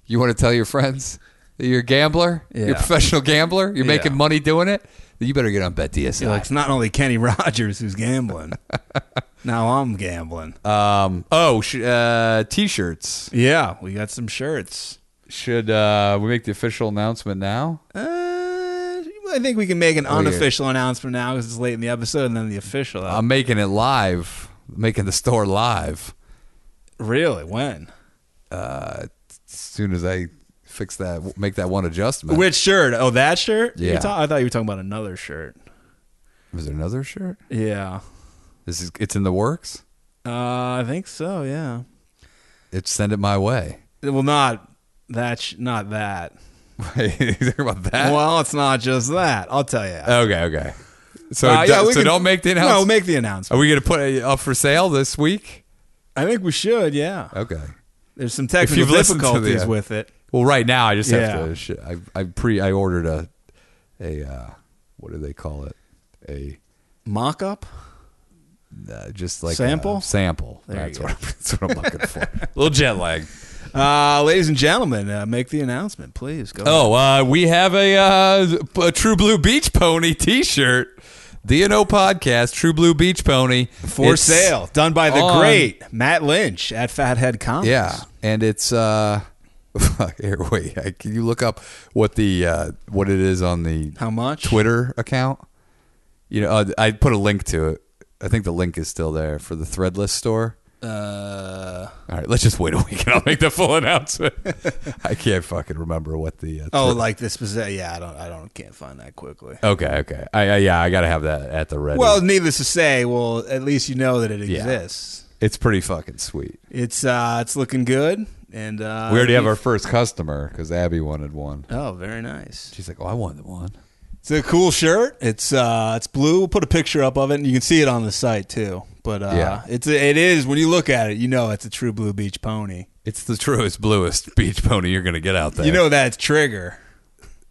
S3: you want to tell your friends that you're a gambler? You're
S4: Yeah.
S3: a professional gambler? You're making
S4: Yeah.
S3: money doing it? Then you better get on BetDSI.
S4: You're like, it's not only Kenny [laughs] Rogers who's gambling. now I'm gambling.
S3: um, oh, sh- uh, t-shirts.
S4: yeah, we got some shirts.
S3: Should uh, we make the official announcement now?
S4: Uh, I think we can make an unofficial announcement now because it's late in the episode, and then the official.
S3: I'm making it live. Making the store live
S4: really? When?
S3: as soon as I fix that. Make that one adjustment.
S4: Which shirt? Oh, that shirt? You're
S3: uh, Yeah.
S4: ta- I thought you were talking about another shirt.
S3: Was there another shirt?
S4: Yeah.
S3: This is it's in the works.
S4: Uh, I think so. Yeah.
S3: It's send it my way.
S4: Well, not that. Sh- not that.
S3: [laughs] Wait, you talking about that?
S4: well, it's not just that. I'll tell you.
S3: Okay, okay. So,
S4: Uh,
S3: do-
S4: yeah, we
S3: so
S4: can-
S3: don't make the
S4: No,
S3: announcement.
S4: make the announcement.
S3: Are we going to put it up for sale this week?
S4: I think we should. Yeah.
S3: Okay.
S4: There's some technical
S3: you've listened to the- uh,
S4: difficulties with it.
S3: Well, right now I just have
S4: Yeah.
S3: to. Sh- I, I pre I ordered a a uh, what do they call it? A
S4: Mock up.
S3: uh, just like a
S4: Sample?
S3: sample. that's, what I'm, that's what I'm looking for.
S4: [laughs]
S3: a little jet lag.
S4: Uh, ladies and gentlemen, uh, make the announcement, please. Go.
S3: Oh, uh, we have a, uh, a True Blue Beach Pony T-shirt. DNO podcast, True Blue Beach Pony
S4: For
S3: It's-
S4: sale, done by the
S3: on-
S4: great Matt Lynch at Fathead Comics.
S3: Yeah, and it's uh, [laughs] fuck, here, wait, I, can you look up what the uh, what it is on the
S4: How much?
S3: Twitter account? You know, uh, I put a link to it. I think the link is still there for the Threadless store.
S4: Uh,
S3: All right, let's just wait a [laughs] week and I'll make the full announcement. [laughs] I can't fucking remember what the uh,
S4: oh,
S3: Twitter-
S4: like this specific. Yeah, I don't. I don't. Can't find that quickly.
S3: okay, okay, I, I yeah, I gotta have that at the ready.
S4: Well, needless to say, well, at least you know that it
S3: Yeah.
S4: exists.
S3: it's pretty fucking sweet.
S4: It's uh, it's looking good, and uh,
S3: we already have our first customer because Abby wanted one.
S4: Oh, very nice.
S3: She's like, "Oh, I wanted one."
S4: It's a cool shirt. It's uh, it's blue. We'll put a picture up of it, and you can see it on the site too. But uh,
S3: Yeah.
S4: it's a, it is when you look at it, you know it's a true blue beach pony.
S3: It's the truest, bluest beach pony you're gonna get out there.
S4: You know that's Trigger.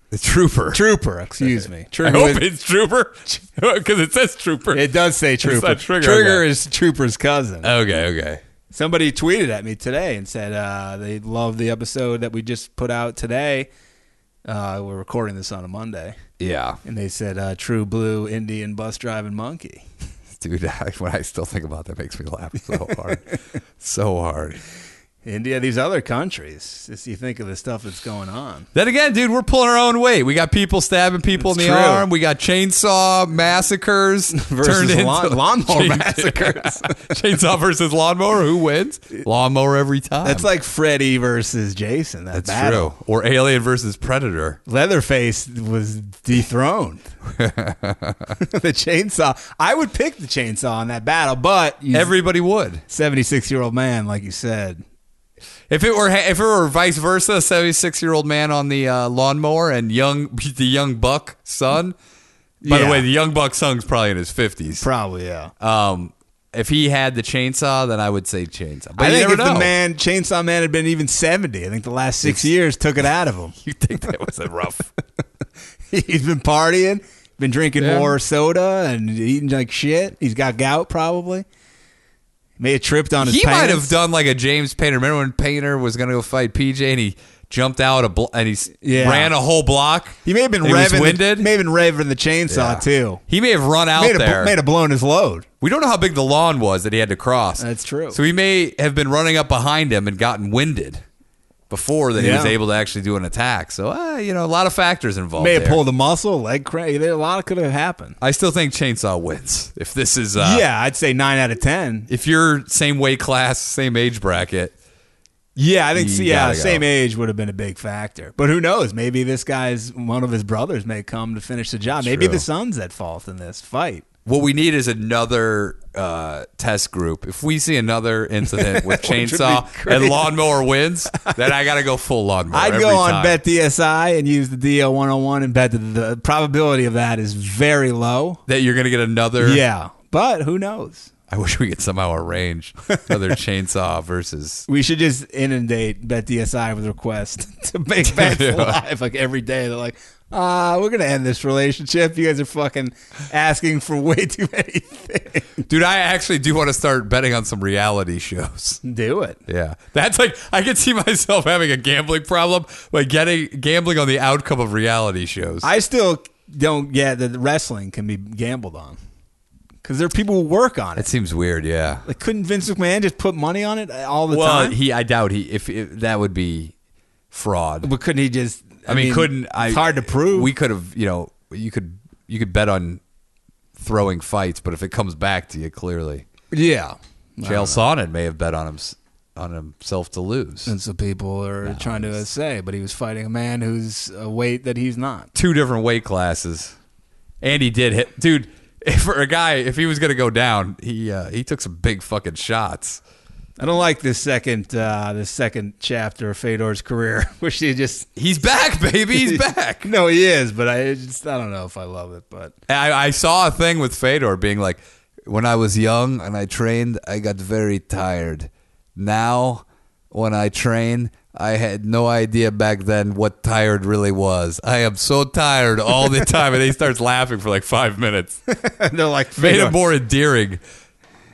S3: the trooper.
S4: Trooper, excuse me.
S3: I
S4: Trigger
S3: hope
S4: is-
S3: it's trooper [laughs] because it says trooper.
S4: it does say Trooper.
S3: not Trigger, Uh,
S4: Trigger
S3: okay.
S4: is Trooper's cousin.
S3: okay, okay.
S4: Somebody tweeted at me today and said uh, they love the episode that we just put out today. Uh, we're recording this on a Monday.
S3: Yeah,
S4: And they said, uh, True Blue Indian Bus Driving Monkey.
S3: [laughs] dude. [laughs] I, when I still think about that, makes me laugh so hard, [laughs] so hard.
S4: India, these other countries, as you think of the stuff that's going on.
S3: Then again, dude, we're pulling our own weight. We got people stabbing people
S4: It's
S3: in the
S4: true.
S3: arm. We got chainsaw
S4: [laughs]
S3: massacres [laughs]
S4: Versus lawn- lawnmower massacres.
S3: chainsaw versus lawnmower. Who wins? Lawnmower every time.
S4: That's like Freddy versus Jason. That
S3: Um, That's
S4: battle.
S3: true. Or alien versus predator.
S4: Leatherface was
S3: [laughs]
S4: dethroned. [laughs] the chainsaw. I would pick the chainsaw in that battle, but you
S3: Everybody would.
S4: 76 year old man, like you said,
S3: If it were if it were vice versa, seventy six year old man on the uh, lawnmower and young [laughs] the young buck son. By
S4: Yeah.
S3: the way, the young buck son's probably in his fifties.
S4: probably, yeah.
S3: Um, if he had the chainsaw, then I would say chainsaw. But
S4: I
S3: you
S4: think
S3: never
S4: if
S3: know.
S4: the man, Chainsaw Man, had been even 70, I think the last six years took it out of him. [laughs]
S3: [laughs] you think that was a rough?
S4: He's been partying, been drinking
S3: Yeah.
S4: more soda, and eating like shit. He's got gout, probably. May have tripped on
S3: [laughs]
S4: his
S3: he
S4: pants.
S3: might have done like a James Painter. Remember when Painter was going to go fight PJ and he jumped out a bl- and he s-
S4: Yeah.
S3: ran a whole block.
S4: He may have been
S3: and he was
S4: revving.
S3: winded.
S4: The, may have been revving the chainsaw
S3: Yeah.
S4: too.
S3: He may have run out
S4: May have,
S3: there.
S4: may have blown his load.
S3: We don't know how big the lawn was that he had to cross.
S4: That's true.
S3: So he may have been running up behind him and gotten winded before that he was
S4: Yeah.
S3: able to actually do an attack. So uh, you know, a lot of factors involved.
S4: May have
S3: there.
S4: pulled a muscle, leg crank. There, a lot could have happened.
S3: I still think Chainsaw wins. If this is uh,
S4: yeah, I'd say nine out of ten.
S3: if you're same weight class, same age bracket,
S4: Yeah, I think. so,
S3: You
S4: Yeah,
S3: gotta go.
S4: same age would have been a big factor. But who knows? Maybe this guy's one of his brothers may come to finish the job. Maybe
S3: true.
S4: the son's at fault in this fight.
S3: what we need is another uh, test group. If we see another [laughs] incident with Chainsaw and Lawnmower [laughs] wins, then I got to go full Lawnmower.
S4: I'd
S3: every
S4: go on
S3: time.
S4: Bet DSI and use the DL 101 and bet that the probability of that is very low.
S3: that you're going to get another.
S4: Yeah, but who knows?
S3: I wish we could somehow arrange [laughs] another Chainsaw versus
S4: We should just inundate Bet DSI with requests [laughs] to make bets live like every day. They're like, uh, we're gonna end this relationship. You guys are fucking asking for way too many things.
S3: Dude, I actually do want to start betting on some reality shows.
S4: [laughs] Do it.
S3: Yeah. That's like I could see myself having a gambling problem by getting gambling on the outcome of reality shows.
S4: I still don't get that wrestling can be gambled on because there are people who work on
S3: it
S4: it.
S3: seems weird, yeah.
S4: Like, couldn't Vince McMahon just put money on it uh, all the
S3: Well,
S4: time?
S3: he I doubt he if, if that would be fraud.
S4: But couldn't he just?
S3: I mean, couldn't I
S4: It's hard to prove.
S3: We could have, you know, you could you could bet on throwing fights, but if it comes back to you clearly.
S4: yeah.
S3: Jail Sonnen may have bet on him on himself to lose.
S4: That's what people are trying to say. But he was fighting a man who's a weight that he's not.
S3: two different weight classes, and he did hit, dude. [laughs] if- For a guy, if he was gonna go down, he uh, he took some big fucking shots.
S4: I don't like this second uh, this second chapter of Fedor's career. [laughs] Wish he just
S3: He's back, baby.
S4: [laughs]
S3: He's back.
S4: no, he is, but I just I don't know if I love it. But [laughs]
S3: I, I saw a thing with Fedor being like, when I was young and I trained, I got very tired. Now, when I train, I had no idea back then what tired really was. I am so tired all the time, and he starts laughing for like five minutes.
S4: they're like
S3: made
S4: Fedor.
S3: him more endearing.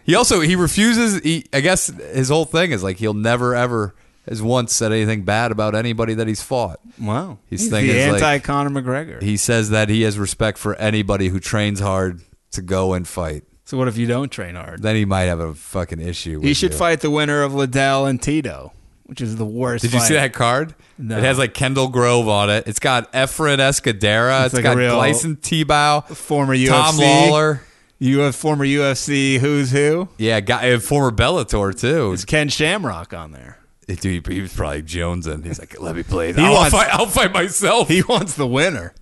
S3: He also he refuses. He, I guess his whole thing is like he'll never ever has once said anything bad about anybody that he's fought.
S4: Wow,
S3: His
S4: he's
S3: thing
S4: the
S3: is, like-
S4: anti Conor McGregor.
S3: He says that he has respect for anybody who trains hard to go and fight.
S4: so what if you don't train hard?
S3: Then he might have a fucking issue. With
S4: He should
S3: you.
S4: fight the winner of Liddell and Tito, which is the worst.
S3: Did you see
S4: fight.
S3: that card?
S4: No.
S3: It has like Kendall Grove on it. It's got Efren Escudera.
S4: It's
S3: it's
S4: like a
S3: got
S4: real
S3: Gleison Tebow,
S4: former
S3: Tom
S4: UFC?
S3: Lawler.
S4: You have former UFC who's who?
S3: Yeah, guy, and former Bellator too.
S4: It's Ken Shamrock on there.
S3: Dude, he was probably jonesing. He's like, let me play.
S4: He
S3: I'll,
S4: wants-
S3: fight, I'll fight myself.
S4: He [laughs] wants the winner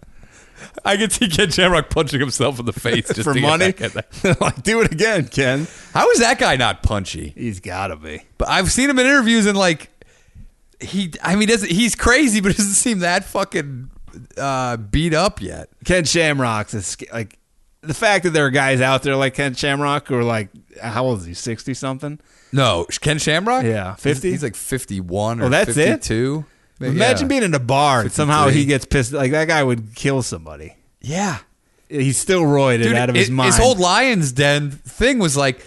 S3: I can see Ken Shamrock punching himself in the face
S4: [laughs]
S3: just
S4: for
S3: to get
S4: money.
S3: back at that. [laughs]
S4: like, do it again, Ken.
S3: How is that guy not punchy?
S4: He's gotta be.
S3: But I've seen him in interviews and like he, I mean, doesn't he's crazy, but doesn't seem that fucking uh, beat up yet.
S4: Ken Shamrock's a, sc- like the fact that there are guys out there like Ken Shamrock who are like, how old is he? Sixty something.
S3: No, Ken Shamrock.
S4: Yeah,
S3: he's,
S4: 50?
S3: he's like fifty-one or
S4: Oh, that's it?
S3: fifty-two. Maybe-
S4: Imagine
S3: yeah.
S4: being in a bar and somehow
S3: 53.
S4: he gets pissed. Like that guy would kill somebody.
S3: yeah,
S4: He's still roided
S3: dude.
S4: out of his
S3: it-
S4: mind.
S3: His whole Lions Den thing was like,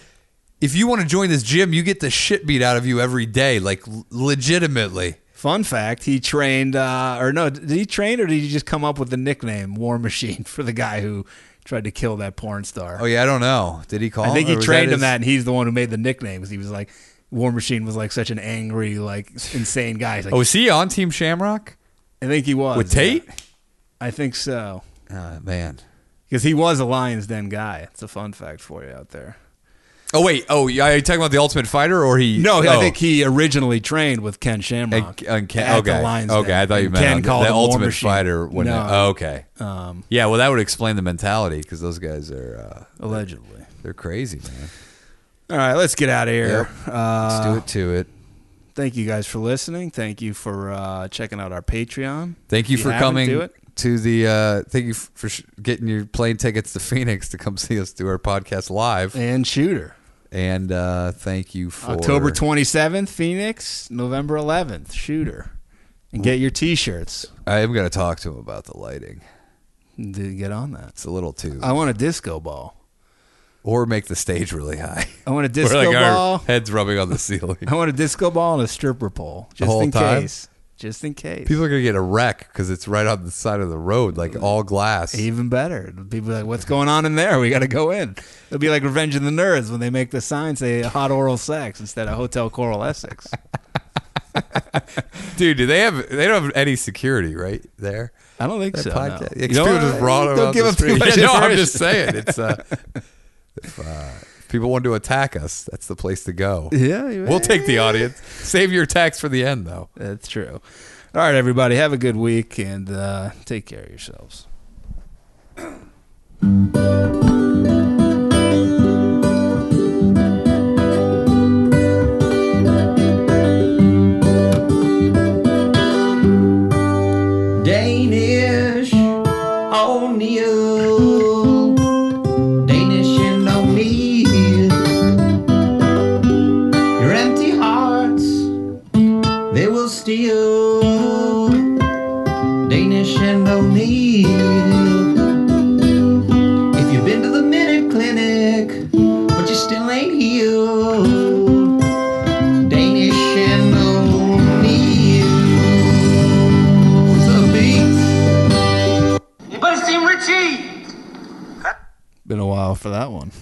S3: if you want to join this gym, you get the shit beat out of you every day, like l- legitimately.
S4: Fun fact: He trained, uh, or no? Did he train, or did he just come up with the nickname "War Machine" [laughs] for the guy who tried to kill that porn star?
S3: Oh yeah, Oh, I don't know. Did he call?
S4: I think
S3: him,
S4: he
S3: or was
S4: trained him
S3: his-
S4: that, and he's the one who made the nickname because he was like, War Machine was like such an angry, like insane guy. He's like,
S3: Oh, was he on Team Shamrock
S4: I think he was
S3: with Tate?
S4: yeah. I think so
S3: Oh, man.
S4: because he was a Lions Den guy. It's a fun fact for you out there.
S3: Oh wait. Oh, yeah, are you talking about the Ultimate Fighter or he?
S4: No, I
S3: oh.
S4: think he originally trained with Ken Shamrock.
S3: And- and Ken-
S4: at the
S3: okay.
S4: Lions
S3: okay,
S4: Den.
S3: I thought you
S4: And
S3: meant
S4: Ken
S3: on the-
S4: called
S3: the
S4: him War
S3: Ultimate
S4: Machine.
S3: Fighter. When
S4: No.
S3: it, oh, okay.
S4: Um,
S3: yeah, well, that would explain the mentality because those guys are uh,
S4: allegedly.
S3: they're crazy, man.
S4: All right, let's get out of here.
S3: Yep.
S4: Uh,
S3: Let's do it to it.
S4: Thank you guys for listening. Thank you for uh, checking out our Patreon.
S3: Thank you
S4: If
S3: for
S4: haven't,
S3: coming
S4: do it.
S3: to the. Uh, thank you for sh- getting your plane tickets to [laughs] Phoenix to come see us do our podcast live,
S4: And Shooter.
S3: and uh, thank you for
S4: October 27th, Phoenix. November 11th, Shooter. And get your t shirts.
S3: I am going to talk to him about the lighting.
S4: Get on that.
S3: It's a little too,
S4: I want a disco ball.
S3: or make the stage really high. [laughs]
S4: I want a
S3: We're
S4: disco
S3: like our
S4: ball.
S3: heads rubbing on the ceiling.
S4: I want a disco ball and a stripper pole. Just
S3: whole
S4: in
S3: time?
S4: case. Just in case.
S3: People are gonna get a wreck because it's right on the side of the road, like all glass.
S4: Even better. People are like, what's going on in there? We got to go in. It'll be like Revenge of the Nerds when they make the sign say hot oral sex instead of Hotel Coral
S3: [laughs]
S4: Essex.
S3: Dude, do they have? They don't have any security right there.
S4: I don't think
S3: That
S4: so. no.
S3: podcast.
S4: You
S3: It's
S4: know
S3: people
S4: what?
S3: just brought them
S4: Don't
S3: out
S4: give
S3: the
S4: up too
S3: street.
S4: much
S3: Yeah, [laughs] no, I'm
S4: information.
S3: just saying. It's uh, if, uh, if people want to attack us, that's the place to go.
S4: [laughs] Yeah, you-
S3: We'll take the audience. Save your attacks for the end, though.
S4: That's true. All right, everybody, have a good week and uh, take care of yourselves.
S8: Danish O'Neill. Danish and O'Neill. Your empty hearts, they will steal. Danish and O'Neill. If you've been to the Minute Clinic, but you still ain't healed. Danish and O'Neill. What's up, B?
S5: You better see Richie!
S4: Been a while for that one.